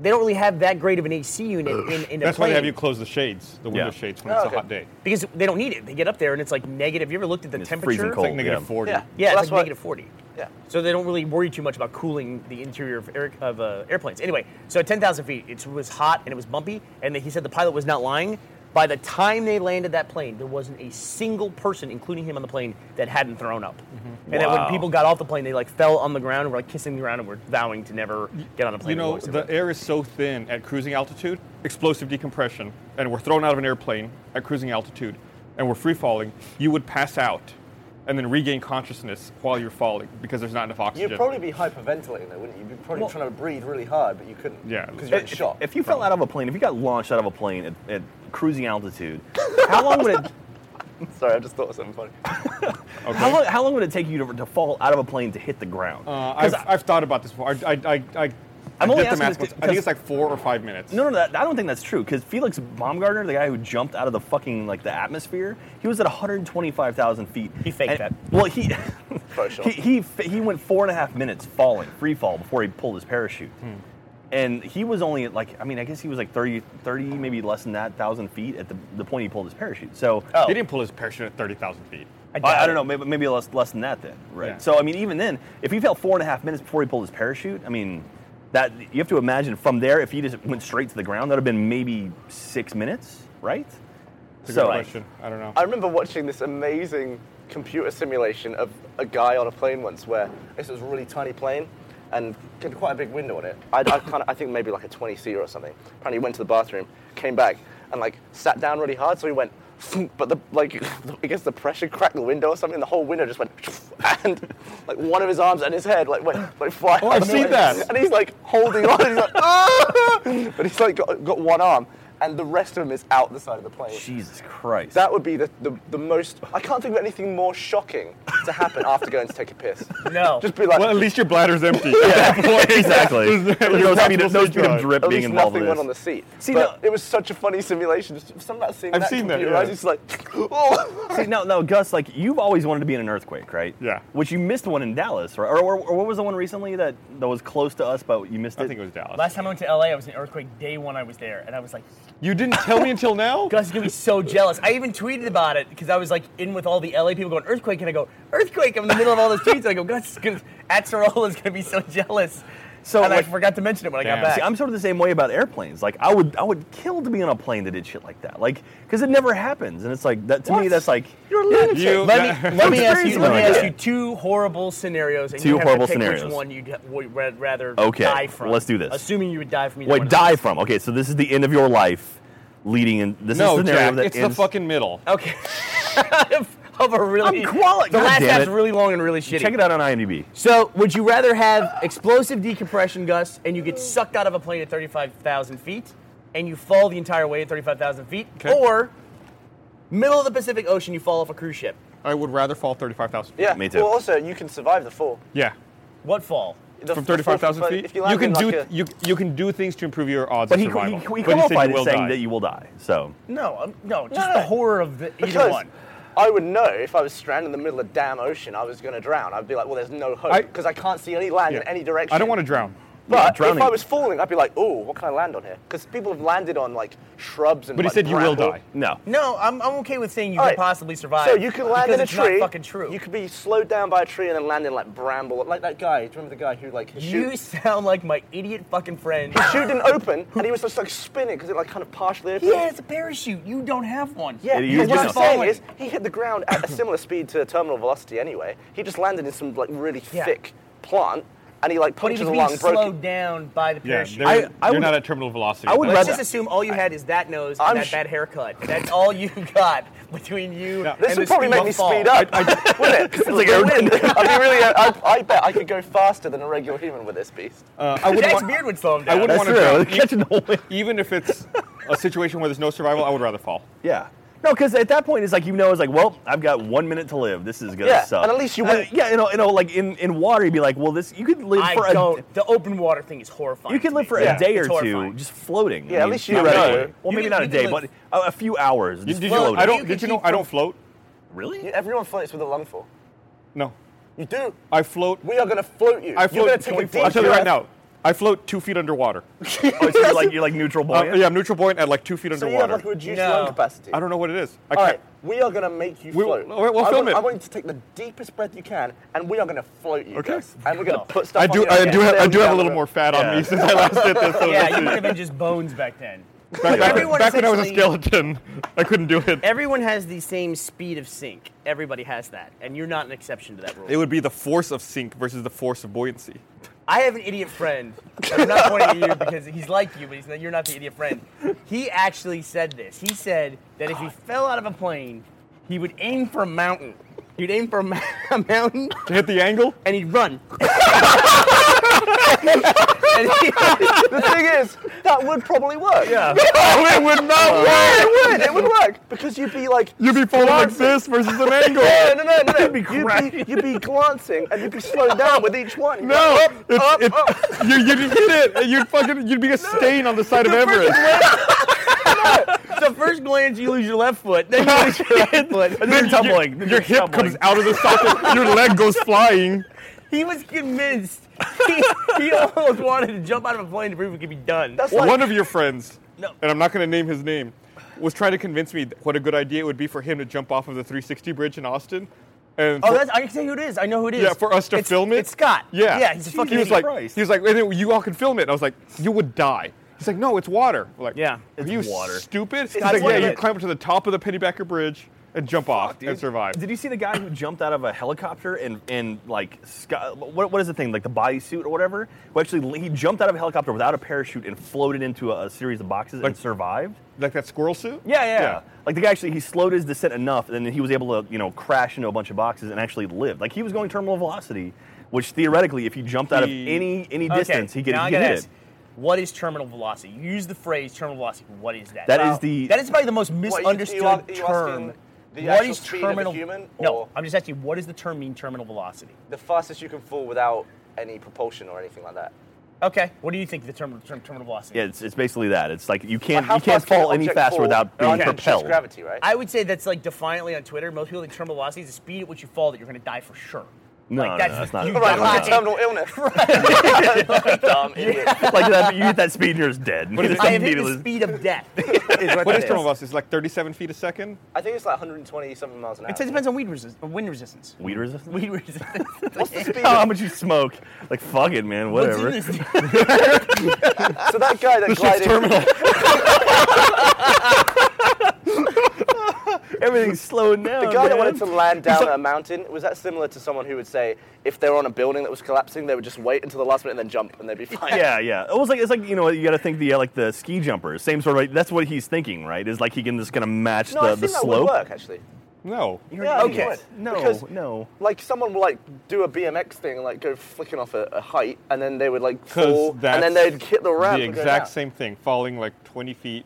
Speaker 3: they don't really have that great of an AC unit in, in a
Speaker 5: That's why
Speaker 3: plane
Speaker 5: they have you close the shades, the window
Speaker 2: Yeah.
Speaker 5: shades, when
Speaker 4: Oh,
Speaker 5: it's
Speaker 4: okay.
Speaker 5: a hot day.
Speaker 3: because they don't need it. They get up there and it's like negative. Have you ever looked at the
Speaker 2: It's freezing
Speaker 3: temperature?
Speaker 2: cold.
Speaker 5: Like negative
Speaker 2: yeah.
Speaker 5: 40.
Speaker 4: Yeah.
Speaker 3: Yeah,
Speaker 4: Well,
Speaker 3: it's
Speaker 4: that's
Speaker 3: like
Speaker 4: what-
Speaker 3: negative 40.
Speaker 4: Yeah.
Speaker 3: So they don't really worry too much about cooling the interior of, air, of uh, airplanes. Anyway, so at 10,000 feet, it was hot and it was bumpy, and he said the pilot was not lying. By the time they landed that plane, there wasn't a single person, including him on the plane, that hadn't thrown up. And then when
Speaker 2: Wow.
Speaker 3: people got off the plane, they like fell on the ground and were like kissing the ground and were vowing to never get on a plane.
Speaker 1: You know,
Speaker 3: again.
Speaker 1: the air is so thin at cruising altitude, explosive decompression, and we're thrown out of an airplane at cruising altitude, and we're free falling, you would pass out and then regain consciousness while you're falling because there's not enough oxygen.
Speaker 4: You'd probably be hyperventilating though, wouldn't you? You'd be probably trying to breathe really hard, but you couldn't.
Speaker 1: Yeah.
Speaker 4: Because you're in
Speaker 2: If-
Speaker 4: shock.
Speaker 2: If you fell out of a plane, if you got launched out of a plane at, at cruising altitude, how long would it
Speaker 4: Sorry, I just thought of something funny.
Speaker 2: how long how long would it take you to, to fall out of a plane to hit the ground?
Speaker 1: Uh, I've, I've thought about this before. I, I, I, I, I
Speaker 2: I'm only
Speaker 1: did the
Speaker 2: asking
Speaker 1: math
Speaker 2: this
Speaker 1: once. I
Speaker 2: because-
Speaker 1: think it's like four or five minutes.
Speaker 2: No, no, that, I don't think that's true. Because Felix Baumgartner, the guy who jumped out of the fucking like the atmosphere, he was at 125,000 feet.
Speaker 3: He faked
Speaker 2: And-
Speaker 3: that.
Speaker 2: Well, he,
Speaker 4: For sure.
Speaker 2: he he fa- he went four and a half minutes falling, free fall, before he pulled his parachute.
Speaker 3: Hmm.
Speaker 2: And he was only at like, I mean, I guess he was like 30, 30 maybe less than that, thousand feet at the, the point he pulled his parachute. So
Speaker 3: Oh.
Speaker 1: He didn't pull his parachute at 30,000 feet.
Speaker 3: I doubt
Speaker 2: I, I don't
Speaker 3: it.
Speaker 2: know, maybe, maybe less less than that then, right?
Speaker 1: Yeah.
Speaker 2: So I mean, even then, if he fell four and a half minutes before he pulled his parachute, I mean, that you have to imagine from there if he just went straight to the ground, that'd have been maybe six minutes, right?
Speaker 1: That's a
Speaker 2: so
Speaker 1: good
Speaker 2: like,
Speaker 1: question. I don't know.
Speaker 4: I remember watching this amazing computer simulation of a guy on a plane once where this was a really tiny plane and had quite a big window on it. I, I, kind of, I think maybe like a 20 seater or something. Apparently he went to the bathroom, came back and like sat down really hard so he went but the like I guess the pressure cracked the window or something the whole window just went and like one of his arms and his head like went like flying
Speaker 1: Oh, I've
Speaker 4: out the
Speaker 1: seen
Speaker 4: way.
Speaker 1: that.
Speaker 4: and he's like holding on and he's like "Ah!" but he's like got, got one arm and the rest of him is out the side of the plane
Speaker 2: Jesus Christ!
Speaker 4: that would be the, the, the most. I can't think of anything more shocking to happen after going to take a piss.
Speaker 3: No.
Speaker 4: Just be like,
Speaker 1: well, at least your bladder's empty. yeah,
Speaker 2: exactly. no speed, of- no speed of drip
Speaker 4: at
Speaker 2: being
Speaker 4: least
Speaker 2: involved
Speaker 4: nothing
Speaker 2: in
Speaker 4: went on the
Speaker 2: this.
Speaker 4: seat.
Speaker 2: See,
Speaker 4: but
Speaker 2: no-
Speaker 4: it was such a funny simulation. Just some of that scene.
Speaker 1: I've
Speaker 4: that
Speaker 1: seen that,
Speaker 4: computerized,
Speaker 1: yeah.
Speaker 4: It's like, oh.
Speaker 2: See, no, no, Gus, like you've always wanted to be in an earthquake, right?
Speaker 1: Yeah.
Speaker 2: Which you missed one in Dallas, right? Or, or, or what was the one recently that that was close to us, but you missed it?
Speaker 1: I think it was Dallas.
Speaker 3: Last time I went to LA, I was in an earthquake day one. I was there, and I was like,
Speaker 1: you didn't tell me until now?
Speaker 3: Gus is gonna be so jealous. I even tweeted about it because I was like in with all the LA people going earthquake, and I go earthquake. I'm in the middle of all those tweets. And I go Gus is gonna, at Sorolla is gonna be so jealous.
Speaker 2: So,
Speaker 3: and
Speaker 2: like-
Speaker 3: I forgot to mention it when I
Speaker 1: Damn.
Speaker 3: got back.
Speaker 2: See, I'm sort of the same way about airplanes. Like I would, I would kill to be on a plane that did shit like that. Like because it never happens, and it's like that to me.
Speaker 3: What?
Speaker 2: That's like you're a
Speaker 1: lunatic. You-
Speaker 3: let me let me ask you let me
Speaker 2: Experience it.
Speaker 3: ask you two horrible scenarios. And
Speaker 2: Two
Speaker 3: you have
Speaker 2: horrible
Speaker 3: to pick
Speaker 2: scenarios.
Speaker 3: Which one you'd ha- would ra- rather
Speaker 2: Okay,
Speaker 3: die from?
Speaker 2: let's do this.
Speaker 3: Assuming you would die from either one
Speaker 2: Wait,
Speaker 3: of those.
Speaker 2: die from? Okay, so this is the end of your life, leading in this
Speaker 1: no,
Speaker 2: is the scenario
Speaker 1: Jack,
Speaker 2: that
Speaker 1: it's
Speaker 2: ends.
Speaker 1: the fucking middle.
Speaker 3: Okay. of, of a really
Speaker 2: I'm quali-
Speaker 3: The
Speaker 2: God
Speaker 3: last
Speaker 2: damn
Speaker 3: half's
Speaker 2: it.
Speaker 3: really long and really shitty.
Speaker 2: Check it out on IMDb.
Speaker 3: So, would you rather have explosive decompression, Gus, and you get sucked out of a plane at 35,000 feet, and you fall the entire way at 35,000 feet,
Speaker 1: Okay.
Speaker 3: or middle of the Pacific Ocean, you fall off a cruise ship?
Speaker 1: I would rather fall 35,000 feet.
Speaker 4: yeah.
Speaker 2: Me too.
Speaker 4: Well, also you can survive the fall.
Speaker 1: Yeah.
Speaker 3: What fall?
Speaker 4: The-
Speaker 1: From
Speaker 4: the fall
Speaker 1: 35,000
Speaker 4: from-
Speaker 1: feet?
Speaker 4: If you, land
Speaker 1: can
Speaker 4: in
Speaker 1: do
Speaker 4: like a-
Speaker 1: you, you can do things to improve your odds of
Speaker 2: But he, he,
Speaker 1: survival.
Speaker 2: he
Speaker 1: But he said
Speaker 2: qualified
Speaker 1: you
Speaker 2: it
Speaker 1: will
Speaker 2: saying
Speaker 1: die.
Speaker 2: that you will die. So
Speaker 3: No, um, no, just
Speaker 4: No.
Speaker 3: the horror of the, either
Speaker 4: because
Speaker 3: one.
Speaker 4: I would know if I was stranded in the middle of damn ocean, I was going to drown. I'd be like, well, there's no
Speaker 1: I-
Speaker 4: hope because I, can't see any land
Speaker 1: Yeah.
Speaker 4: in any direction.
Speaker 1: I don't want to drown.
Speaker 2: Yeah,
Speaker 4: But if
Speaker 2: drowning.
Speaker 4: I was falling, I'd be like, "Ooh, what can I land on here?" Because people have landed on like shrubs and.
Speaker 1: But he
Speaker 4: like,
Speaker 1: said you will
Speaker 4: bramble.
Speaker 1: die.
Speaker 2: no.
Speaker 3: No, I'm, I'm okay with saying you
Speaker 4: All
Speaker 3: could
Speaker 4: right.
Speaker 3: possibly survive.
Speaker 4: So you could land
Speaker 3: because
Speaker 4: in a
Speaker 3: it's
Speaker 4: tree.
Speaker 3: Not fucking true.
Speaker 4: You could be slowed down by a tree and then land in like bramble, like that guy. Do you remember the guy who like his
Speaker 3: You
Speaker 4: shoot,
Speaker 3: sound like my idiot fucking friend.
Speaker 4: his shoe didn't open and he was just like spinning because it like kind of partially opened.
Speaker 3: he has a parachute. You don't have one.
Speaker 4: Yeah,
Speaker 2: It
Speaker 4: but
Speaker 2: used
Speaker 4: what I'm
Speaker 2: to-
Speaker 4: saying
Speaker 3: falling.
Speaker 4: is he hit the ground at a similar speed to terminal velocity anyway. He just landed in some like really
Speaker 3: Yeah.
Speaker 4: thick plant and he like
Speaker 3: But he
Speaker 4: punctured
Speaker 3: was
Speaker 4: a
Speaker 3: being
Speaker 4: lung, broke.
Speaker 3: slowed down by the
Speaker 1: Yeah,
Speaker 3: parachute.
Speaker 1: they're,
Speaker 2: I- I
Speaker 1: you're
Speaker 2: would-
Speaker 1: not at terminal velocity.
Speaker 2: I would
Speaker 1: But-
Speaker 3: Let's
Speaker 2: rather-
Speaker 3: just assume all you had is that nose
Speaker 4: I'm
Speaker 3: and that
Speaker 4: sh-
Speaker 3: bad haircut. That's all you got between you.
Speaker 1: Yeah.
Speaker 3: And
Speaker 4: This
Speaker 3: the
Speaker 4: would probably make me
Speaker 3: speed of
Speaker 4: speed
Speaker 3: fall.
Speaker 4: up, wouldn't it?
Speaker 2: like
Speaker 4: The
Speaker 2: a-
Speaker 4: wind. I mean, really, I, I bet I could go faster than a regular human with this beast.
Speaker 1: uh, I wouldn't
Speaker 3: Jack's
Speaker 1: want-
Speaker 3: beard would slow him
Speaker 1: I
Speaker 3: down.
Speaker 1: wouldn't
Speaker 2: That's
Speaker 1: want to
Speaker 2: true.
Speaker 1: drown.
Speaker 2: Catching the wind.
Speaker 1: Even if it's a situation where there's no survival, I would rather fall.
Speaker 2: Yeah. No, because at that point it's like you know it's like well I've got one minute to live. This is gonna
Speaker 4: Yeah,
Speaker 2: suck.
Speaker 4: and at least you
Speaker 2: Uh,
Speaker 4: went-
Speaker 2: yeah, you know, you know, like in, in water you'd be like, well, this you could live
Speaker 3: I
Speaker 2: for a
Speaker 3: don't. the open water thing is horrifying.
Speaker 2: you could
Speaker 3: to
Speaker 2: live
Speaker 3: me.
Speaker 2: for
Speaker 4: Yeah.
Speaker 2: a day
Speaker 3: It's
Speaker 2: or two
Speaker 3: horrifying.
Speaker 2: just floating.
Speaker 4: Yeah,
Speaker 2: I
Speaker 4: at
Speaker 2: mean,
Speaker 4: least you-
Speaker 2: theoretically.
Speaker 1: No.
Speaker 2: Well,
Speaker 3: You
Speaker 2: maybe
Speaker 3: can-
Speaker 2: not a
Speaker 3: you
Speaker 2: day,
Speaker 3: can
Speaker 2: but
Speaker 3: live-
Speaker 2: a, a few hours.
Speaker 1: Did
Speaker 2: Just
Speaker 1: you know,
Speaker 2: floating.
Speaker 1: I
Speaker 3: You
Speaker 1: don't.
Speaker 3: could
Speaker 1: Did you
Speaker 3: keep
Speaker 1: know I
Speaker 3: from-
Speaker 1: don't float?
Speaker 2: really.
Speaker 4: You- everyone floats with a lungful.
Speaker 1: No,
Speaker 4: You do.
Speaker 1: I float.
Speaker 4: We are going to float you.
Speaker 1: I float.
Speaker 4: You're going to take
Speaker 1: can we
Speaker 4: a
Speaker 1: float?
Speaker 4: deep
Speaker 1: I'll tell you
Speaker 4: breath.
Speaker 1: right now. I float two feet underwater.
Speaker 2: Oh, so you're like you're like neutral
Speaker 1: Uh,
Speaker 2: buoyant.
Speaker 1: yeah, I'm neutral buoyant at like two feet
Speaker 4: So you have
Speaker 1: underwater.
Speaker 4: like a reduced
Speaker 3: No.
Speaker 4: lung capacity.
Speaker 1: I don't know what it is. I
Speaker 4: All
Speaker 1: can't.
Speaker 4: right, we are going to make you
Speaker 1: We-
Speaker 4: float.
Speaker 1: all right, we'll
Speaker 4: I
Speaker 1: film
Speaker 4: want,
Speaker 1: it.
Speaker 4: I want you to take the deepest breath you can, and we are going to float you.
Speaker 1: Okay.
Speaker 4: guys. And we're going
Speaker 3: No.
Speaker 4: to put stuff
Speaker 1: I
Speaker 4: on
Speaker 1: do.
Speaker 4: you
Speaker 1: I
Speaker 4: and
Speaker 1: do. Have,
Speaker 4: sail
Speaker 1: I
Speaker 4: you
Speaker 1: do have a
Speaker 4: down
Speaker 1: little
Speaker 4: the
Speaker 1: more
Speaker 4: river.
Speaker 1: fat on
Speaker 2: Yeah.
Speaker 1: me since I last did this. So
Speaker 3: Yeah,
Speaker 1: that's
Speaker 3: you
Speaker 1: it.
Speaker 3: might have been just bones back then.
Speaker 1: Back,
Speaker 3: Everyone
Speaker 1: back, back when I was a
Speaker 3: essentially-
Speaker 1: skeleton, I couldn't do it.
Speaker 3: Everyone has the same speed of sink. Everybody has that, and you're not an exception to that rule.
Speaker 1: It would be the force of sink versus the force of buoyancy.
Speaker 3: I have an idiot friend. and I'm not pointing at you because he's like you, but he's not, you're not the idiot friend. He actually said this. He said that if he fell out of a plane, he would aim for a mountain. He'd aim for a, ma- a mountain
Speaker 1: To hit the angle,
Speaker 3: and he'd run. And he-
Speaker 4: the thing is, that would probably work. Yeah.
Speaker 1: oh, it would not work.
Speaker 4: it would. It would work because you'd be like.
Speaker 1: You'd be falling like this versus an angle.
Speaker 4: No, no, no, no, no. You'd
Speaker 2: be cracking.
Speaker 4: you'd, be, glancing and you'd be slowed down with each one. You'd be
Speaker 1: No,
Speaker 4: like,
Speaker 1: it's,
Speaker 4: up,
Speaker 1: it,
Speaker 4: up.
Speaker 1: You, you'd hit it. and You'd fucking. You'd be a stain on the side of Everest.
Speaker 3: the first glance, you lose your left foot, then you lose your right foot.
Speaker 2: Then tumbling.
Speaker 1: Your hip comes out of the socket. Your leg goes flying.
Speaker 3: He was convinced. He, he almost wanted to jump out of a plane to prove it could be done.
Speaker 4: That's like,
Speaker 1: One of your friends,
Speaker 3: No.
Speaker 1: and I'm not going to name his name, was trying to convince me that what a good idea it would be for him to jump off of the 360 bridge in Austin. And
Speaker 3: Oh,
Speaker 1: for-
Speaker 3: that's, I can say who it is. I know who it is.
Speaker 1: yeah, for us to
Speaker 3: It's-
Speaker 1: film it.
Speaker 3: It's Scott.
Speaker 1: Yeah,
Speaker 3: Yeah, he's a fucking
Speaker 1: He was like,
Speaker 3: idiot.
Speaker 2: Christ.
Speaker 1: he was like, "And then you all can film it. And I was like, you would die. He's like, no, it's water. I'm like,
Speaker 3: Yeah.
Speaker 1: are
Speaker 2: It's
Speaker 1: you
Speaker 2: water.
Speaker 1: stupid? He's
Speaker 4: not
Speaker 1: like, yeah,
Speaker 4: water.
Speaker 1: you climb up to the top of the Pennybacker Bridge and jump off and survive.
Speaker 2: Did you see the guy who jumped out of a helicopter and and like sky, what what is the thing like the bodysuit or whatever? Who actually he jumped out of a helicopter without a parachute and floated into a, a series of boxes
Speaker 1: Like-
Speaker 2: and survived.
Speaker 1: like that squirrel suit?
Speaker 2: Yeah, yeah, Like the guy actually he slowed his descent enough, and then he was able to you know crash into a bunch of boxes and actually live. Like he was going terminal velocity, which theoretically, if he jumped out of
Speaker 1: He-
Speaker 2: any any distance, he could,
Speaker 3: now
Speaker 2: he
Speaker 3: I
Speaker 2: could
Speaker 3: gotta
Speaker 2: hit
Speaker 3: ask,
Speaker 2: it.
Speaker 3: What is terminal velocity? You use the phrase terminal velocity. What is that?
Speaker 2: That is
Speaker 4: Wow.
Speaker 2: the
Speaker 3: that is probably the most
Speaker 4: What, you-
Speaker 3: misunderstood
Speaker 4: you are- you
Speaker 3: term.
Speaker 4: asking the
Speaker 3: what
Speaker 4: actual
Speaker 3: is
Speaker 4: speed of a
Speaker 3: terminal?
Speaker 4: human,
Speaker 3: no,
Speaker 4: or-
Speaker 3: I'm just asking. What does the term mean? Terminal velocity.
Speaker 4: the fastest you can fall without any propulsion or anything like that.
Speaker 3: Okay. What do you think the term, term terminal velocity?
Speaker 2: yeah. It's, it's basically that. It's like you
Speaker 4: But
Speaker 2: can't
Speaker 4: how
Speaker 2: you can't
Speaker 4: fast can
Speaker 2: fall
Speaker 4: an
Speaker 2: any
Speaker 4: object
Speaker 2: faster
Speaker 4: fall
Speaker 2: without being
Speaker 4: under just
Speaker 2: propelled.
Speaker 4: gravity, right?
Speaker 3: I would say that's like defiantly on Twitter. Most people think terminal velocity is the speed at which you fall that you're going to die for sure.
Speaker 2: No,
Speaker 3: like,
Speaker 2: no,
Speaker 3: that's,
Speaker 2: that's not-
Speaker 3: You
Speaker 2: All
Speaker 4: right,
Speaker 3: die.
Speaker 4: like a terminal illness. Right. Dumb idiot.
Speaker 2: like that, you hit that speed and you're just dead.
Speaker 1: What is it?
Speaker 3: I have hit
Speaker 2: Immediately-
Speaker 3: the speed of death.
Speaker 1: What is terminal velocity? It's like 37 feet a second.
Speaker 4: I think it's like 120 something miles an hour.
Speaker 3: it depends on weed resist, on wind resistance.
Speaker 2: Weed resistance.
Speaker 3: Weed resistance.
Speaker 4: What's the speed?
Speaker 2: Oh, how much you smoke? Like fuck it, man. Whatever.
Speaker 3: What's in this?
Speaker 4: so that guy that glided.
Speaker 1: terminal.
Speaker 2: Everything's slowing down.
Speaker 4: The guy that
Speaker 2: man.
Speaker 4: wanted to land down at a mountain, was that similar to someone who would say if they were on a building that was collapsing, they would just wait until the last minute and then jump and they'd be fine?
Speaker 2: yeah, yeah. It was like it's like you know you got to think the uh, like the ski jumper, same sort of. Like, that's what he's thinking, right? Is like he can just gonna match
Speaker 4: No,
Speaker 2: the
Speaker 4: I
Speaker 2: the
Speaker 4: think that
Speaker 2: slope.
Speaker 4: would work actually.
Speaker 1: No.
Speaker 4: Yeah, I think it
Speaker 3: okay.
Speaker 4: would.
Speaker 2: No,
Speaker 4: Because,
Speaker 2: no.
Speaker 4: Like someone will like do a BMX thing and like go flicking off a, a height, and then they would like
Speaker 1: Because
Speaker 4: fall, and
Speaker 1: that's
Speaker 4: then they'd hit the ramp.
Speaker 1: The
Speaker 4: and go
Speaker 1: exact
Speaker 4: down.
Speaker 1: same thing, falling like 20 feet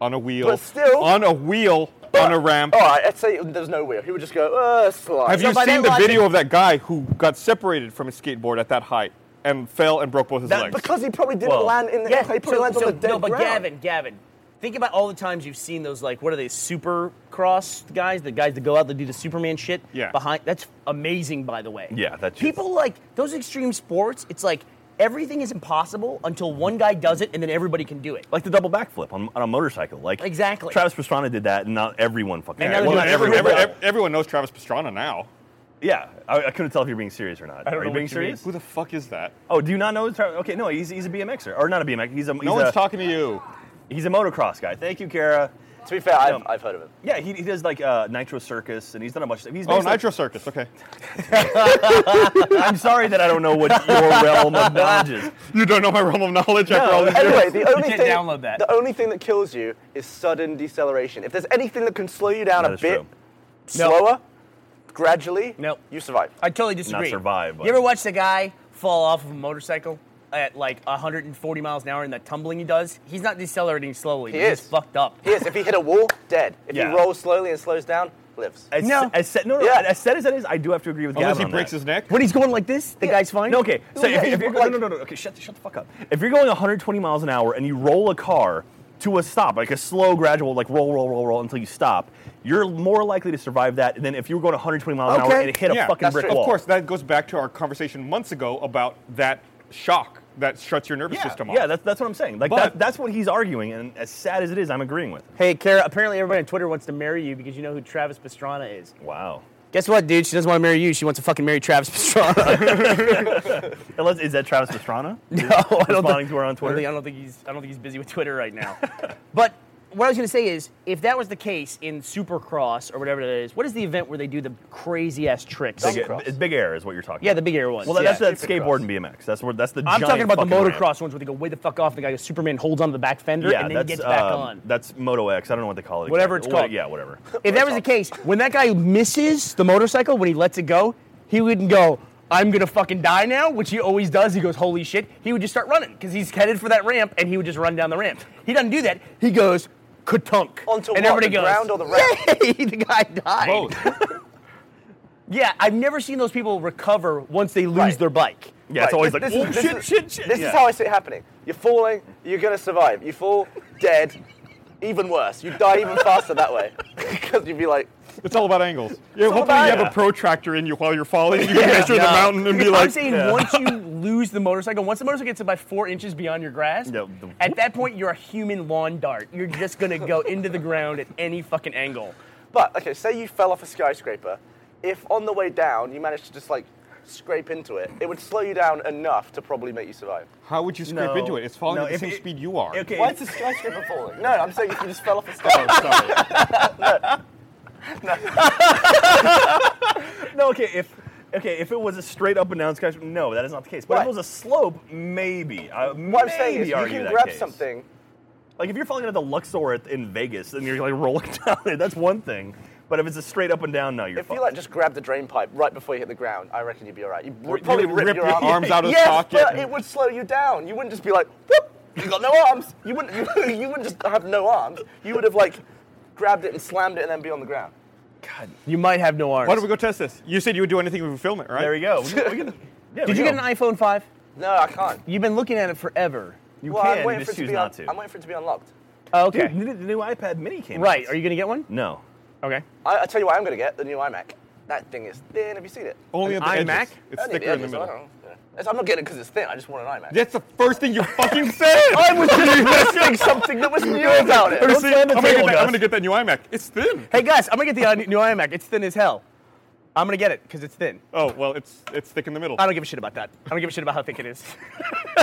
Speaker 1: on a wheel.
Speaker 4: But still-
Speaker 1: on a wheel on a ramp.
Speaker 4: All right, let's say there's no wheel. He would just go uh, slide.
Speaker 1: Have
Speaker 3: So
Speaker 1: you
Speaker 3: by
Speaker 1: seen
Speaker 3: that
Speaker 1: the
Speaker 3: logic-
Speaker 1: video of that guy who got separated from his skateboard at that height and fell and broke both his
Speaker 4: That-
Speaker 1: legs?
Speaker 4: because he probably didn't
Speaker 2: Well,
Speaker 4: land in the
Speaker 3: Yeah,
Speaker 4: he probably lands on the dead
Speaker 3: no, but
Speaker 4: ground.
Speaker 3: Gavin, Gavin, think about all the times you've seen those like what are they super cross guys, the guys that go out that do the Superman shit
Speaker 1: Yeah.
Speaker 3: behind. That's amazing, by the way.
Speaker 2: Yeah, that's just-
Speaker 3: people like those extreme sports. It's like everything is impossible until one guy does it, and then everybody can do it.
Speaker 2: Like the double backflip on, on a motorcycle. Like
Speaker 3: Exactly.
Speaker 2: Travis Pastrana did that, and not everyone fucking.
Speaker 3: And
Speaker 2: did
Speaker 3: now
Speaker 2: it.
Speaker 1: Well,
Speaker 3: they're
Speaker 2: Well,
Speaker 3: doing
Speaker 2: not
Speaker 3: it
Speaker 1: every,
Speaker 2: everyone.
Speaker 1: every,
Speaker 3: everywhere.
Speaker 1: ev- everyone knows Travis Pastrana now.
Speaker 2: yeah, I, I couldn't tell if you're being serious or not.
Speaker 3: don't
Speaker 2: Are
Speaker 3: know
Speaker 2: you
Speaker 3: what
Speaker 2: being
Speaker 3: you mean.
Speaker 2: serious?
Speaker 1: Who the fuck is that?
Speaker 2: Oh, do you not know? Travis? Okay, no, he's, he's a BMXer or not a BMX. He's a he's
Speaker 1: No one's
Speaker 2: a,
Speaker 1: talking to you.
Speaker 2: He's a motocross guy. Thank you, Kara.
Speaker 4: To be fair, I've,
Speaker 2: No.
Speaker 4: I've heard of him.
Speaker 2: Yeah, he, he does like uh, Nitro Circus, and he's done a bunch. Of, stuff. he's
Speaker 1: Oh,
Speaker 2: basically-
Speaker 1: Nitro Circus. Okay.
Speaker 2: I'm sorry that I don't know what your realm of knowledge is.
Speaker 1: You don't know my realm of knowledge after all these years.
Speaker 4: Anyway, the only
Speaker 3: can't
Speaker 4: thing
Speaker 3: download that.
Speaker 4: the only thing that kills you is sudden deceleration. If there's anything that can slow you down
Speaker 2: That
Speaker 4: a
Speaker 2: is
Speaker 4: bit
Speaker 2: true.
Speaker 3: No.
Speaker 4: slower, gradually,
Speaker 3: No.
Speaker 4: you survive.
Speaker 3: I totally disagree.
Speaker 2: survive,
Speaker 3: You
Speaker 2: but-
Speaker 3: ever watch the guy fall off of a motorcycle? at like 140 miles an hour in the tumbling he does, he's not decelerating slowly.
Speaker 4: He
Speaker 3: but
Speaker 4: is.
Speaker 3: he's fucked up.
Speaker 4: He is. If he hit a wall, dead. If
Speaker 2: Yeah.
Speaker 4: he rolls slowly and slows down, lives.
Speaker 2: As,
Speaker 3: No.
Speaker 2: as said, no, no,
Speaker 4: Yeah.
Speaker 2: as said as that is, I do have to agree with
Speaker 1: Unless
Speaker 2: Gavin
Speaker 1: he
Speaker 2: on
Speaker 1: breaks
Speaker 2: that.
Speaker 1: his neck.
Speaker 3: When he's going like this, the guy's fine.
Speaker 2: No, okay. So
Speaker 4: yeah,
Speaker 2: if, if
Speaker 4: you-
Speaker 2: you're going,
Speaker 4: like-
Speaker 2: no, no, no, no, okay, shut, shut the fuck up. If you're going 120 miles an hour and you roll a car to a stop, like a slow, gradual, like roll, roll, roll, roll until you stop, you're more likely to survive that than if you were going 120 miles an hour
Speaker 3: Okay.
Speaker 2: and hit a fucking
Speaker 4: that's
Speaker 2: brick
Speaker 4: true.
Speaker 2: wall.
Speaker 1: Of course, that goes back to our conversation months ago about that shock that shuts your nervous
Speaker 2: Yeah,
Speaker 1: system off.
Speaker 2: yeah, that's that's what I'm saying. Like
Speaker 1: But-
Speaker 2: that, that's what he's arguing, and as sad as it is, I'm agreeing with. him.
Speaker 3: Hey, Kara, apparently everybody on Twitter wants to marry you because you know who Travis Pastrana is.
Speaker 2: Wow.
Speaker 3: Guess what, dude? She doesn't want to marry you. She wants to fucking marry Travis Pastrana.
Speaker 2: Unless, is that Travis Pastrana?
Speaker 3: no, I don't
Speaker 2: Responding
Speaker 3: think,
Speaker 2: to her on
Speaker 3: I don't
Speaker 2: Twitter?
Speaker 3: think- I don't think he's. I don't think he's busy with Twitter right now. but what I was gonna say is, if that was the case in Supercross or whatever it is, what is the event where they do the crazy ass tricks?
Speaker 2: Big,
Speaker 4: Cross.
Speaker 2: it's big air is what you're talking.
Speaker 3: yeah,
Speaker 2: about.
Speaker 3: the big air ones.
Speaker 2: Well, that-
Speaker 3: yeah.
Speaker 2: that's that
Speaker 4: Supercross.
Speaker 2: skateboard and BMX. That's where that's the.
Speaker 3: I'm
Speaker 2: giant
Speaker 3: talking about the
Speaker 2: fucking ramp.
Speaker 3: motocross ones where they go way the fuck off and the guy goes Superman holds onto the back fender
Speaker 2: Yeah,
Speaker 3: and then
Speaker 2: that's
Speaker 3: gets back
Speaker 2: um,
Speaker 3: on.
Speaker 2: That's Moto X. I don't know what they call it.
Speaker 3: Whatever
Speaker 2: exactly.
Speaker 3: it's
Speaker 2: What-
Speaker 3: called.
Speaker 2: Yeah, whatever.
Speaker 3: If that was the case, when that guy misses the motorcycle, when he lets it go, he wouldn't go, I'm gonna fucking die now, which he always does. He goes, holy shit. He would just start running because he's headed for that ramp and he would just run down the ramp. He doesn't do that. He goes, katunk.
Speaker 4: Onto
Speaker 3: and
Speaker 4: what,
Speaker 3: everybody
Speaker 4: the
Speaker 3: goes,
Speaker 4: ground or the ramp?
Speaker 3: Yay, the guy died.
Speaker 1: Both.
Speaker 3: Yeah, I've never seen those people recover once they lose
Speaker 4: Right.
Speaker 3: their bike.
Speaker 2: Yeah, it's always like,
Speaker 4: this
Speaker 2: oh,
Speaker 4: is- this
Speaker 2: shit,
Speaker 4: is-
Speaker 2: shit, shit.
Speaker 4: This
Speaker 2: yeah.
Speaker 4: is how I see it happening. You're falling, you're gonna survive. You fall, dead, even worse. You die even faster that way. Because you'd be like,
Speaker 1: It's all about angles. Yeah,
Speaker 4: all
Speaker 1: hopefully
Speaker 4: about-
Speaker 1: you have
Speaker 2: yeah.
Speaker 1: a protractor in you while you're falling. You can measure the
Speaker 3: No.
Speaker 1: mountain and be like,
Speaker 3: I'm saying once you lose the motorcycle, once the motorcycle gets about four inches beyond your grasp,
Speaker 2: Yeah, the-
Speaker 3: at that point you're a human lawn dart. You're just gonna go into the ground at any fucking angle.
Speaker 4: but okay, say you fell off a skyscraper. If on the way down you managed to just like scrape into it, it would slow you down enough to probably make you survive.
Speaker 1: how would you scrape
Speaker 2: No.
Speaker 1: into it? It's falling
Speaker 2: No,
Speaker 1: at the
Speaker 2: if
Speaker 1: same
Speaker 2: it-
Speaker 1: speed you are.
Speaker 2: Okay.
Speaker 4: Why is the skyscraper falling? No, I'm saying if you just fell off a
Speaker 1: Oh,
Speaker 4: skyscraper.
Speaker 1: sorry.
Speaker 2: No, okay, if okay, if it was a straight up and down skyscraper, no, that is not the case. But if
Speaker 4: Right.
Speaker 2: it was a slope, maybe. I,
Speaker 4: What I'm saying is
Speaker 2: maybe
Speaker 4: you
Speaker 2: argue
Speaker 4: can
Speaker 2: that
Speaker 4: grab
Speaker 2: case.
Speaker 4: something.
Speaker 2: Like if you're falling out of the Luxor at, in Vegas and you're like rolling down it, that's one thing. But if it's a straight up and down, no, you're
Speaker 4: If you
Speaker 2: fucked.
Speaker 4: like just grab the drain pipe right before you hit the ground, I reckon you'd be alright. You'd r- probably
Speaker 1: you
Speaker 4: rip,
Speaker 1: rip
Speaker 4: your,
Speaker 1: your
Speaker 4: arm.
Speaker 1: arms out of
Speaker 4: yes,
Speaker 1: socket
Speaker 4: but
Speaker 1: and-
Speaker 4: it would slow you down. You wouldn't just be like, whoop, you got no arms. You wouldn't. You, wouldn't just have no arms. You would have like grabbed it and slammed it and then be on the ground.
Speaker 3: You might have no arms.
Speaker 1: Why don't we go test this? You said you would do anything if we film it, right?
Speaker 2: there we go. We can- we can- yeah,
Speaker 3: Did
Speaker 2: we
Speaker 3: you get
Speaker 2: go.
Speaker 3: an iPhone 5?
Speaker 4: No, I can't.
Speaker 3: You've been looking at it forever.
Speaker 2: You
Speaker 4: well,
Speaker 2: can.
Speaker 4: I'm
Speaker 2: you
Speaker 4: waiting for
Speaker 2: just
Speaker 4: it to
Speaker 2: choose
Speaker 4: be. un-
Speaker 2: not to.
Speaker 4: I'm waiting for it to be unlocked.
Speaker 3: Oh, okay.
Speaker 2: Dude, the new- the new iPad Mini came. out.
Speaker 3: right. Are you gonna get one?
Speaker 2: No.
Speaker 3: Okay.
Speaker 4: I, I tell you what, I'm gonna get the new iMac. That thing is thin. Have you seen it?
Speaker 1: Only at the
Speaker 3: An
Speaker 1: edges.
Speaker 3: iMac?
Speaker 1: Oh, It's
Speaker 4: Only at
Speaker 1: thicker in the
Speaker 4: edges, so I
Speaker 1: middle.
Speaker 4: don't know. Yeah. It's- I'm not getting it because it's thin. I just want an iMac.
Speaker 1: That's the first thing you fucking said.
Speaker 3: Oh,
Speaker 4: I was just listening something that was new about it.
Speaker 1: First
Speaker 2: Don't
Speaker 1: thing-
Speaker 2: slam
Speaker 1: I'm,
Speaker 2: the
Speaker 1: gonna get
Speaker 2: table,
Speaker 1: that, I'm
Speaker 2: Gus.
Speaker 1: gonna get that new iMac. It's thin.
Speaker 3: Hey guys, I'm gonna get the uh, new iMac. It's thin as hell. I'm gonna get it because it's thin.
Speaker 1: Oh well, it's it's thick in the middle.
Speaker 3: I don't give a shit about that. I don't give a shit about how thick it is.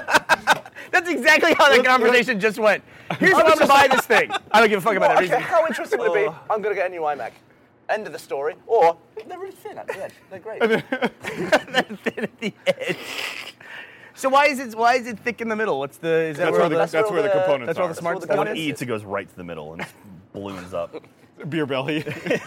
Speaker 3: That's exactly how that
Speaker 1: Let's-
Speaker 3: conversation just went. Here's what I'm gonna buy this thing. I don't give a fuck about Oh. that
Speaker 4: Well, okay,
Speaker 3: reason.
Speaker 4: how interesting would it be? I'm gonna get a new iMac. End of the story. Or they're really thin at the edge. They're great.
Speaker 3: Thin at the edge. So why is it why is it thick in the middle? What's the is that
Speaker 1: That's
Speaker 3: where
Speaker 1: where
Speaker 3: all
Speaker 1: the-
Speaker 3: the,
Speaker 1: that's where the
Speaker 4: all
Speaker 1: components
Speaker 3: that's where all the
Speaker 1: are.
Speaker 3: smart
Speaker 4: That's
Speaker 3: stuff
Speaker 4: where
Speaker 2: When
Speaker 4: the
Speaker 2: it
Speaker 3: is?
Speaker 2: eats, it goes right to the middle and just balloons up.
Speaker 1: Beer belly. it's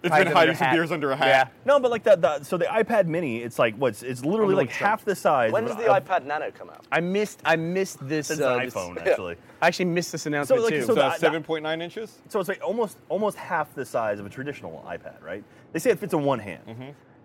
Speaker 1: been
Speaker 3: under a
Speaker 1: hiding some
Speaker 3: hat.
Speaker 1: beers under a hat.
Speaker 2: No, but like that. The, so the iPad Mini, it's like what's? It's literally like
Speaker 3: I'm gonna look it up.
Speaker 2: half the size.
Speaker 4: When
Speaker 2: of
Speaker 4: does
Speaker 2: an
Speaker 4: the iPad Nano come out?
Speaker 3: I missed I missed this.
Speaker 2: It's
Speaker 3: uh,
Speaker 2: an
Speaker 3: this-
Speaker 2: iPhone actually.
Speaker 3: I actually missed this announcement
Speaker 2: like,
Speaker 3: too.
Speaker 2: so
Speaker 1: It's uh,
Speaker 2: the- the-
Speaker 1: 7.9 inches.
Speaker 2: So it's like almost almost half the size of a traditional iPad, right? They say it fits in one hand.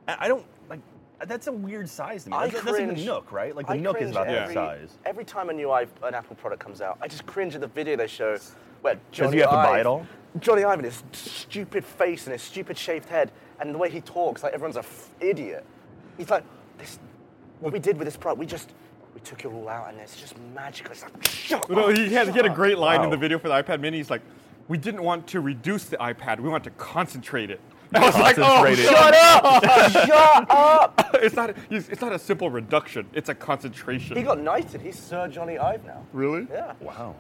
Speaker 2: I, I don't like. That's a weird size to me. That's, that's like the
Speaker 4: cringe-
Speaker 2: Nook, right? Like the
Speaker 4: I
Speaker 2: Nook is
Speaker 4: cringe
Speaker 2: about that
Speaker 4: every-
Speaker 2: size.
Speaker 4: Every time a new i an Apple product comes out, I just cringe at the video they show where Johnny
Speaker 2: you have to buy
Speaker 4: Ive-
Speaker 2: it all?
Speaker 4: Johnny Ive and his stupid face and his stupid shaved head and the way he talks, like everyone's a f- idiot. He's like, this, what we did with this product, we just we took it all out and it's just magical. It's like, shut
Speaker 1: No,
Speaker 4: up,
Speaker 1: he had, he had a
Speaker 4: Oh, shut up.
Speaker 1: great line in
Speaker 2: Wow.
Speaker 1: the video for the iPad Mini. He's like, "We didn't want to reduce the iPad. We want to concentrate it." I was like, "Oh,
Speaker 2: Concentrate it.
Speaker 1: shut up!
Speaker 4: Shut up!
Speaker 1: it's not it's not a simple reduction. It's a concentration."
Speaker 4: He got knighted. He's Sir Johnny Ive now.
Speaker 1: really?
Speaker 4: Yeah.
Speaker 2: Wow.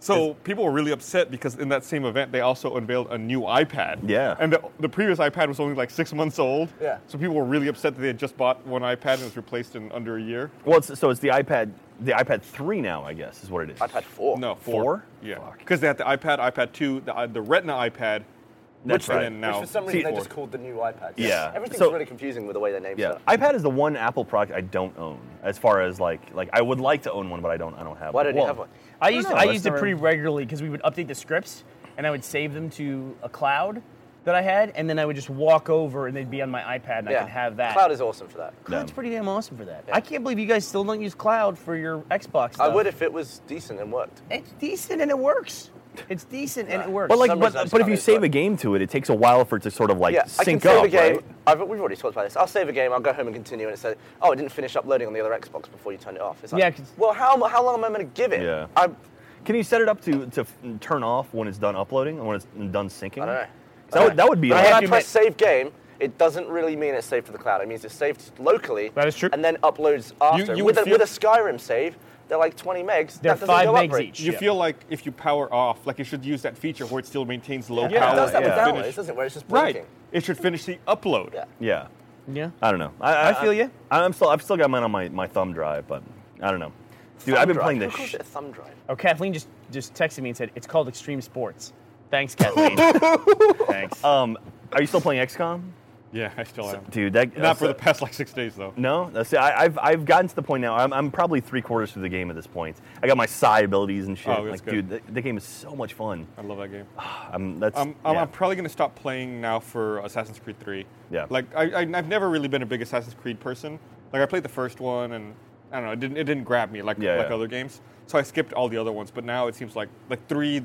Speaker 1: So people were really upset because in that same event they also unveiled a new iPad.
Speaker 2: Yeah.
Speaker 1: And the, the previous iPad was only like six months old.
Speaker 4: Yeah.
Speaker 1: So people were really upset that they had just bought one iPad and it was replaced in under a year.
Speaker 2: well, it's, so it's the iPad, the iPad three now, I guess, is what it is.
Speaker 4: iPad 4.
Speaker 1: No,
Speaker 2: Four?
Speaker 1: Yeah.
Speaker 2: Fuck.
Speaker 1: Because they had the uh, iPad, iPad two, the, i- the Retina iPad, and
Speaker 2: That's right.
Speaker 1: then now
Speaker 4: Which for some
Speaker 1: C4.
Speaker 4: reason they just called the new iPad.
Speaker 2: Yeah.
Speaker 4: Everything's
Speaker 2: So-
Speaker 4: really confusing with the way they named
Speaker 2: Yeah,
Speaker 4: it.
Speaker 2: iPad is the one Apple product I don't own. As far as like, like I would like to own one, but I don't. I don't have.
Speaker 4: Why
Speaker 2: one.
Speaker 4: don't you have one?
Speaker 3: I
Speaker 2: don't
Speaker 3: used
Speaker 2: know,
Speaker 3: I
Speaker 2: that's
Speaker 3: used it
Speaker 2: never-
Speaker 3: pretty regularly because we would update the scripts and I would save them to a cloud that I had, and then I would just walk over and they'd be on my iPad and I could have that.
Speaker 4: Cloud is awesome for that.
Speaker 3: Cloud's pretty damn awesome for that. I can't believe you guys still don't use cloud for your Xbox.
Speaker 4: I
Speaker 3: Stuff.
Speaker 4: would if it was decent and worked.
Speaker 3: It's decent and it works. It's decent and it works.
Speaker 2: But like,
Speaker 4: some
Speaker 2: but,
Speaker 4: reason I
Speaker 2: but if
Speaker 4: just
Speaker 2: you
Speaker 4: can't
Speaker 2: save
Speaker 4: do it.
Speaker 2: a game to it, it takes a while for it to sort of like
Speaker 4: Yeah, I can
Speaker 2: sync
Speaker 4: save
Speaker 2: up.
Speaker 4: a game.
Speaker 2: right?
Speaker 4: I've, we've already talked about this. I'll save a game. I'll go home and continue. And it said, "Oh, it didn't finish uploading on the other Xbox before you turned it off." It's like,
Speaker 3: Yeah, 'cause-
Speaker 4: well, how, am- how long am I going to give it?
Speaker 2: Yeah.
Speaker 4: I'm,
Speaker 2: Can you set it up to to f- turn off when it's done uploading and when it's done syncing?
Speaker 4: I don't know.
Speaker 2: That would, that would be.
Speaker 4: But
Speaker 2: like-
Speaker 4: when
Speaker 3: have
Speaker 4: I
Speaker 3: to
Speaker 4: press
Speaker 3: admit-
Speaker 4: save game, it doesn't really mean it's saved to the cloud. It means it's saved locally.
Speaker 3: That is true.
Speaker 4: And then uploads after.
Speaker 1: you
Speaker 4: with,
Speaker 1: would
Speaker 4: a, with a
Speaker 1: feel-
Speaker 4: Skyrim save, they're like 20 megs.
Speaker 3: They're
Speaker 4: that doesn't
Speaker 3: five
Speaker 4: go
Speaker 3: megs
Speaker 4: up right.
Speaker 3: each.
Speaker 1: You
Speaker 3: Yeah.
Speaker 1: feel like if you power off, like you should use that feature where it still maintains low
Speaker 4: Yeah,
Speaker 1: power.
Speaker 4: it does that
Speaker 1: to
Speaker 4: with
Speaker 2: Yeah.
Speaker 4: downloads,
Speaker 1: finish-
Speaker 4: doesn't it? Where it's just blinking.
Speaker 1: Right. It should finish the upload.
Speaker 4: Yeah.
Speaker 2: yeah,
Speaker 3: yeah.
Speaker 2: I don't know. I,
Speaker 3: I feel ya.
Speaker 2: I, am still. I've still got mine on my, my thumb drive, but I don't know. Dude,
Speaker 4: Thumb
Speaker 2: I've been
Speaker 4: drive.
Speaker 2: playing
Speaker 4: Who
Speaker 2: this.
Speaker 4: calls
Speaker 2: sh-
Speaker 4: it a thumb drive.
Speaker 3: Oh, Kathleen just just texted me and said it's called Extreme Sports. Thanks, Kathleen. Thanks.
Speaker 2: Um, are you still playing XCOM,
Speaker 1: Yeah, I still am.
Speaker 2: dude? That
Speaker 1: Not for
Speaker 2: that's-
Speaker 1: the past like six days though.
Speaker 2: No, that's it. I, I've I've gotten to the point now. I'm, I'm probably three quarters through the game at this point. I got my psi abilities and shit.
Speaker 1: Oh, that's
Speaker 2: like,
Speaker 1: good.
Speaker 2: dude, the, the game is so much fun.
Speaker 1: I love that game.
Speaker 2: I'm that's
Speaker 1: I'm, I'm,
Speaker 2: yeah.
Speaker 1: I'm probably going to stop playing now for Assassin's Creed 3.
Speaker 2: Yeah.
Speaker 1: Like, I, I, I've never really been a big Assassin's Creed person. Like, I played the first one, and I don't know, it didn't, it didn't grab me like,
Speaker 2: Yeah,
Speaker 1: like
Speaker 2: yeah.
Speaker 1: other games. So I skipped all the other ones, but now it seems like, like, 3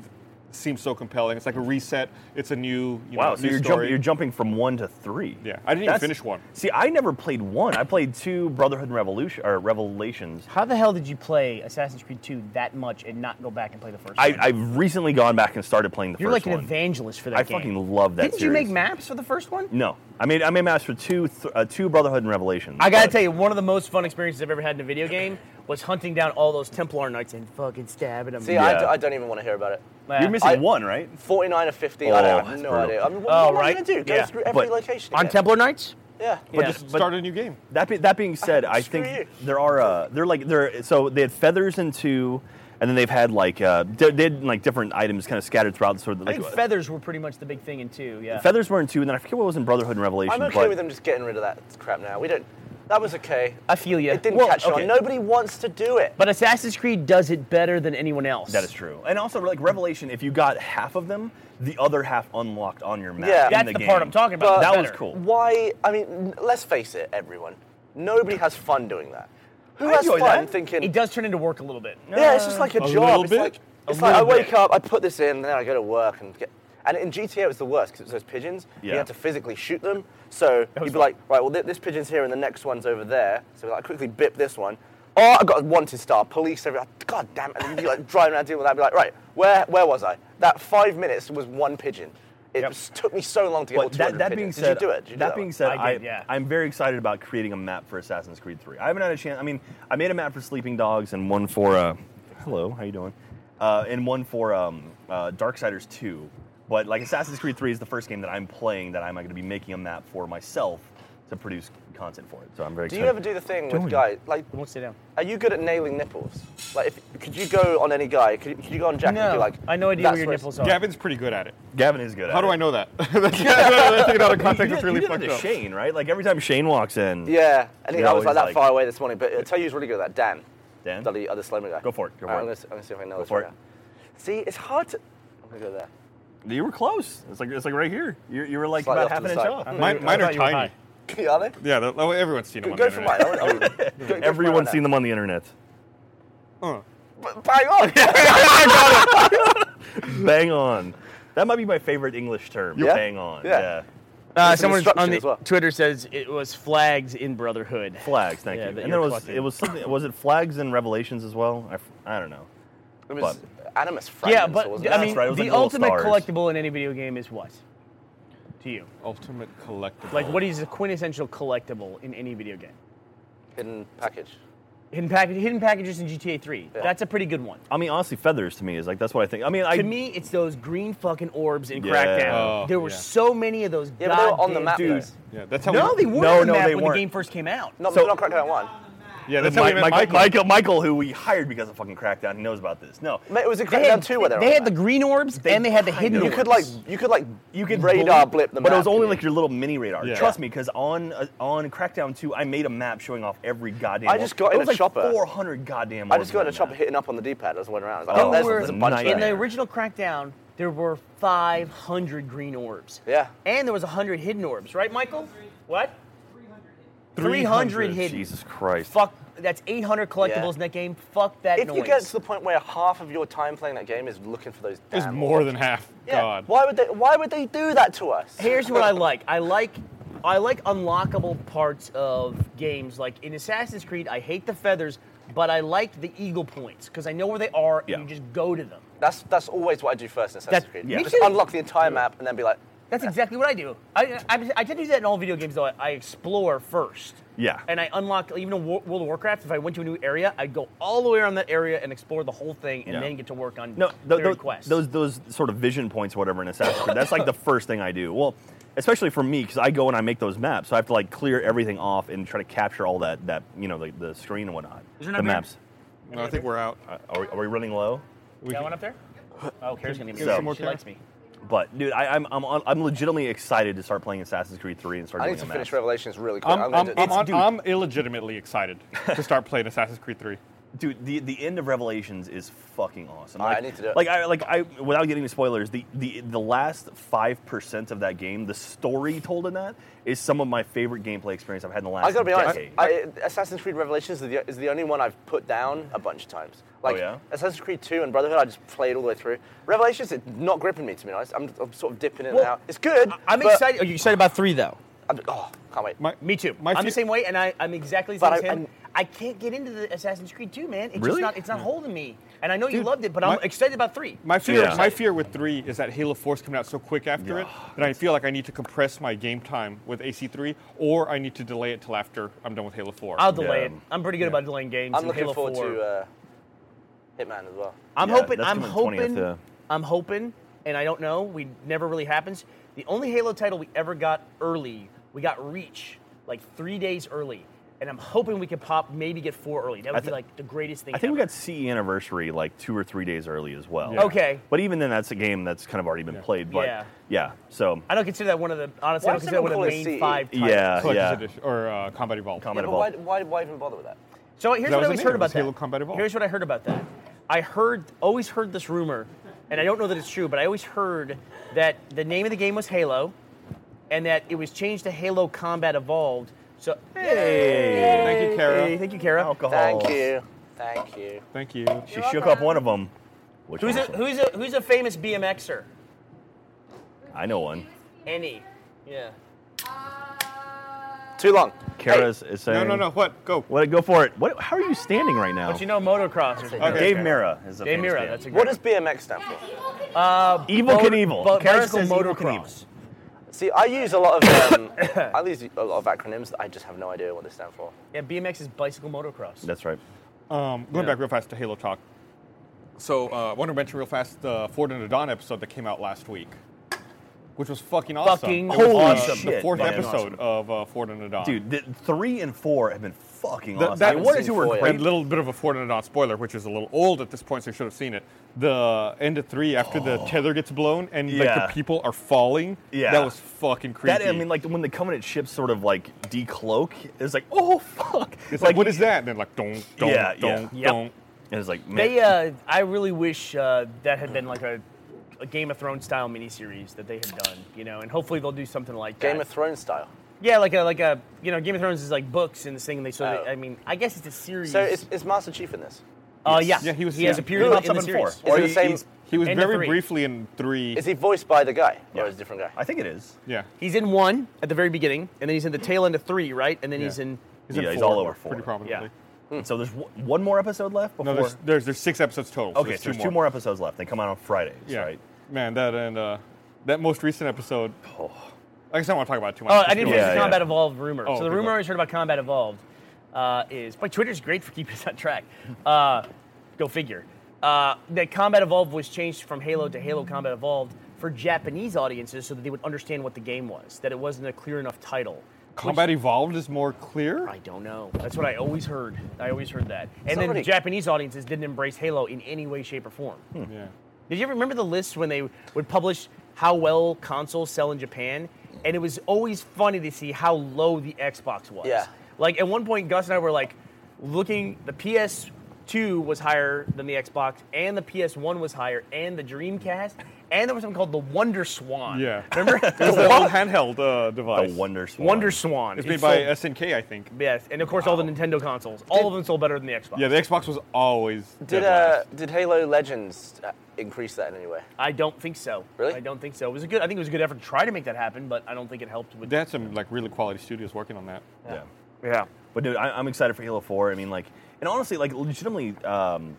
Speaker 1: seems so compelling. It's like a reset, it's a new, you
Speaker 2: wow.
Speaker 1: know,
Speaker 2: So
Speaker 1: new
Speaker 2: you're
Speaker 1: story.
Speaker 2: jumping you're jumping from one to three.
Speaker 1: Yeah, I didn't even finish one.
Speaker 2: See, I never played one. I played two Brotherhood and Revolution or Revelations.
Speaker 3: How the hell did you play Assassin's Creed 2 that much and not go back and play the first
Speaker 2: I,
Speaker 3: one?
Speaker 2: I've recently gone back and started playing the
Speaker 3: You're
Speaker 2: first
Speaker 3: like an
Speaker 2: one.
Speaker 3: evangelist for that
Speaker 2: I
Speaker 3: game.
Speaker 2: fucking love that.
Speaker 3: Didn't you
Speaker 2: series.
Speaker 3: make maps for the first one?
Speaker 2: No, I made I made maps for two th- uh, two Brotherhood and Revelations.
Speaker 3: I gotta
Speaker 2: but-
Speaker 3: tell you, one of the most fun experiences I've ever had in a video game was hunting down all those Templar knights and fucking stabbing them.
Speaker 4: See, I
Speaker 2: Yeah.
Speaker 4: d- I don't even want to hear about it.
Speaker 3: Nah.
Speaker 2: you're missing
Speaker 4: I-
Speaker 2: one, right?
Speaker 4: 49 or 50,
Speaker 2: Oh,
Speaker 4: I don't I
Speaker 2: that's
Speaker 4: have no
Speaker 2: brutal.
Speaker 4: idea. I mean, what,
Speaker 3: Oh,
Speaker 4: what am I
Speaker 3: right.
Speaker 4: going to do? Go
Speaker 3: Yeah.
Speaker 4: through every
Speaker 2: But-
Speaker 4: location
Speaker 3: on
Speaker 4: again?
Speaker 3: Templar knights?
Speaker 4: Yeah.
Speaker 3: Yeah.
Speaker 1: Just start a new game.
Speaker 2: That be, that being said, I
Speaker 4: Screw
Speaker 2: think
Speaker 4: you.
Speaker 2: there are uh, they're like they're so they had feathers in two, and then they've had like uh, they they had like different items kind of scattered throughout. Sort of
Speaker 3: I
Speaker 2: like
Speaker 3: think feathers were pretty much the big thing in two. Yeah.
Speaker 2: feathers were in two, and then I forget what was in Brotherhood and Revelation.
Speaker 4: I'm okay
Speaker 2: but
Speaker 4: with them just getting rid of that crap now. We don't. That was okay.
Speaker 3: I feel you.
Speaker 4: It didn't
Speaker 2: Well,
Speaker 4: catch
Speaker 2: okay.
Speaker 4: on. Nobody wants to do it.
Speaker 3: But Assassin's Creed does it better than anyone else.
Speaker 2: That is true, and also like Revelation, if you got half of them, the other half unlocked on your map.
Speaker 4: Yeah.
Speaker 2: in
Speaker 3: That's
Speaker 2: the,
Speaker 3: the,
Speaker 2: game.
Speaker 3: part I'm talking about.
Speaker 4: But-
Speaker 2: That was
Speaker 3: better.
Speaker 2: cool.
Speaker 4: Why? I mean, n- let's face it, everyone. Nobody has fun doing that. Who
Speaker 2: I
Speaker 4: has
Speaker 2: enjoy
Speaker 4: fun
Speaker 2: that.
Speaker 4: thinking?
Speaker 3: It does turn into work a little bit.
Speaker 4: Yeah, it's just like a,
Speaker 1: A
Speaker 4: job.
Speaker 1: little
Speaker 4: It's
Speaker 1: bit.
Speaker 4: like,
Speaker 1: A
Speaker 4: it's like I
Speaker 1: little
Speaker 4: wake
Speaker 1: bit.
Speaker 4: up, I put this in, and then I go to work and get. And in GTA, it was the worst because it was those pigeons.
Speaker 2: Yeah.
Speaker 4: You had to physically shoot them. So you'd be like, right, well, th- this pigeon's here and the next one's over there. So I quickly bip this one. Oh, I got a wanted star, police everywhere. God damn it. And you'd be like driving around dealing with that. I'd be like, right, where, where was I? That five minutes was one pigeon. It
Speaker 3: Yep.
Speaker 4: s- took me so long to get all
Speaker 2: But that,
Speaker 4: 200
Speaker 2: that being
Speaker 4: pigeons.
Speaker 2: said,
Speaker 4: Did you do it? Did you do
Speaker 2: that
Speaker 4: one?
Speaker 2: being said,
Speaker 3: I
Speaker 2: I
Speaker 3: did, yeah.
Speaker 2: I'm very excited about creating a map for Assassin's Creed 3. I haven't had a chance. I mean, I made a map for Sleeping Dogs and one for uh, hello, how you doing? Uh, and one for um, uh, Darksiders 2. But like Assassin's Creed 3 is the first game that I'm playing that I'm going to be making a map for myself to produce content for it. So I'm very
Speaker 4: do
Speaker 2: excited.
Speaker 4: you ever do the thing
Speaker 2: Don't
Speaker 4: with
Speaker 2: we?
Speaker 4: guys? Like,
Speaker 3: Won't sit down.
Speaker 4: Are you good at nailing nipples? Like, if, could you go on any guy? Could, could you go on Jack and
Speaker 3: No,
Speaker 4: be like,
Speaker 3: I know idea
Speaker 4: "That's
Speaker 3: where your
Speaker 4: where it's-"
Speaker 3: nipples are.
Speaker 1: Gavin's pretty good at it.
Speaker 2: Gavin is good at
Speaker 1: How do
Speaker 2: it.
Speaker 1: I know that? that's, that's taken out of
Speaker 2: You
Speaker 1: context.
Speaker 2: did,
Speaker 1: It's really
Speaker 2: you did
Speaker 1: fucked
Speaker 2: it to
Speaker 1: up.
Speaker 2: Shane, right? Like every time Shane walks in,
Speaker 4: Yeah, and
Speaker 2: You're
Speaker 4: I
Speaker 2: always
Speaker 4: was like that
Speaker 2: like-
Speaker 4: far away this morning. But I tell you, he's really good at that. Dan.
Speaker 2: Dan?
Speaker 4: The other- other Slimer guy.
Speaker 2: Go for it, go for
Speaker 4: Alright,
Speaker 2: it.
Speaker 4: I'm gonna, see- I'm gonna see if I can nail
Speaker 2: Go
Speaker 4: this
Speaker 2: for
Speaker 4: one
Speaker 2: it.
Speaker 4: down. See, it's hard to. I'm gonna go there.
Speaker 2: you were close. It's like it's like right here. You, you were like
Speaker 4: Slightly
Speaker 2: about half
Speaker 4: off to
Speaker 2: an
Speaker 4: the
Speaker 2: inch
Speaker 4: side.
Speaker 2: off.
Speaker 4: I'm
Speaker 1: Mine,
Speaker 3: I
Speaker 1: mine
Speaker 3: thought
Speaker 1: are
Speaker 3: you were
Speaker 1: tiny.
Speaker 3: high.
Speaker 4: are they?
Speaker 1: Yeah, that- oh, everyone's seen them
Speaker 4: Go,
Speaker 1: on
Speaker 4: go
Speaker 1: the
Speaker 4: for mine.
Speaker 1: internet.
Speaker 4: I wanna- I wanna- go- go for
Speaker 2: Everyone's
Speaker 4: mine
Speaker 2: seen
Speaker 4: now.
Speaker 2: them on the internet.
Speaker 4: B- Bang on!
Speaker 2: bang on. That might be my favorite English term.
Speaker 4: Yeah.
Speaker 2: Bang on. Yeah.
Speaker 4: Yeah.
Speaker 3: Uh,
Speaker 4: It's an
Speaker 3: someone on
Speaker 4: instruction
Speaker 3: the
Speaker 4: as well.
Speaker 3: Twitter says it was flags in Brotherhood.
Speaker 2: Flags. Thank
Speaker 3: Yeah,
Speaker 2: you.
Speaker 3: that
Speaker 2: And
Speaker 3: you're
Speaker 2: then it was
Speaker 3: collecting.
Speaker 2: it was something. Was it flags and revelations as well? I, f- I don't know.
Speaker 4: It was Animus
Speaker 3: Yeah,
Speaker 4: fragments,
Speaker 3: but
Speaker 4: wasn't
Speaker 3: I
Speaker 4: it?
Speaker 3: mean,
Speaker 2: right, it was
Speaker 3: the
Speaker 2: like little
Speaker 3: ultimate
Speaker 2: stars.
Speaker 3: collectible in any video game is what? To you,
Speaker 1: Ultimate collectible.
Speaker 3: like what is the quintessential collectible in any video game?
Speaker 4: hidden package.
Speaker 3: Hidden, pack- hidden packages in GTA 3. That's a pretty good one.
Speaker 2: I mean, honestly, feathers to me is like that's what I think. I mean, I
Speaker 3: To me, it's those green fucking orbs in
Speaker 2: Yeah.
Speaker 3: Crackdown.
Speaker 1: Oh,
Speaker 3: there were
Speaker 1: yeah.
Speaker 3: so many of those.
Speaker 4: Yeah, but they were on the
Speaker 3: goddamn
Speaker 4: map,
Speaker 3: dudes.
Speaker 4: though.
Speaker 1: Yeah, that's how
Speaker 3: No,
Speaker 1: we,
Speaker 3: they weren't
Speaker 2: No,
Speaker 3: on the
Speaker 2: no,
Speaker 3: map
Speaker 2: they
Speaker 3: when
Speaker 2: weren't.
Speaker 3: the game first came out.
Speaker 4: Not,
Speaker 2: So-
Speaker 4: not Crackdown 1.
Speaker 1: Yeah, that's
Speaker 2: Mi-
Speaker 1: how we met
Speaker 2: Michael,
Speaker 1: Michael.
Speaker 2: Michael. Michael, who we hired because of fucking Crackdown, he knows about this. No,
Speaker 4: Mate, it was a
Speaker 3: They
Speaker 4: crackdown
Speaker 3: had,
Speaker 4: two where they, were
Speaker 3: they
Speaker 4: on
Speaker 3: had the
Speaker 4: that.
Speaker 3: green orbs and they had the hidden
Speaker 4: You
Speaker 3: orbs.
Speaker 4: could like you could like
Speaker 2: you could
Speaker 4: radar
Speaker 2: blink,
Speaker 4: blip the map.
Speaker 2: Mm. but it was only
Speaker 4: couldn't
Speaker 2: like
Speaker 4: you?
Speaker 2: your little mini radar.
Speaker 1: Yeah.
Speaker 2: Trust me, because on uh, on Crackdown 2, I made a map showing off every goddamn.
Speaker 4: I just
Speaker 2: orb.
Speaker 4: got
Speaker 2: It
Speaker 4: in
Speaker 2: was
Speaker 4: a
Speaker 2: like
Speaker 4: chopper.
Speaker 2: 400 goddamn.
Speaker 4: I
Speaker 2: orbs
Speaker 4: just got
Speaker 2: on
Speaker 4: in a
Speaker 2: that
Speaker 4: chopper
Speaker 2: map.
Speaker 4: hitting up on the D-pad. I just went around. I was like,
Speaker 2: There
Speaker 4: oh, there's,
Speaker 3: were-
Speaker 4: there's a bunch
Speaker 2: Yeah.
Speaker 3: in the
Speaker 4: there.
Speaker 3: original Crackdown, there were 500 green orbs.
Speaker 4: Yeah.
Speaker 3: And there was 100 hidden orbs, right, Michael? What?
Speaker 1: 300
Speaker 3: 300 hidden.
Speaker 2: Jesus Christ!
Speaker 3: Fuck, that's 800 collectibles in that game. Fuck that
Speaker 4: If
Speaker 3: noise.
Speaker 4: you get to the point where half of your time playing that game is looking for those damn
Speaker 1: It's more than half.
Speaker 4: Yeah.
Speaker 1: God.
Speaker 4: Why would they? Why would they do that to us?
Speaker 3: Here's what I like. I like I like unlockable parts of games. Like in Assassin's Creed, I hate the feathers, but I like the eagle points because I know where they are and
Speaker 2: Yeah.
Speaker 3: you just go to them.
Speaker 4: That's that's always what I do first in Assassin's
Speaker 3: That-
Speaker 4: Creed.
Speaker 3: yeah. Me
Speaker 4: Just
Speaker 3: too.
Speaker 4: unlock the entire map and then be like,
Speaker 3: That's exactly what I do. I, I, I tend to do that in all video games, though. I, I explore first.
Speaker 2: Yeah.
Speaker 3: And I unlock, even in Wo- World of Warcraft, if I went to a new area, I'd go all the way around that area and explore the whole thing and
Speaker 2: Yeah.
Speaker 3: then get to work on
Speaker 2: No,
Speaker 3: the,
Speaker 2: th- th-
Speaker 3: quest.
Speaker 2: those those sort of vision points, or whatever, in Assassin's Creed. That's like the first thing I do. Well, especially for me, because I go and I make those maps, so I have to like clear everything off and try to capture all that that you know the, the screen and whatnot.
Speaker 3: Is there
Speaker 2: the
Speaker 3: not beer?
Speaker 2: maps.
Speaker 1: No, I think we're out.
Speaker 2: Uh, are, we, are we running low?
Speaker 1: We
Speaker 3: Got
Speaker 1: can-
Speaker 3: one up there? Oh, Kara's going to
Speaker 1: Give
Speaker 3: give me
Speaker 1: us
Speaker 3: some.
Speaker 1: some more,
Speaker 3: She
Speaker 1: Kara.
Speaker 3: likes me.
Speaker 2: But dude, I, I'm I'm on, I'm legitimately excited to start playing Assassin's Creed 3 and start
Speaker 4: I
Speaker 2: doing
Speaker 4: need to
Speaker 2: the
Speaker 4: finish
Speaker 2: maps.
Speaker 4: Revelations really quick.
Speaker 1: I'm,
Speaker 4: I'm
Speaker 1: I'm,
Speaker 4: gonna
Speaker 1: I'm,
Speaker 4: do-
Speaker 1: I'm,
Speaker 4: it's-
Speaker 1: on- I'm illegitimately excited to start playing Assassin's Creed 3.
Speaker 2: Dude, the, the end of Revelations is fucking awesome.
Speaker 4: All right,
Speaker 2: Like,
Speaker 4: I need to do it.
Speaker 2: Like I like I without getting into spoilers, the the the last five percent of that game, the story told in that is some of my favorite gameplay experience I've had in the last.
Speaker 4: I gotta be honest.
Speaker 2: decade.
Speaker 4: I, Assassin's Creed Revelations is the, is the only one I've put down a bunch of times. Like
Speaker 2: yeah?
Speaker 4: Assassin's Creed Two and Brotherhood, I just played all the way through. Revelations, it's not gripping me to be honest. I'm, I'm sort of dipping in and
Speaker 3: Well,
Speaker 4: out. It's good.
Speaker 3: I'm
Speaker 4: but-
Speaker 3: excited. Are you excited about three, though?
Speaker 4: I'm, oh, can't wait.
Speaker 1: My-
Speaker 3: Me too.
Speaker 1: My
Speaker 3: I'm
Speaker 1: fe-
Speaker 3: the same way, and I, I'm exactly the same
Speaker 4: But
Speaker 3: as
Speaker 4: I-
Speaker 3: him. I, can't get into the Assassin's Creed 2, man. It's just
Speaker 2: Really?
Speaker 3: not, it's not holding me. And I know you
Speaker 1: Dude,
Speaker 3: loved it, but I'm
Speaker 1: my-
Speaker 3: excited about three.
Speaker 1: My fear,
Speaker 2: Yeah.
Speaker 1: my fear with three is that Halo Force coming out so quick after it that I feel like I need to compress my game time with AC3, or I need to delay it till after I'm done with Halo 4.
Speaker 3: I'll delay
Speaker 2: Yeah.
Speaker 3: it. I'm pretty good about delaying games.
Speaker 4: I'm
Speaker 3: and
Speaker 4: looking
Speaker 3: Halo
Speaker 4: forward
Speaker 3: 4.
Speaker 4: to uh, Hitman as well.
Speaker 3: I'm
Speaker 2: Yeah,
Speaker 3: hoping.
Speaker 2: that's
Speaker 3: I'm
Speaker 2: coming 20th,
Speaker 3: hoping.
Speaker 2: yeah.
Speaker 3: I'm hoping, and I don't know. We never really happens. The only Halo title we ever got early, we got Reach, like three days early, and I'm hoping we could pop maybe get four early. That would
Speaker 2: I thi-
Speaker 3: be like the greatest thing.
Speaker 2: I think we
Speaker 3: ever.
Speaker 2: got CE anniversary like two or three days early as well.
Speaker 1: Yeah.
Speaker 3: Okay.
Speaker 2: But even then, that's a game that's kind of already been played. But
Speaker 3: Yeah.
Speaker 2: yeah, so
Speaker 3: I don't consider that one of the honestly.
Speaker 4: Why
Speaker 3: I don't
Speaker 4: does
Speaker 3: consider that one of the main
Speaker 4: everyone call it CE?
Speaker 3: five. Titles.
Speaker 2: yeah,
Speaker 1: Collector's
Speaker 2: yeah.
Speaker 1: Edition or uh, Combat Evolved.
Speaker 4: Yeah,
Speaker 2: Combat
Speaker 4: but why,
Speaker 2: Evolved.
Speaker 4: why, why even bother with that?
Speaker 3: So here's
Speaker 1: That
Speaker 3: what I
Speaker 1: was
Speaker 3: always
Speaker 1: the
Speaker 3: heard
Speaker 1: name,
Speaker 3: about
Speaker 1: was Halo
Speaker 3: that.
Speaker 1: Combat Evolved.
Speaker 3: Here's what I heard about that. I heard, always heard this rumor, and I don't know that it's true, but I always heard that the name of the game was Halo, and that it was changed to Halo Combat Evolved. So
Speaker 2: Hey.
Speaker 1: Thank you, Kara.
Speaker 3: Hey, thank you, Kara.
Speaker 2: Alcohol.
Speaker 4: Thank you. Thank you.
Speaker 1: Thank you.
Speaker 2: She shook up one of them. Which
Speaker 3: Who's a
Speaker 2: one was it?
Speaker 3: who's a who's a famous BMXer?
Speaker 2: I know one.
Speaker 3: Any? Yeah.
Speaker 4: Too long.
Speaker 2: Kara's is saying.
Speaker 1: No, no, no. What? Go.
Speaker 2: What? Go for it. What? How are you standing right now?
Speaker 3: But you know, motocrossers.
Speaker 1: Okay.
Speaker 2: Dave Mira is a
Speaker 3: Dave
Speaker 2: famous
Speaker 3: Mira.
Speaker 2: band.
Speaker 3: That's a great.
Speaker 4: What does BMX stand for?
Speaker 2: Evil
Speaker 3: Motor-
Speaker 2: Knievel.
Speaker 3: Bo-
Speaker 2: Kara
Speaker 3: bicycle
Speaker 2: says Evil
Speaker 3: motocross.
Speaker 4: See, I use a lot of um, I use a lot of acronyms. that I just have no idea what they stand for.
Speaker 3: Yeah, BMX is bicycle motocross.
Speaker 2: That's right.
Speaker 1: Um, going back real fast to Halo Talk. So, uh, I want to mention real fast the Ford and Dawn episode that came out last week, which was fucking awesome.
Speaker 3: Fucking
Speaker 1: It was,
Speaker 3: holy
Speaker 1: uh,
Speaker 3: shit,
Speaker 1: The fourth
Speaker 2: man.
Speaker 1: episode of uh, Ford and Dawn.
Speaker 2: Dude, the, three and four have been fucking
Speaker 1: The-
Speaker 2: awesome.
Speaker 1: that-
Speaker 2: I mean, one and two were
Speaker 4: Four, yeah.
Speaker 2: great.
Speaker 1: A little bit of a Ford and Dawn spoiler, which is a little old at this point, so you should have seen it. The end of three, after the tether gets blown and like
Speaker 2: Yeah.
Speaker 1: the people are falling.
Speaker 2: Yeah.
Speaker 1: that was fucking creepy.
Speaker 2: That I mean, like when the Covenant ships sort of like decloak, it's like, oh fuck!
Speaker 1: it's like, what is that? And then like, don't, don't,
Speaker 2: Yeah, yeah.
Speaker 1: don't,
Speaker 3: Yep.
Speaker 1: don't.
Speaker 2: And it's like, man,
Speaker 3: They, uh, I really wish uh, that had been like a, a Game of Thrones style miniseries that they had done, you know, and hopefully they'll do something like that.
Speaker 4: Game of Thrones style.
Speaker 3: yeah, like a like a you know Game of Thrones is like books and this thing. And they so
Speaker 4: Oh.
Speaker 3: they, I mean I guess it's a series.
Speaker 4: So is, is Master Chief in this?
Speaker 3: uh, yeah,
Speaker 1: Yeah, he was-
Speaker 3: He
Speaker 1: yeah.
Speaker 3: has appeared
Speaker 2: Who
Speaker 3: in,
Speaker 2: else
Speaker 3: in the
Speaker 2: up in four?
Speaker 3: series.
Speaker 4: Or
Speaker 1: Or
Speaker 4: is it the same?
Speaker 1: He was
Speaker 3: End of
Speaker 1: very
Speaker 3: three.
Speaker 1: briefly in three.
Speaker 4: Is he voiced by the guy,
Speaker 2: Yeah.
Speaker 4: or is it a different guy?
Speaker 2: I think it is.
Speaker 1: yeah,
Speaker 3: He's in one at the very beginning, and then he's in the tail end of three, right? And then he's
Speaker 1: Yeah.
Speaker 3: in
Speaker 2: Yeah, he's
Speaker 1: four,
Speaker 2: all over four.
Speaker 1: pretty prominently.
Speaker 2: So there's one- one more episode left before.
Speaker 1: No, there's, there's there's six episodes total. so
Speaker 2: okay, so there's two more episodes left. They come out on Fridays,
Speaker 1: Yeah,
Speaker 2: right?
Speaker 1: man, that and uh, that most recent episode.
Speaker 2: Oh.
Speaker 1: I guess I don't want to talk about it too much.
Speaker 3: Oh,
Speaker 1: Just
Speaker 3: I didn't
Speaker 1: go
Speaker 3: finish
Speaker 1: ahead.
Speaker 3: the
Speaker 2: yeah.
Speaker 3: Combat Evolved rumor.
Speaker 1: Oh,
Speaker 3: so the
Speaker 1: good
Speaker 3: rumor I
Speaker 1: luck.
Speaker 3: always heard about Combat Evolved uh, is, but Twitter's great for keeping us on track. Uh, go figure. Uh, that Combat Evolved was changed from Halo to Halo Combat Evolved for Japanese audiences so that they would understand what the game was. That it wasn't a clear enough title.
Speaker 1: Combat Evolved is more clear.
Speaker 3: I don't know. That's what I always heard. I always heard that. And then
Speaker 4: Somebody-
Speaker 3: Japanese audiences didn't embrace Halo in any way, shape, or form.
Speaker 1: Yeah.
Speaker 3: Did you ever remember the list when they would publish how well consoles sell in Japan? And it was always funny to see how low the Xbox was.
Speaker 4: Yeah.
Speaker 3: Like at one point, Gus and I were like looking. The PS2 was higher than the Xbox, and the PS1 was higher, and the Dreamcast, and there was something called the Wonder Swan.
Speaker 1: Yeah.
Speaker 3: Remember?
Speaker 1: It's the old handheld uh,
Speaker 2: The
Speaker 1: device.
Speaker 2: Wonder Swan.
Speaker 3: Wonder Swan.
Speaker 1: It's made
Speaker 3: It
Speaker 1: by
Speaker 3: sold-
Speaker 1: SNK, I think.
Speaker 3: Yes, and of course all the Nintendo consoles. All of them sold better than the Xbox.
Speaker 1: Yeah, the Xbox was always.
Speaker 4: Did
Speaker 1: dead
Speaker 4: uh,
Speaker 1: last.
Speaker 4: did Halo Legends uh, increase that in any way?
Speaker 3: I don't think so.
Speaker 4: Really?
Speaker 3: I don't think so. It was a good. I think it was a good effort to try to make that happen, but I don't think it helped with.
Speaker 1: They had some like really quality studios working on that.
Speaker 2: Yeah.
Speaker 3: yeah.
Speaker 2: But dude, I, I'm excited for Halo 4. I mean, like, and honestly, like, legitimately, um,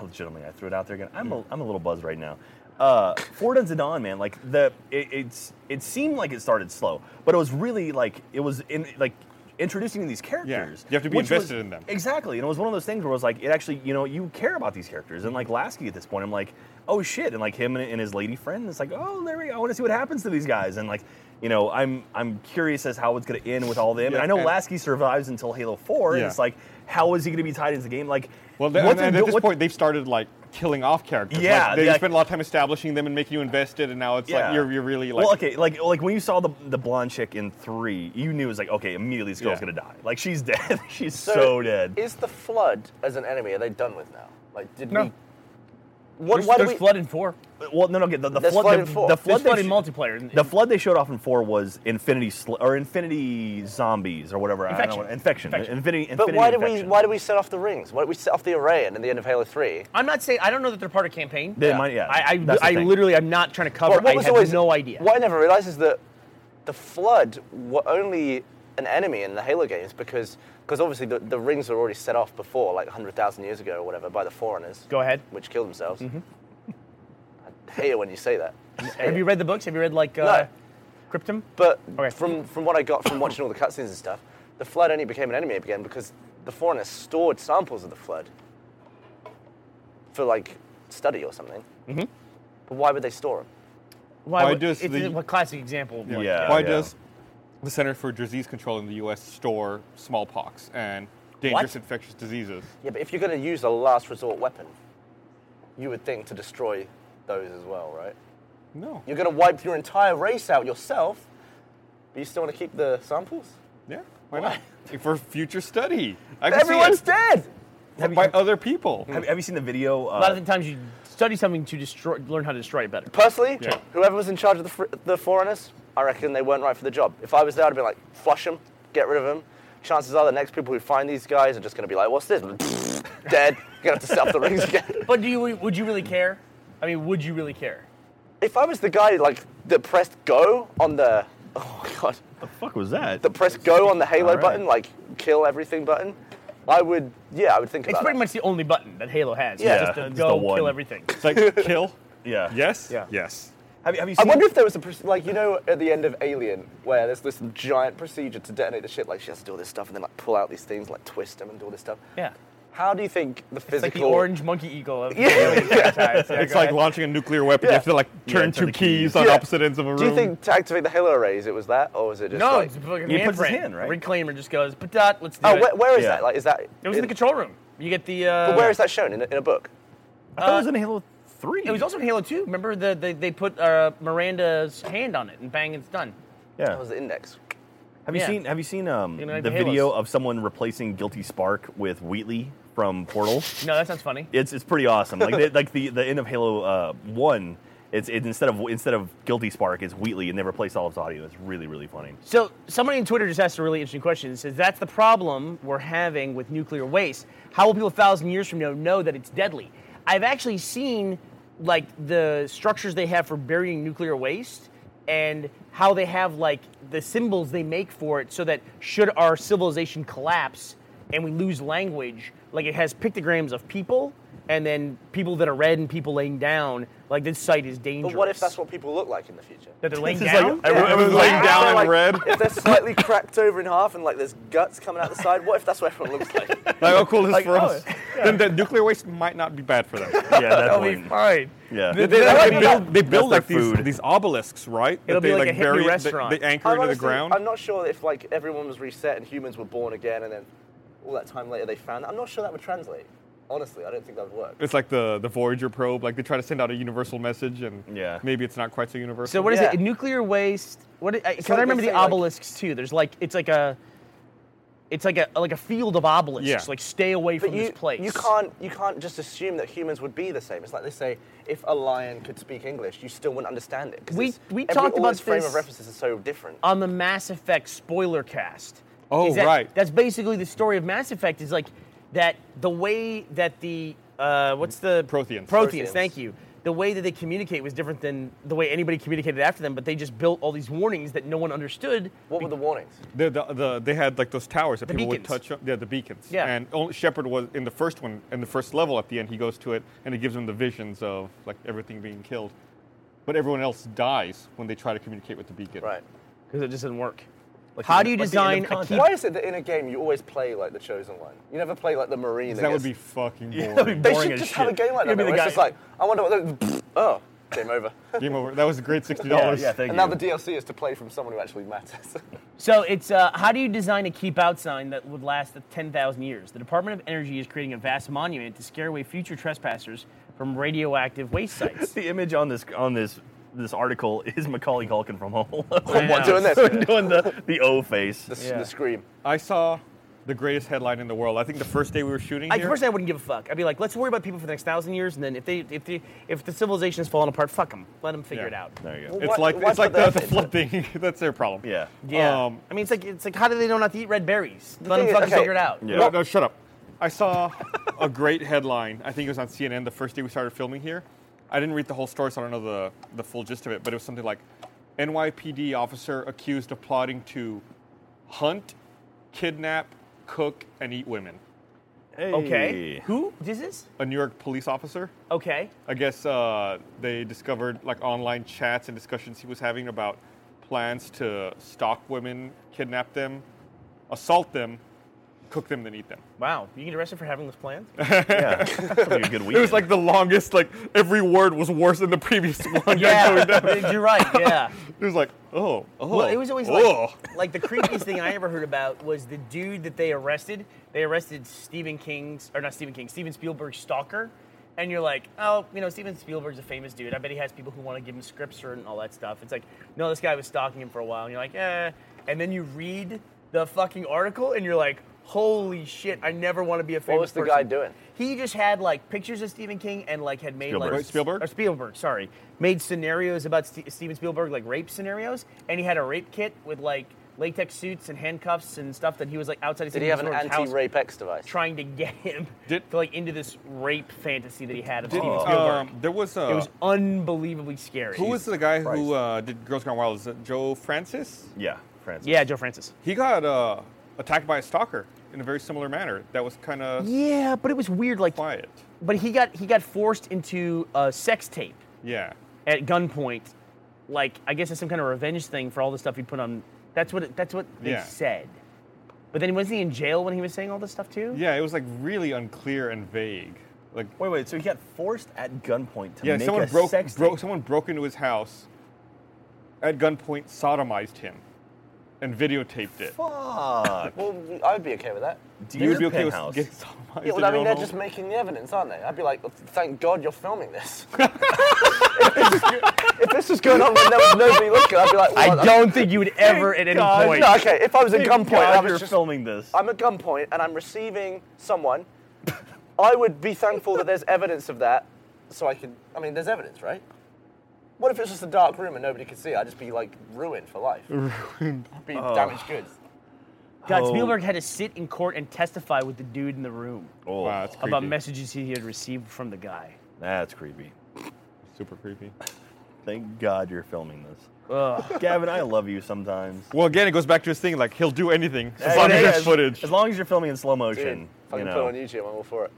Speaker 2: legitimately, I threw it out there again. I'm a, I'm a little buzzed right now. Uh, Ford and Zidane, man, like the it, it's it seemed like it started slow, but it was really like it was in like introducing these characters.
Speaker 1: you have to be
Speaker 2: which was-
Speaker 1: invested in them.
Speaker 2: Exactly, and it was one of those things where it was like it actually, you know, you care about these characters, and like Lasky at this point, I'm like, oh shit, and like him and, and his lady friend, it's like, oh, there we go. I want to see what happens to these guys, and like, you know, I'm I'm curious as how it's going to end with all them,
Speaker 1: Yeah,
Speaker 2: and I know
Speaker 1: and-
Speaker 2: Lasky survives until Halo Four,
Speaker 1: Yeah.
Speaker 2: and it's like, how is he going to be tied into the game? Like,
Speaker 1: Well, th-
Speaker 2: what
Speaker 1: and, and
Speaker 2: they're
Speaker 1: at
Speaker 2: do-
Speaker 1: this
Speaker 2: what-
Speaker 1: point, they've started like killing off characters. Like,
Speaker 2: Yeah,
Speaker 1: they
Speaker 2: like-
Speaker 1: spent a lot of time establishing them and making you invested, and now it's like you're, you're really like.
Speaker 2: well, okay, like like when you saw the the blonde chick in three, you knew it was like, okay, immediately this girl's
Speaker 1: Yeah.
Speaker 2: going to die. Like she's dead. she's so dead.
Speaker 4: Is the flood as an enemy? Are they done with now? Like, did
Speaker 1: No.
Speaker 4: we? What?
Speaker 3: there's
Speaker 4: Why do
Speaker 3: there's
Speaker 4: we?
Speaker 3: flood in four.
Speaker 2: well, no, no, okay, the, the
Speaker 4: There's
Speaker 2: flood,
Speaker 4: flood
Speaker 2: the,
Speaker 4: in four.
Speaker 2: the
Speaker 3: There's
Speaker 2: flood
Speaker 3: flood
Speaker 2: they
Speaker 3: in
Speaker 2: sh-
Speaker 3: multiplayer.
Speaker 2: The flood they showed off in four was Infinity Sl- or Infinity Zombies or whatever. I don't know,
Speaker 3: Infection.
Speaker 2: infection.
Speaker 3: Infection.
Speaker 2: Infinity.
Speaker 4: But
Speaker 2: Infinity
Speaker 4: why did we?
Speaker 2: Infection.
Speaker 4: Why did we set off the rings? Why did we set off the array? And at the end of Halo Three,
Speaker 3: I'm not saying I don't know that they're part of campaign.
Speaker 2: They might- yeah,
Speaker 3: I
Speaker 2: that's the
Speaker 3: I, I
Speaker 2: thing.
Speaker 3: literally I'm not trying to cover.
Speaker 4: Well, what
Speaker 3: I
Speaker 4: was
Speaker 3: have
Speaker 4: always-
Speaker 3: no idea.
Speaker 4: What I never realized is that the Flood were only an enemy in the Halo games because because obviously the, the rings were already set off before, like 100,000 years ago or whatever, by the Forerunners.
Speaker 3: Go ahead. Mm-hmm.
Speaker 4: Which killed themselves. I hate it when you say that.
Speaker 3: Have you read the books? Have you read like uh,
Speaker 4: No.
Speaker 3: Cryptum?
Speaker 4: But
Speaker 3: Okay.
Speaker 4: from, from what I got from watching all the cutscenes and stuff, the Flood only became an enemy again because the Forerunners stored samples of the Flood for like study or something. Mm-hmm. But why would they store them?
Speaker 3: Why,
Speaker 1: Why
Speaker 3: would,
Speaker 1: does
Speaker 3: it's
Speaker 1: the-
Speaker 3: a classic example. Of like,
Speaker 2: Yeah,
Speaker 1: Why
Speaker 2: yeah.
Speaker 1: does the Center for Disease Control in the U.S. store smallpox and dangerous infectious diseases?
Speaker 4: Yeah, but if you're going to use a last resort weapon, you would think to destroy those as well, right?
Speaker 1: No.
Speaker 4: You're going to wipe your entire race out yourself, but you still want to keep the samples?
Speaker 1: Yeah. Why not? For future study. I can see
Speaker 4: Everyone's
Speaker 1: it.
Speaker 4: dead!
Speaker 1: by other people.
Speaker 2: Have, have you seen the video? uh,
Speaker 3: A lot of the times you study something to destroy, learn how to destroy it better.
Speaker 4: Personally,
Speaker 1: Yeah.
Speaker 4: whoever was in charge of the, fr- the Forerunners, I reckon they weren't right for the job. If I was there, I'd be like, flush them, get rid of them. Chances are the next people who find these guys are just going to be like, what's this? dead. You're going to have to set up the rings again.
Speaker 3: But do you would you really care? I mean, would you really care?
Speaker 4: If I was the guy like that pressed go on the, oh my god,
Speaker 2: the fuck was that?
Speaker 4: the press go on the Halo
Speaker 2: All right.
Speaker 4: button, like kill everything button, I would, yeah, I would think
Speaker 3: It's
Speaker 4: about
Speaker 3: pretty
Speaker 4: it.
Speaker 3: much the only button that Halo has.
Speaker 4: Yeah.
Speaker 3: It's just to
Speaker 2: Just the
Speaker 3: go
Speaker 2: one.
Speaker 3: kill everything.
Speaker 1: It's like kill.
Speaker 2: yeah.
Speaker 1: Yes.
Speaker 3: Yeah.
Speaker 1: Yes.
Speaker 2: Have, you- have you
Speaker 4: I
Speaker 2: seen?
Speaker 4: wonder if there was a proce- like you know at the end of Alien where there's this giant procedure to detonate the ship. Like she has to do all this stuff and then like pull out these things, like twist them and do all this stuff.
Speaker 3: Yeah.
Speaker 4: How do you think the
Speaker 3: It's
Speaker 4: physical?
Speaker 3: like the orange monkey eagle of
Speaker 4: Yeah.
Speaker 3: Alien franchise. Yeah,
Speaker 1: It's
Speaker 3: go
Speaker 1: like
Speaker 3: ahead.
Speaker 1: launching a nuclear weapon. You
Speaker 4: Yeah.
Speaker 1: have to like turn
Speaker 2: turn
Speaker 1: two
Speaker 2: the
Speaker 1: keys
Speaker 2: keys.
Speaker 1: on
Speaker 4: Yeah.
Speaker 1: opposite ends of a room.
Speaker 4: Do you think to activate the Halo arrays it was that, or was it just
Speaker 3: No,
Speaker 4: like-
Speaker 3: it's fucking
Speaker 2: He puts his
Speaker 3: handprint.
Speaker 2: hand, right?
Speaker 3: Reclaimer just goes, but dot, let's do
Speaker 4: oh,
Speaker 3: it.
Speaker 4: where, where is
Speaker 2: Yeah.
Speaker 4: that? Like, is that?
Speaker 3: it was in the control room. You get the. Uh,
Speaker 4: But where is that shown in a, in a book?
Speaker 2: I thought it was in Halo Three.
Speaker 3: It was also in Halo 2. Remember the, they they put uh, Miranda's hand on it and bang, it's done.
Speaker 4: That
Speaker 2: Yeah.
Speaker 4: was the index.
Speaker 2: Have you
Speaker 3: yeah.
Speaker 2: seen? Have you seen um,
Speaker 3: You know, like
Speaker 2: the
Speaker 3: the Halos.
Speaker 2: video of someone replacing Guilty Spark with Wheatley from Portal?
Speaker 3: No, that sounds funny.
Speaker 2: It's it's pretty awesome. Like they, like the, the end of Halo uh, One, it's it, instead of instead of Guilty Spark, it's Wheatley, and they replace all of his audio. It's really really funny.
Speaker 3: So somebody on Twitter just asked a really interesting question. It says that's the problem we're having with nuclear waste. How will people a thousand years from now know that it's deadly? I've actually seen like the structures they have for burying nuclear waste and how they have like the symbols they make for it so that should our civilization collapse and we lose language, like it has pictograms of people and then people that are red and people laying down, like this site is dangerous.
Speaker 4: But what if that's what people look like in the future?
Speaker 3: that they're laying
Speaker 2: This is like-
Speaker 3: down?
Speaker 2: I- Everyone-
Speaker 4: Yeah.
Speaker 2: everyone's
Speaker 1: laying
Speaker 4: If
Speaker 1: down
Speaker 4: they're,
Speaker 1: in
Speaker 4: like-
Speaker 1: red.
Speaker 4: If they're slightly cracked over in half and like there's guts coming out the side, what if that's what everyone looks like?
Speaker 1: Like how cool is
Speaker 4: Like,
Speaker 1: for
Speaker 4: oh.
Speaker 1: us? then the nuclear waste might not be bad for them.
Speaker 2: Yeah, that's
Speaker 3: That'll be
Speaker 2: one.
Speaker 3: fine.
Speaker 2: Yeah.
Speaker 1: They,
Speaker 2: They-
Speaker 1: they,
Speaker 3: that'll
Speaker 1: they
Speaker 3: be-
Speaker 1: build, they build
Speaker 2: their
Speaker 1: like these,
Speaker 2: food.
Speaker 1: these obelisks, right?
Speaker 3: It'll
Speaker 1: that they
Speaker 3: be like a
Speaker 1: like
Speaker 3: hippie
Speaker 1: bury,
Speaker 3: restaurant.
Speaker 1: They, they anchor
Speaker 4: I'm
Speaker 1: into the
Speaker 4: honestly-
Speaker 1: ground.
Speaker 4: I'm not sure if like everyone was reset and humans were born again, and then all that time later they found. I'm not sure that would translate. Honestly, I don't think that would work.
Speaker 1: It's like the, the Voyager probe. Like they try to send out a universal message, and
Speaker 2: Yeah.
Speaker 1: maybe it's not quite so universal.
Speaker 3: So what is
Speaker 4: Yeah.
Speaker 3: it? Nuclear waste. What? Because
Speaker 4: like
Speaker 3: I remember
Speaker 4: they
Speaker 3: the
Speaker 4: say, like-
Speaker 3: obelisks too. There's like it's like a, it's like a like a field of obelisks.
Speaker 1: Yeah.
Speaker 3: Like stay away
Speaker 4: But
Speaker 3: from
Speaker 4: you,
Speaker 3: this place.
Speaker 4: you can't you can't just assume that humans would be the same. It's like they say if a lion could speak English, you still wouldn't understand it. 'cause
Speaker 3: We-
Speaker 4: it's-
Speaker 3: we
Speaker 4: every-
Speaker 3: talked
Speaker 4: all
Speaker 3: about
Speaker 4: its frame
Speaker 3: this- Uh,
Speaker 4: of references is so different.
Speaker 3: on the Mass Effect spoiler cast.
Speaker 1: Oh,
Speaker 3: is that-
Speaker 1: right.
Speaker 3: That's basically the story of Mass Effect. Is like that the way that the uh, what's the
Speaker 1: Protheans.
Speaker 3: Protheans.
Speaker 4: Protheans.
Speaker 3: Thank you. The way that they communicate was different than the way anybody communicated after them. But they just built all these warnings that no one understood.
Speaker 4: what were the warnings?
Speaker 1: The, the, the, they had like those towers that
Speaker 3: The
Speaker 1: people would
Speaker 3: beacons.
Speaker 1: touch. on- Yeah, the beacons.
Speaker 3: Yeah.
Speaker 1: And only Shepard was in the first one, in the first level. At the end, he goes to it, and it gives him the visions of like everything being killed. But everyone else dies when they try to communicate with the beacon.
Speaker 4: Right.
Speaker 3: because it just didn't work.
Speaker 2: Like
Speaker 3: How
Speaker 2: the-
Speaker 3: do you
Speaker 2: like the end of
Speaker 3: design a key?
Speaker 2: contact.
Speaker 4: Why is it that in a game you always play like the chosen one? You never play like the marine.
Speaker 1: That would
Speaker 4: against-
Speaker 1: be fucking
Speaker 2: Yeah,
Speaker 1: boring.
Speaker 2: that'd be
Speaker 4: They
Speaker 2: boring
Speaker 4: should
Speaker 2: as
Speaker 4: just have a
Speaker 2: shit.
Speaker 4: game like
Speaker 3: You'd
Speaker 4: that.
Speaker 3: be
Speaker 4: though,
Speaker 3: the
Speaker 4: where It's
Speaker 3: guy-
Speaker 4: just like I wonder what. The, oh, game over.
Speaker 1: Game over. That was a great sixty
Speaker 2: Yeah,
Speaker 1: dollars.
Speaker 2: yeah, thank
Speaker 4: and
Speaker 2: you.
Speaker 4: now the DLC is to play from someone who actually matters.
Speaker 3: So it's uh, how do you design a keep out sign that would last 10,000 years? The Department of Energy is creating a vast monument to scare away future trespassers from radioactive waste sites.
Speaker 2: the image on this on this this article is Macaulay Culkin from Home Alone.
Speaker 3: know.
Speaker 4: doing this. The,
Speaker 2: doing the, the O face.
Speaker 4: the scream.
Speaker 1: I saw the greatest headline in the world. I think the first day we were shooting
Speaker 3: I,
Speaker 1: here.
Speaker 3: personally, I wouldn't give a fuck. I'd be like, let's worry about people for the next thousand years, and then if they, if they, if the civilization is falling apart, fuck them. Let them figure
Speaker 1: Yeah.
Speaker 3: it out.
Speaker 2: There you go.
Speaker 4: Well,
Speaker 1: it's
Speaker 4: What-
Speaker 1: like
Speaker 4: what's
Speaker 1: it's like the,
Speaker 4: with
Speaker 1: the
Speaker 4: that?
Speaker 1: flood thing. That's their problem.
Speaker 2: Yeah.
Speaker 3: Yeah.
Speaker 1: Um,
Speaker 3: I mean, it's like it's like how do they know not to eat red berries? Let
Speaker 4: thing
Speaker 3: them
Speaker 4: is-
Speaker 3: fucking
Speaker 4: okay.
Speaker 3: figure it out.
Speaker 2: Yeah.
Speaker 1: No, no, shut up. I saw a great headline. I think it was on CNN the first day we started filming here. I didn't read the whole story, so I don't know the, the full gist of it, but it was something like NYPD officer accused of plotting to hunt, kidnap, cook, and eat women.
Speaker 3: Okay.
Speaker 2: Hey.
Speaker 3: Who is this?
Speaker 1: A New York police officer.
Speaker 3: Okay.
Speaker 1: I guess uh, they discovered like online chats and discussions he was having about plans to stalk women, kidnap them, assault them, cook them, then eat them.
Speaker 3: Wow. You get arrested for having those plans?
Speaker 2: Yeah. That'll be a good
Speaker 1: It was like the longest, like every word was worse than the previous one.
Speaker 3: yeah. You're right. Yeah.
Speaker 1: It was like, oh, oh.
Speaker 3: Well, it was always
Speaker 1: oh.
Speaker 3: like, like the creepiest thing I ever heard about was the dude that they arrested. They arrested Stephen King's, or not Stephen King, Steven Spielberg's stalker. And you're like, oh, you know, Steven Spielberg's a famous dude. I bet he has people who want to give him scripts or- and all that stuff. It's like, no, this guy was stalking him for a while. And you're like, eh. And then you read the fucking article and you're like, holy shit, I never want to be a famous
Speaker 4: was the
Speaker 3: person.
Speaker 4: guy doing?
Speaker 3: He just had like pictures of Stephen King and like had made
Speaker 2: Spielberg.
Speaker 3: like
Speaker 1: Wait, Spielberg?
Speaker 3: or Spielberg, sorry, made scenarios about Ste Steven Spielberg, like rape scenarios, and he had a rape kit with like latex suits and handcuffs and stuff that he was like outside of
Speaker 4: Did
Speaker 3: Steven
Speaker 4: he have an
Speaker 3: Spielberg's house
Speaker 4: anti-rape X device?
Speaker 3: trying to get him
Speaker 1: Did-
Speaker 3: to, like into this rape fantasy that he had of
Speaker 1: Didn't,
Speaker 3: Steven Spielberg.
Speaker 1: um, there was a.
Speaker 3: it was unbelievably scary.
Speaker 1: who was the guy who uh, did Girls Gone Wild? Is it Joe Francis?
Speaker 2: Yeah, Francis.
Speaker 3: Yeah, Joe Francis.
Speaker 1: He got uh, attacked by a stalker in a very similar manner. That was kind of
Speaker 3: Yeah, but it was weird. Like,
Speaker 1: quiet.
Speaker 3: but he got he got forced into a sex tape
Speaker 1: Yeah.
Speaker 3: at gunpoint. Like, I guess it's some kind of revenge thing for all the stuff he put on. That's what it, that's what they
Speaker 1: Yeah.
Speaker 3: said. But then wasn't he in jail when he was saying all this stuff too?
Speaker 1: Yeah, it was like really unclear and vague. Like,
Speaker 2: Wait, wait. So he got forced at gunpoint to
Speaker 1: yeah,
Speaker 2: make
Speaker 1: someone
Speaker 2: a
Speaker 1: broke,
Speaker 2: sex
Speaker 1: broke
Speaker 2: tape.
Speaker 1: someone broke into his house at gunpoint, sodomized him, and videotaped it.
Speaker 2: Fuck.
Speaker 4: Well, I'd be okay with that.
Speaker 1: You would be
Speaker 2: Dear
Speaker 1: okay with
Speaker 2: penthouse.
Speaker 1: getting sodomized?
Speaker 4: Yeah,
Speaker 1: in
Speaker 4: well, I
Speaker 1: your
Speaker 4: mean,
Speaker 1: own
Speaker 4: they're
Speaker 1: home?
Speaker 4: just making the evidence, aren't they? I'd be like, thank God you're filming this. if this was going on when there was nobody looking, I'd be like, well,
Speaker 3: I don't think you would ever at any
Speaker 2: God,
Speaker 3: point.
Speaker 4: No, okay, if I was at gunpoint, and I
Speaker 2: God,
Speaker 4: was
Speaker 2: you're
Speaker 4: just,
Speaker 2: filming this.
Speaker 4: I'm at gunpoint and I'm receiving someone. I would be thankful that there's evidence of that, so I could. I mean, there's evidence, right? What if it's just a dark room and nobody could see? I'd just be like ruined for life. Ruined. I'd be damaged goods.
Speaker 1: Oh.
Speaker 3: God, Spielberg had to sit in court and testify with the dude in the room
Speaker 2: oh,
Speaker 1: Wow, that's creepy.
Speaker 3: about messages he had received from the guy.
Speaker 2: that's creepy.
Speaker 1: Super creepy.
Speaker 2: Thank God you're filming this. Gavin, I love you sometimes.
Speaker 1: Well, again, it goes back to his thing. Like he'll do anything as
Speaker 2: Hey,
Speaker 1: long as
Speaker 2: hey,
Speaker 1: there's footage.
Speaker 2: As long as you're filming in slow
Speaker 4: Dude,
Speaker 2: motion.
Speaker 4: fucking
Speaker 2: you
Speaker 4: put it
Speaker 2: know.
Speaker 4: on YouTube, I'm all for it.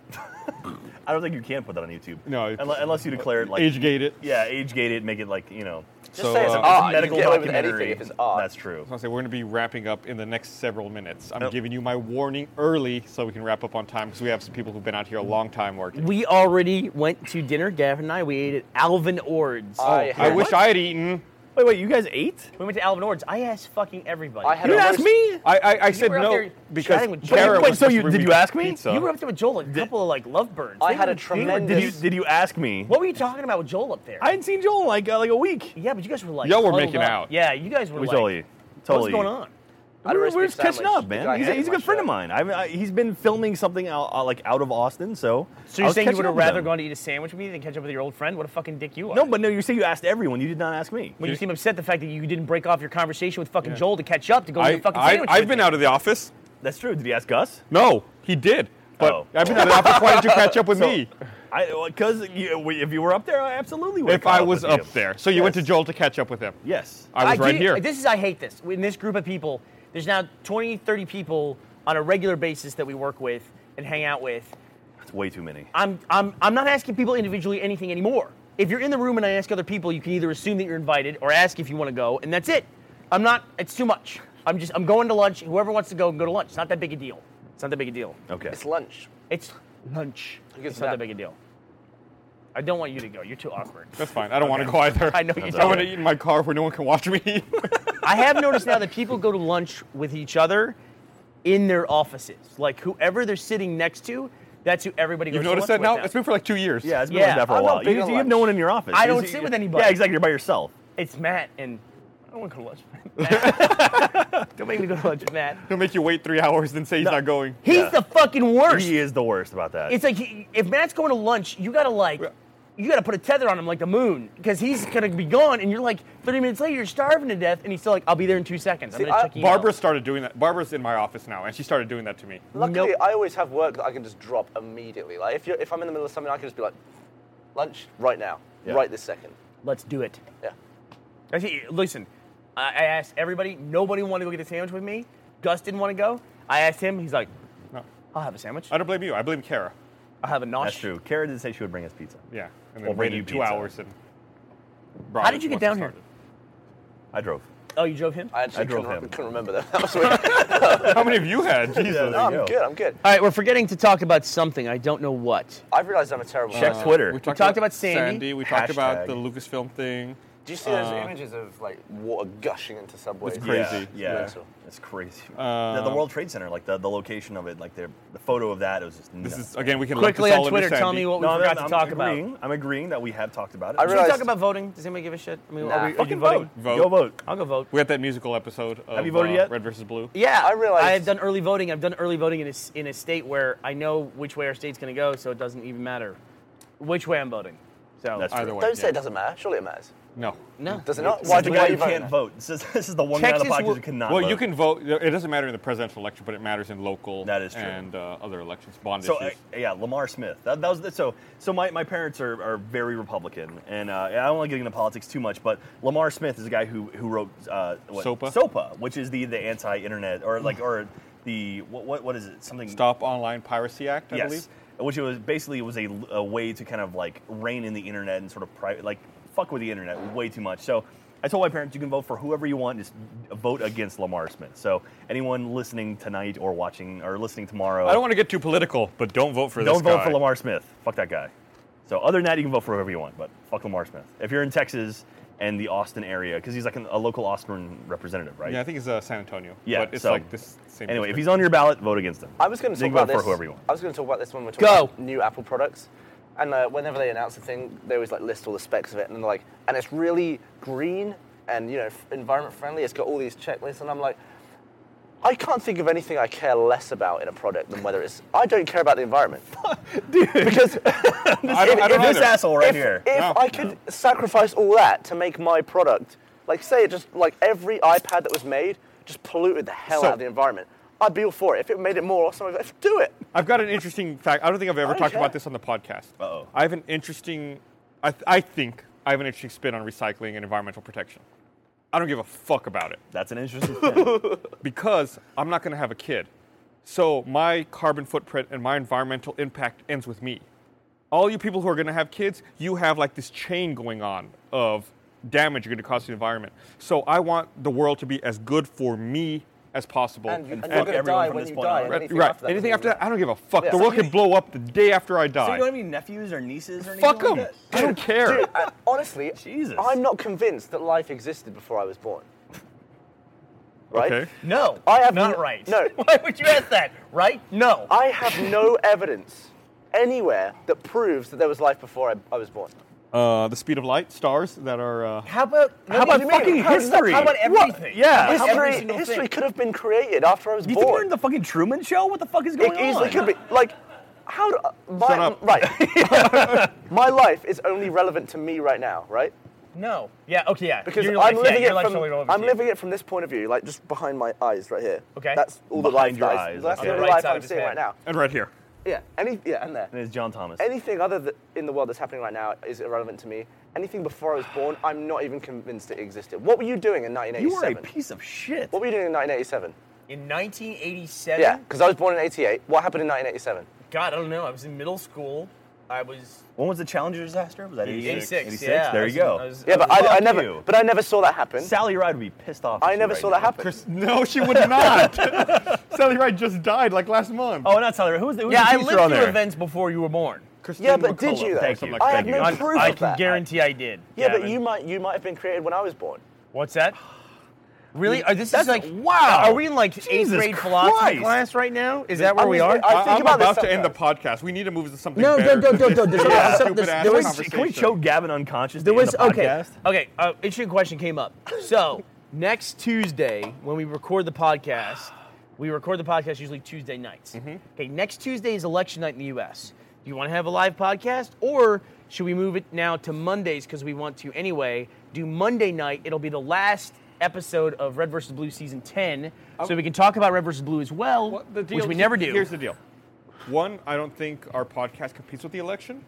Speaker 2: I don't think you can put that on YouTube.
Speaker 1: No,
Speaker 2: Unle-
Speaker 1: it's-
Speaker 2: unless, you declare it like
Speaker 1: Age gate it.
Speaker 2: Yeah, age gate it, make it like you know.
Speaker 4: Just
Speaker 1: So,
Speaker 4: say it's
Speaker 1: uh,
Speaker 2: It's
Speaker 4: art.
Speaker 2: a
Speaker 4: Ah, You
Speaker 2: medical
Speaker 4: can get away with
Speaker 2: documentary.
Speaker 4: anything if it's art.
Speaker 2: That's true.
Speaker 1: I was gonna say we're going to be wrapping up in the next several minutes. I'm
Speaker 2: Nope.
Speaker 1: giving you my warning early so we can wrap up on time because we have some people who've been out here a long time working.
Speaker 3: We already went to dinner, Gavin and I. We ate at Alvin Ord's.
Speaker 4: I
Speaker 1: I
Speaker 4: had-
Speaker 1: wish I had eaten.
Speaker 2: Wait, wait, you guys ate?
Speaker 3: we went to Alvin Ord's. I asked fucking everybody.
Speaker 4: I had
Speaker 2: You
Speaker 4: a
Speaker 2: didn't ask
Speaker 4: roast-
Speaker 2: me.
Speaker 1: I I, I said
Speaker 3: were out
Speaker 1: no
Speaker 3: there
Speaker 1: because
Speaker 3: chatting with Joel.
Speaker 1: Kara
Speaker 2: Wait,
Speaker 1: was
Speaker 2: so
Speaker 1: supposed
Speaker 2: you-
Speaker 1: to bring
Speaker 2: did
Speaker 1: me
Speaker 2: you ask me?
Speaker 1: Pizza.
Speaker 3: you were up there with Joel, a couple of like lovebirds.
Speaker 4: I
Speaker 3: They
Speaker 4: had
Speaker 3: were
Speaker 4: a
Speaker 3: doing-
Speaker 4: tremendous-
Speaker 2: Did you did you ask me?
Speaker 3: What were you talking about with Joel up there?
Speaker 2: I hadn't seen Joel in like uh, like a week.
Speaker 3: yeah, but you guys were like
Speaker 1: Y'all were
Speaker 3: huddled
Speaker 1: making
Speaker 3: up.
Speaker 1: out.
Speaker 3: Yeah, you guys were
Speaker 2: We
Speaker 3: like,
Speaker 2: totally,
Speaker 3: what's
Speaker 2: totally.
Speaker 3: going on?
Speaker 4: I had a
Speaker 2: We're,
Speaker 4: roast
Speaker 2: we're
Speaker 4: beef
Speaker 2: just catching
Speaker 4: sandwich.
Speaker 2: up,
Speaker 4: The guy
Speaker 2: man. He's a,
Speaker 4: hated
Speaker 2: he's a
Speaker 4: my
Speaker 2: good friend of
Speaker 4: shit.
Speaker 2: mine. I, I, he's been filming something out, uh, like out of Austin, so.
Speaker 3: So
Speaker 2: I
Speaker 3: you're
Speaker 2: was
Speaker 3: saying you
Speaker 2: catching
Speaker 3: would
Speaker 2: up
Speaker 3: have
Speaker 2: with
Speaker 3: rather
Speaker 2: him.
Speaker 3: gone to eat a sandwich with me than catch up with your old friend? What a fucking dick you are.
Speaker 2: No, but no, you say you asked everyone. You did not ask me.
Speaker 3: Well, you seem upset the fact that you didn't break off your conversation with fucking Joel to catch up to go
Speaker 1: I,
Speaker 3: get a fucking
Speaker 1: I,
Speaker 3: sandwich.
Speaker 1: I've
Speaker 3: with
Speaker 1: been
Speaker 3: you.
Speaker 1: out of the office.
Speaker 2: That's true. Did he ask us?
Speaker 1: No, he did. But
Speaker 2: Oh.
Speaker 1: I've been out of the office. Why did you catch up with me?
Speaker 2: I because you, we- if you were up there, I absolutely would.
Speaker 1: If I was up there, so you went to Joel to catch up with him.
Speaker 2: Yes.
Speaker 1: I was
Speaker 3: I
Speaker 1: right
Speaker 3: get-
Speaker 1: here.
Speaker 3: This is I hate this. In this group of people, there's now 20, 30 people on a regular basis that we work with and hang out with.
Speaker 2: That's way too many.
Speaker 3: I'm I'm I'm not asking people individually anything anymore. If you're in the room and I ask other people, you can either assume that you're invited or ask if you want to go, and that's it. I'm not. It's too much. I'm just. I'm going to lunch. Whoever wants to go, can go to lunch. It's not that big a deal. It's not that big a deal.
Speaker 2: Okay.
Speaker 4: It's lunch.
Speaker 3: It's lunch.
Speaker 4: get
Speaker 3: It's not that
Speaker 4: that.
Speaker 3: big a deal. I don't want you to go. You're too awkward.
Speaker 1: That's fine. I don't want to go either.
Speaker 3: I know you
Speaker 1: I
Speaker 3: don't.
Speaker 1: want to eat in my car where no one can watch me. eat.
Speaker 3: I have noticed now that people go to lunch with each other in their offices. Like whoever they're sitting next to, that's who everybody goes
Speaker 1: You've
Speaker 3: to
Speaker 1: noticed that
Speaker 3: lunch
Speaker 1: now?
Speaker 3: with
Speaker 1: It's been for like two years.
Speaker 2: Yeah, it's been
Speaker 3: Yeah,
Speaker 2: like that for a
Speaker 4: I'm not
Speaker 2: while. You,
Speaker 4: big on
Speaker 2: you have
Speaker 4: lunch.
Speaker 2: no one in your office.
Speaker 3: I don't
Speaker 2: You-
Speaker 3: sit
Speaker 2: you-
Speaker 3: with anybody.
Speaker 2: Yeah, exactly. You're by yourself.
Speaker 3: It's Matt and I don't want to go to lunch. with Matt. don't make me go to lunch with Matt.
Speaker 1: He'll make you wait three hours and say he's not going.
Speaker 3: He's
Speaker 2: Yeah.
Speaker 3: the fucking worst.
Speaker 2: He is the worst about that.
Speaker 3: It's like he- if Matt's going to lunch, you gotta like, you gotta put a tether on him like the moon because he's gonna be gone, and you're like 30 minutes later, you're starving to death, and he's still like, I'll be there in two seconds. I'm
Speaker 4: See,
Speaker 3: gonna
Speaker 4: I-
Speaker 3: check email.
Speaker 1: Barbara started doing that. Barbara's in my office now, and she started doing that to me.
Speaker 4: Luckily,
Speaker 3: Nope.
Speaker 4: I always have work that I can just drop immediately. Like if you're, if I'm in the middle of something, I can just be like, lunch right now,
Speaker 2: Yeah.
Speaker 4: right this second.
Speaker 3: Let's do it.
Speaker 4: Yeah.
Speaker 3: I see- Listen, I I asked everybody. Nobody wanted to go get a sandwich with me. Gus didn't want to go. I asked him. He's like,
Speaker 1: No.
Speaker 3: I'll have a sandwich.
Speaker 1: I don't blame you. I blame Kara.
Speaker 3: I'll have a nosh.
Speaker 2: That's true. Kara did say she would bring us pizza.
Speaker 1: Yeah. And
Speaker 2: Or
Speaker 1: then
Speaker 2: bring
Speaker 1: waited
Speaker 2: you
Speaker 1: two
Speaker 2: pizza.
Speaker 1: hours and. brought
Speaker 3: How did
Speaker 1: it
Speaker 3: you get
Speaker 1: once it
Speaker 3: down here?
Speaker 2: I drove.
Speaker 3: Oh, you drove him?
Speaker 4: I actually
Speaker 2: I drove
Speaker 4: couldn't,
Speaker 2: him.
Speaker 4: couldn't remember that. That was weird.
Speaker 1: started. How many of you had? Jesus.
Speaker 2: there you
Speaker 4: no, I'm
Speaker 2: go.
Speaker 4: good. I'm good.
Speaker 3: All right, we're forgetting to talk about something. I don't know what.
Speaker 4: I've realized I'm a terrible.
Speaker 2: Check
Speaker 4: person.
Speaker 2: Twitter.
Speaker 1: talked,
Speaker 3: about Sandy.
Speaker 1: We talked about
Speaker 2: Hashtag.
Speaker 1: the Lucasfilm thing.
Speaker 4: Do you see those
Speaker 1: Uh,
Speaker 4: images of like water gushing into subways?
Speaker 1: It's crazy.
Speaker 2: Yeah,
Speaker 4: Yeah.
Speaker 2: yeah. it's crazy. the, the World Trade Center, like the, the location of it, like the, the photo of that, it was just
Speaker 1: This
Speaker 2: nuts.
Speaker 1: is again. We can lump
Speaker 3: Quickly
Speaker 1: this
Speaker 3: on
Speaker 1: all
Speaker 3: Twitter,
Speaker 1: into
Speaker 3: tell
Speaker 1: Sandy.
Speaker 3: me what we
Speaker 2: No, I'm,
Speaker 3: forgot
Speaker 2: I'm
Speaker 3: to talk
Speaker 2: agreeing.
Speaker 3: about.
Speaker 2: I'm agreeing that we have talked about it.
Speaker 4: I
Speaker 3: Should we
Speaker 4: realized-
Speaker 3: talk about voting? Does anybody give a shit? I mean,
Speaker 4: Nah.
Speaker 3: are we, are
Speaker 2: Fucking
Speaker 3: you voting?
Speaker 2: vote.
Speaker 1: Vote.
Speaker 2: Go vote.
Speaker 3: I'll go vote.
Speaker 1: We had that musical episode of
Speaker 2: you voted
Speaker 1: uh,
Speaker 2: yet?
Speaker 1: Red versus Blue.
Speaker 3: Yeah,
Speaker 4: I realized-
Speaker 3: I have done early voting. I've done early voting in a, s- in a state where I know which way our state's going to go, so it doesn't even matter which way I'm voting. So
Speaker 2: That's
Speaker 1: Either
Speaker 2: true.
Speaker 1: way.
Speaker 4: Don't say
Speaker 1: yeah.
Speaker 4: it doesn't matter. Surely it matters.
Speaker 1: No.
Speaker 3: no,
Speaker 4: Does it not?
Speaker 2: This is
Speaker 4: Why
Speaker 2: the
Speaker 4: do
Speaker 2: guy
Speaker 4: you
Speaker 2: who
Speaker 4: vote?
Speaker 2: can't vote. This is, this is the one guy on the
Speaker 3: Texas
Speaker 2: podcast
Speaker 3: will-
Speaker 2: who cannot
Speaker 1: Well,
Speaker 2: vote.
Speaker 1: you can vote. It doesn't matter in the presidential election, but it matters in local
Speaker 2: That is true.
Speaker 1: and uh, other elections, bond
Speaker 2: So uh,
Speaker 1: issues.
Speaker 2: yeah, Lamar Smith. That, that was the, so. So my, my parents are, are very Republican, and uh, I don't want to get into politics too much. But Lamar Smith is a guy who who wrote uh, what,
Speaker 1: SOPA?
Speaker 2: SOPA, which is the the anti-internet or like or the what what, what is it? Something
Speaker 1: Stop Online Piracy Act, I
Speaker 2: yes,
Speaker 1: believe.
Speaker 2: which it was basically it was a, a way to kind of like rein in the internet and sort of private like fuck with the internet way too much. So I told my parents you can vote for whoever you want, just vote against Lamar Smith. So anyone listening tonight or watching or listening tomorrow,
Speaker 1: I don't want to get too political, but don't vote for this
Speaker 2: don't vote
Speaker 1: guy.
Speaker 2: for Lamar Smith. Fuck that guy. So other than that, you can vote for whoever you want, but fuck Lamar Smith. If you're in Texas and the Austin area, because he's like an, a local Austin representative, right?
Speaker 1: Yeah, I think it's uh, San Antonio.
Speaker 2: Yeah,
Speaker 1: but it's
Speaker 2: so-
Speaker 1: like this same.
Speaker 2: Anyway, if
Speaker 1: district.
Speaker 2: he's on your ballot, vote against him.
Speaker 4: I was going to
Speaker 2: Then
Speaker 4: talk
Speaker 2: you
Speaker 4: about
Speaker 2: vote
Speaker 4: this.
Speaker 2: for whoever you want.
Speaker 4: I was going to talk about this when we were talking
Speaker 3: Go.
Speaker 4: about new Apple products. And uh, whenever they announce a thing, they always like list all the specs of it, and they're like, and it's really green and you know f- environment friendly. It's got all these checklists, and I'm like, I can't think of anything I care less about in a product than whether it's. I don't care about the environment, dude. Because
Speaker 1: I don't, I don't
Speaker 2: If this
Speaker 1: either.
Speaker 2: asshole right
Speaker 4: if,
Speaker 2: here.
Speaker 4: if
Speaker 1: No.
Speaker 4: I could sacrifice all that to make my product, like say it just like every iPad that was made just polluted the hell
Speaker 1: So-
Speaker 4: out of the environment, I'd be all for it. If it made it more awesome, I'd be like, do it.
Speaker 1: I've got an interesting fact. I don't think I've ever
Speaker 4: don't
Speaker 1: talked
Speaker 4: care.
Speaker 1: about this on the podcast.
Speaker 2: Oh, Uh-oh.
Speaker 1: I have an interesting. I, th- I think I have an interesting spin on recycling and environmental protection. I don't give a fuck about it
Speaker 2: That's an interesting thing.
Speaker 1: because I'm not going to have a kid. So my carbon footprint and my environmental impact ends with me. all you people who are going to have kids, you have like this chain going on of damage you're going to cause to the environment. So I want the world to be as good for me as possible.
Speaker 4: And, you, and
Speaker 2: fuck
Speaker 4: you're gonna
Speaker 2: everyone
Speaker 4: die
Speaker 2: from
Speaker 4: when
Speaker 2: this
Speaker 4: you
Speaker 2: point
Speaker 4: die.
Speaker 2: on.
Speaker 1: right,
Speaker 4: and anything
Speaker 1: right.
Speaker 4: after that
Speaker 1: anything
Speaker 4: doesn't
Speaker 1: after that, I don't give a fuck.
Speaker 4: Yeah.
Speaker 1: The world can blow up the day after I
Speaker 5: So
Speaker 1: die.
Speaker 5: you don't have any nephews or nieces or anything?
Speaker 1: fuck them.
Speaker 5: Like that?
Speaker 1: I don't care.
Speaker 4: Dude, I- honestly,
Speaker 5: Jesus.
Speaker 4: I'm not convinced that life existed before I was born. Right?
Speaker 1: Okay.
Speaker 3: No,
Speaker 4: I have
Speaker 3: not
Speaker 4: n-
Speaker 3: right.
Speaker 4: no.
Speaker 3: Why would you ask that? Right? No.
Speaker 4: I have no evidence anywhere that proves that there was life before I, I was born.
Speaker 1: Uh, the speed of light, stars that are. Uh,
Speaker 3: how about
Speaker 4: How about fucking
Speaker 3: how-
Speaker 4: history?
Speaker 3: How about
Speaker 4: What?
Speaker 3: everything?
Speaker 2: Yeah.
Speaker 3: How about every
Speaker 4: History,
Speaker 3: single
Speaker 4: history
Speaker 3: thing?
Speaker 4: could have been created after I was
Speaker 2: You think we're
Speaker 4: born.
Speaker 2: in the fucking Truman Show? What the fuck is going
Speaker 4: it
Speaker 2: on?
Speaker 4: easily could be. Like, how do. uh, My,
Speaker 1: Shut up.
Speaker 4: Right. my life is only relevant to me right now, right?
Speaker 3: No. Yeah. Okay. Yeah.
Speaker 4: Because
Speaker 3: You're like,
Speaker 4: I'm living
Speaker 3: yeah,
Speaker 4: it
Speaker 3: your life's
Speaker 4: from
Speaker 3: totally relevant
Speaker 4: I'm
Speaker 3: to you.
Speaker 4: living it from this point of view, like just behind my eyes right here.
Speaker 3: Okay.
Speaker 4: That's all the
Speaker 2: Behind
Speaker 4: life
Speaker 2: your
Speaker 4: that I-
Speaker 2: eyes,
Speaker 4: That's
Speaker 2: okay.
Speaker 4: the
Speaker 2: On the
Speaker 4: life
Speaker 3: right side
Speaker 4: I'm
Speaker 3: of his
Speaker 4: seeing
Speaker 3: head.
Speaker 4: right now.
Speaker 1: and right here.
Speaker 4: Yeah. Any yeah, and there.
Speaker 2: And it's John Thomas.
Speaker 4: anything other th- in the world that's happening right now is irrelevant to me. Anything before I was born, I'm not even convinced it existed. What were you doing in
Speaker 2: you are a
Speaker 4: 1987?
Speaker 2: piece of shit.
Speaker 4: what were you doing in 1987?
Speaker 3: in 1987.
Speaker 4: Yeah, because I was born in 88. What happened in 1987?
Speaker 3: God, I don't know. I was in middle school. I was
Speaker 2: When was the Challenger disaster? Was that 86?
Speaker 3: 86. Yeah. I
Speaker 2: There
Speaker 3: was
Speaker 2: you
Speaker 3: in-
Speaker 2: go.
Speaker 3: I was-
Speaker 4: Yeah, but I, I
Speaker 2: fuck
Speaker 4: never,
Speaker 2: you.
Speaker 4: but I never saw that happen.
Speaker 2: Sally Ride would be pissed off. at
Speaker 4: I
Speaker 2: you
Speaker 4: never
Speaker 2: right
Speaker 4: saw
Speaker 2: now.
Speaker 4: that happen.
Speaker 1: Chris, no, she would not. Sally Wright just died like last month.
Speaker 2: Oh, not Sally Ride. Who was the, who was
Speaker 3: yeah,
Speaker 2: the
Speaker 3: I
Speaker 2: teacher
Speaker 3: lived
Speaker 2: on
Speaker 3: through
Speaker 2: there?
Speaker 3: events before you were born.
Speaker 1: Christine
Speaker 4: yeah, but did
Speaker 1: McCullough,
Speaker 4: you? Though?
Speaker 1: something
Speaker 2: Thank you.
Speaker 1: like
Speaker 4: I
Speaker 1: that.
Speaker 4: have
Speaker 2: you.
Speaker 4: no
Speaker 2: I'm-
Speaker 4: proof
Speaker 3: I
Speaker 4: of
Speaker 3: can
Speaker 4: that.
Speaker 3: guarantee I did.
Speaker 4: Yeah, but
Speaker 3: Gavin.
Speaker 4: you might, you might have been created when I was born.
Speaker 3: What's that? Really? Are this is like
Speaker 2: wow.
Speaker 3: Are we in like eighth
Speaker 2: Jesus
Speaker 3: grade philosophy
Speaker 2: Christ.
Speaker 3: class right now? Is that where
Speaker 4: I'm
Speaker 3: we
Speaker 4: just-
Speaker 3: are?
Speaker 4: I think
Speaker 1: I, am
Speaker 4: about this
Speaker 1: about to end the podcast. We need to move to something better. than this
Speaker 5: no. There's
Speaker 1: stupid-ass
Speaker 5: there was-
Speaker 1: conversation.
Speaker 2: Can we choke Gavin unconscious?
Speaker 5: There
Speaker 2: to end
Speaker 5: was-
Speaker 2: the
Speaker 5: okay.
Speaker 2: podcast?
Speaker 3: Okay, uh, interesting question came up. So next Tuesday, when we record the podcast, we record the podcast usually Tuesday nights.
Speaker 2: Mm-hmm.
Speaker 3: Okay, next Tuesday is election night in the U.S. Do you want to have a live podcast, or should we move it now to Mondays because we want to anyway? Do Monday night? It'll be the last episode of Red versus Blue season ten,
Speaker 2: Oh.
Speaker 3: so we can talk about Red versus Blue as well,
Speaker 1: What the deal-
Speaker 3: which we never do.
Speaker 1: Here's the deal. One, I don't think our podcast competes with the election.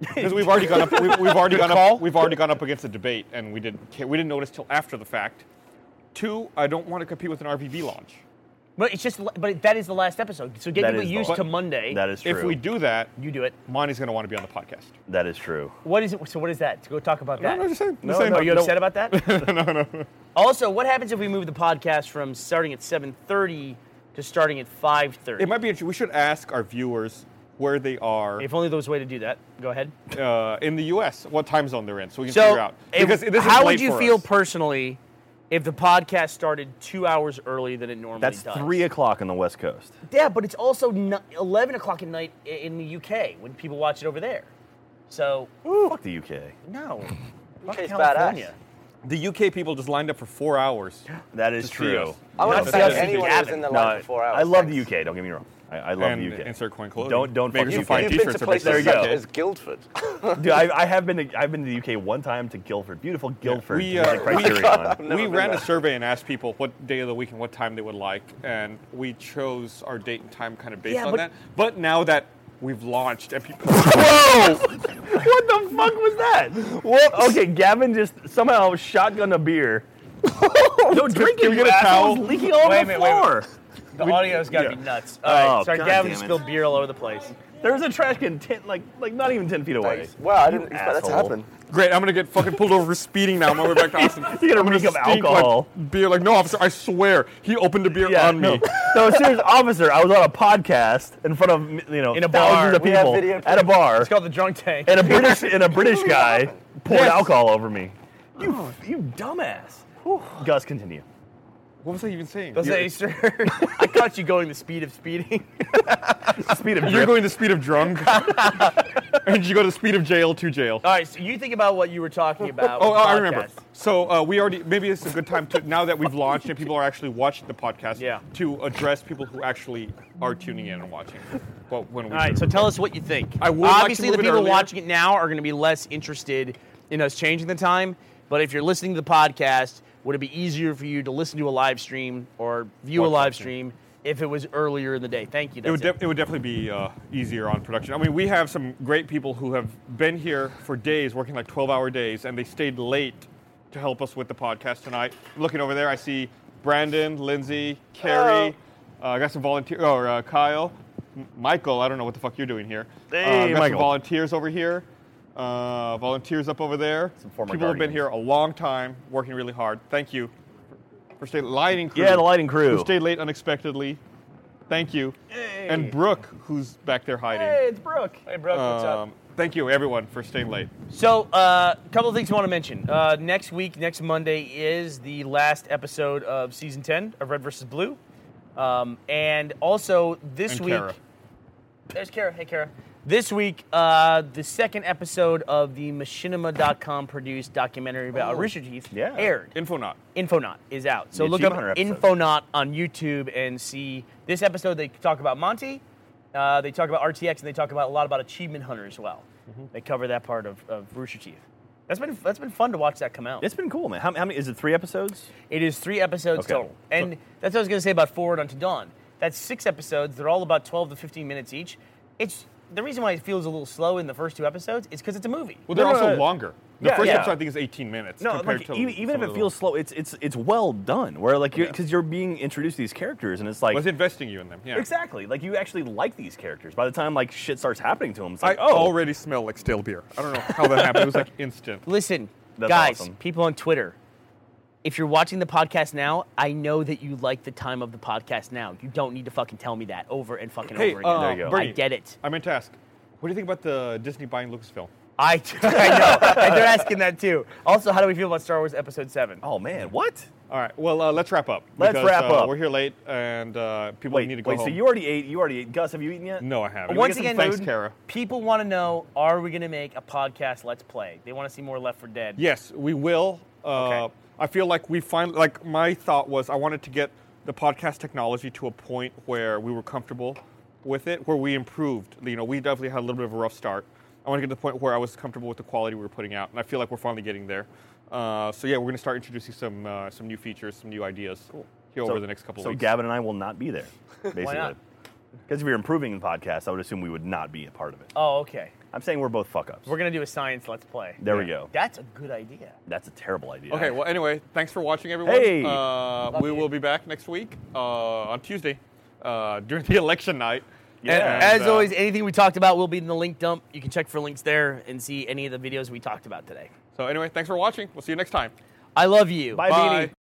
Speaker 1: Because we've already gone up, we've, we've already gone up, we've already gone up against a debate, and we didn't ca- we didn't notice till after the fact. Two, I don't want to compete with an RVB launch.
Speaker 3: but it's just, but that is the last episode. So get
Speaker 2: That
Speaker 3: people
Speaker 2: is the
Speaker 3: used
Speaker 2: last-
Speaker 3: to Monday.
Speaker 2: That is true.
Speaker 1: If we do that,
Speaker 3: you do it.
Speaker 1: Monty's going to want to be on the podcast.
Speaker 2: That is true.
Speaker 3: What is it? So what is that? To go talk about that.
Speaker 1: No, no, just saying.
Speaker 3: No,
Speaker 1: just saying.
Speaker 3: no, you
Speaker 1: No.
Speaker 3: upset about that? no, no. Also, what happens if we move the podcast from starting at 7:30 to starting at 5:30?
Speaker 1: It might be. interesting. We should ask our viewers where they are
Speaker 3: if only there was a way to do that. Go ahead.
Speaker 1: uh, in the U.S. What time zone they're in, so we can
Speaker 3: So,
Speaker 1: figure out.
Speaker 3: if-
Speaker 1: Because this is
Speaker 3: how
Speaker 1: late
Speaker 3: would you
Speaker 1: for
Speaker 3: feel
Speaker 1: us.
Speaker 3: personally if the podcast started two hours early than it normally
Speaker 2: That's
Speaker 3: does?
Speaker 2: three o'clock on the West Coast.
Speaker 3: Yeah, but it's also ni- 11 o'clock at night i- in the UK when people watch it over there. So
Speaker 2: Fuck the UK.
Speaker 3: no,
Speaker 4: UK is
Speaker 3: California.
Speaker 4: badass.
Speaker 1: The UK people just lined up for four hours.
Speaker 2: That is
Speaker 1: To see us.
Speaker 2: true.
Speaker 4: I
Speaker 1: No,
Speaker 4: want
Speaker 1: that's
Speaker 4: to find
Speaker 1: just
Speaker 4: anyone who's
Speaker 3: Gavin.
Speaker 4: in the
Speaker 2: No,
Speaker 4: line for four hours.
Speaker 2: I love
Speaker 4: Thanks.
Speaker 2: the UK. Don't get me wrong. I, I love
Speaker 1: and
Speaker 2: the UK.
Speaker 1: insert coin clothing.
Speaker 2: Don't don't
Speaker 1: Maybe
Speaker 2: fuck
Speaker 1: some
Speaker 2: UK.
Speaker 1: fine
Speaker 4: You've been
Speaker 1: t-shirts
Speaker 4: to
Speaker 1: are based
Speaker 4: places
Speaker 1: on
Speaker 2: There you go.
Speaker 4: such
Speaker 1: UK.
Speaker 4: as Guildford.
Speaker 2: Dude, I, I have been to I've been to the UK one time to Guildford, beautiful Guildford.
Speaker 1: We,
Speaker 2: to visit
Speaker 1: uh,
Speaker 2: Criterion.
Speaker 4: I've never
Speaker 1: we
Speaker 4: been
Speaker 1: ran
Speaker 4: there.
Speaker 1: a survey and asked people what day of the week and what time they would like, and we chose our date and time kind of based
Speaker 3: Yeah,
Speaker 1: on
Speaker 3: but-
Speaker 1: that. But now that we've launched and people,
Speaker 2: Whoa! what the fuck was that? Okay, Gavin just somehow shotgunned a beer. no drinking.
Speaker 1: Can we get a towel?
Speaker 2: Leaking all
Speaker 3: Wait a
Speaker 2: over the
Speaker 3: minute, wait a
Speaker 2: floor.
Speaker 3: The audio's got to
Speaker 1: yeah.
Speaker 3: be nuts. All right,
Speaker 2: Oh,
Speaker 3: sorry,
Speaker 2: God
Speaker 3: Gavin
Speaker 2: damn it.
Speaker 3: spilled beer all over the place.
Speaker 2: There's a trash can ten, like like not even ten feet away.
Speaker 4: Thanks. Wow, I didn't
Speaker 2: You
Speaker 4: expect that to
Speaker 2: asshole.
Speaker 4: happen.
Speaker 1: great, I'm gonna get fucking pulled over for speeding now. I'm on my way back to Austin.
Speaker 2: You get a
Speaker 1: I'm gonna
Speaker 2: reek of
Speaker 1: stink
Speaker 2: alcohol.
Speaker 1: Like beer, like no officer, I swear he opened a beer
Speaker 2: Yeah,
Speaker 1: on
Speaker 2: no.
Speaker 1: me.
Speaker 2: no, serious officer. I was on a podcast in front of you know
Speaker 3: In a bar.
Speaker 2: thousands of
Speaker 3: We
Speaker 4: have
Speaker 2: people
Speaker 4: video
Speaker 2: at a bar,
Speaker 3: It's called the drunk tank.
Speaker 2: and a British and a British guy poured
Speaker 1: Yes.
Speaker 2: alcohol over me.
Speaker 5: You, you dumbass.
Speaker 2: Gus, continue.
Speaker 1: What was I even saying?
Speaker 3: Let's
Speaker 1: You're-
Speaker 3: say, sir, I caught you going the speed of speeding.
Speaker 2: Speed of
Speaker 1: You're
Speaker 2: drip.
Speaker 1: going the speed of drunk, and you go the speed of jail to jail.
Speaker 3: All right, so you think about what you were talking about.
Speaker 1: Oh, oh,
Speaker 3: with
Speaker 1: I
Speaker 3: Oh, podcast.
Speaker 1: remember. So uh, we already maybe it's a good time to now that we've launched and people are actually watching the podcast.
Speaker 3: Yeah.
Speaker 1: To address people who actually are tuning in and watching. Well, when we
Speaker 3: All right, so tell us what you think.
Speaker 1: I would like to
Speaker 3: Obviously,
Speaker 1: move
Speaker 3: the
Speaker 1: it
Speaker 3: people
Speaker 1: earlier.
Speaker 3: watching it now are going to be less interested in us changing the time. But if you're listening to the podcast, would it be easier for you to listen to a live stream or view a
Speaker 1: Watch
Speaker 3: live
Speaker 1: live
Speaker 3: stream
Speaker 1: stream.
Speaker 3: if it was earlier in the day? Thank you.
Speaker 1: it would,
Speaker 3: that's
Speaker 1: def- it would definitely be uh, easier on production. I mean, we have some great people who have been here for days, working like 12 hour days, and they stayed late to help us with the podcast tonight. Looking over there, I see Brandon, Lindsay, Carrie, oh, uh, I got some volunteer, or uh, Kyle, M- Michael, I don't know what the fuck you're doing here.
Speaker 2: Hey,
Speaker 1: uh, we got some
Speaker 2: Michael.
Speaker 1: volunteers over here. Uh, volunteers up over there.
Speaker 2: Some former
Speaker 1: People have been
Speaker 2: Guardians.
Speaker 1: here a long time, working really hard. Thank you for- for staying. Lighting crew.
Speaker 2: Yeah, the lighting crew.
Speaker 1: Who stayed late unexpectedly. Thank you. And Brooke, who's back there hiding.
Speaker 3: Hey, it's Brooke. Hey, Brooke, what's up?
Speaker 1: Um, thank you, everyone, for staying late.
Speaker 3: So, a uh, couple of things I want to mention. Uh, next week, next Monday, is the last episode of season 10 of Red versus Blue. Um, and also, this
Speaker 1: And
Speaker 3: week.
Speaker 1: Kara.
Speaker 3: There's Kara. Hey, Kara. This week, uh, the second episode of the Machinima.com produced documentary about
Speaker 1: Oh.
Speaker 3: Rooster Teeth
Speaker 2: yeah.
Speaker 3: aired.
Speaker 1: Infonaut.
Speaker 3: Infonaut is out. So
Speaker 2: The
Speaker 3: look up
Speaker 2: Achievement Hunter episode.
Speaker 3: Infonaut on YouTube and see this episode. They talk about Monty, uh, they talk about RTX, and they talk about a lot about Achievement Hunter as well. They cover that part of, of Rooster Teeth. That's been that's been fun to watch that come out.
Speaker 2: It's been cool, man. How, how many? Is it three episodes?
Speaker 3: It is three episodes
Speaker 2: Okay.
Speaker 3: total, and that's what I was going to say about Forward Unto Dawn. That's six episodes. They're all about twelve to fifteen minutes each. It's the reason why it feels a little slow in the first two episodes is because it's a movie.
Speaker 1: Well, they're
Speaker 2: No, no,
Speaker 1: also
Speaker 2: no.
Speaker 1: longer. The
Speaker 2: Yeah,
Speaker 1: first
Speaker 2: yeah.
Speaker 1: episode, I think, is 18 minutes.
Speaker 2: No,
Speaker 1: compared
Speaker 2: like
Speaker 1: to
Speaker 2: even,
Speaker 1: some
Speaker 2: even if
Speaker 1: of
Speaker 2: it
Speaker 1: the-
Speaker 2: feels slow, it's it's it's well done. Where like you're
Speaker 1: Yeah.
Speaker 2: because you're being introduced to these characters, and it's like
Speaker 1: I was investing you in them. Yeah.
Speaker 2: exactly like you actually like these characters. By the time like shit starts happening to them, it's
Speaker 1: I
Speaker 2: like oh,
Speaker 1: already smell like stale beer. I don't know how that happened. It was like instant.
Speaker 3: Listen,
Speaker 2: That's
Speaker 3: guys,
Speaker 2: awesome.
Speaker 3: people on Twitter, if you're watching the podcast now, I know that you like the time of the podcast now. You don't need to fucking tell me that over and fucking
Speaker 1: Hey,
Speaker 3: over again.
Speaker 1: uh,
Speaker 2: There you go.
Speaker 1: Bernie,
Speaker 3: I get it.
Speaker 1: I meant to ask, what do you think about the Disney buying Lucasfilm?
Speaker 3: I, I know. and they're asking that too. Also, how do we feel about Star Wars Episode 7?
Speaker 2: oh man, what?
Speaker 1: All right. Well, uh, let's wrap up.
Speaker 2: Let's
Speaker 1: because,
Speaker 2: wrap
Speaker 1: uh,
Speaker 2: up.
Speaker 1: We're here late, and uh, people
Speaker 2: Wait,
Speaker 1: need to go
Speaker 2: wait.
Speaker 1: home.
Speaker 2: So you already ate? You already ate? Gus, have you eaten yet?
Speaker 1: no, I haven't.
Speaker 3: Once
Speaker 1: Can we get
Speaker 3: again,
Speaker 1: some thanks,
Speaker 3: Odin,
Speaker 1: Kara.
Speaker 3: people want to know are we going to make a podcast Let's Play? They want to see more Left for Dead.
Speaker 1: Yes, we will. Uh,
Speaker 3: Okay.
Speaker 1: I feel like we finally, like, my thought was I wanted to get the podcast technology to a point where we were comfortable with it, where we improved. You know, we definitely had a little bit of a rough start. I want to get to the point where I was comfortable with the quality we were putting out, and I feel like we're finally getting there. Uh, so, yeah, we're going to start introducing some uh, some new features, some new ideas here over the next couple
Speaker 2: so
Speaker 1: of weeks.
Speaker 2: Gavin and I will not be there. Basically.
Speaker 3: not?
Speaker 2: Because if we were improving the podcast, I would assume we would not be a part of it.
Speaker 3: Oh, okay.
Speaker 2: I'm saying we're both fuck ups.
Speaker 3: We're going to do a science Let's Play.
Speaker 2: there we go.
Speaker 3: That's a good idea.
Speaker 2: That's a terrible idea.
Speaker 1: Okay, well, anyway, thanks for watching, everyone.
Speaker 2: Hey.
Speaker 1: Uh, we
Speaker 3: you.
Speaker 1: will be back next week uh, on Tuesday uh, during the election night.
Speaker 2: Yeah.
Speaker 3: And as
Speaker 1: uh,
Speaker 3: always, anything we talked about will be in the link dump. You can check for links there and see any of the videos we talked about today.
Speaker 1: So, anyway, thanks for watching. We'll see you next time.
Speaker 3: I love you.
Speaker 2: Bye,
Speaker 1: Bye.
Speaker 2: Beanie.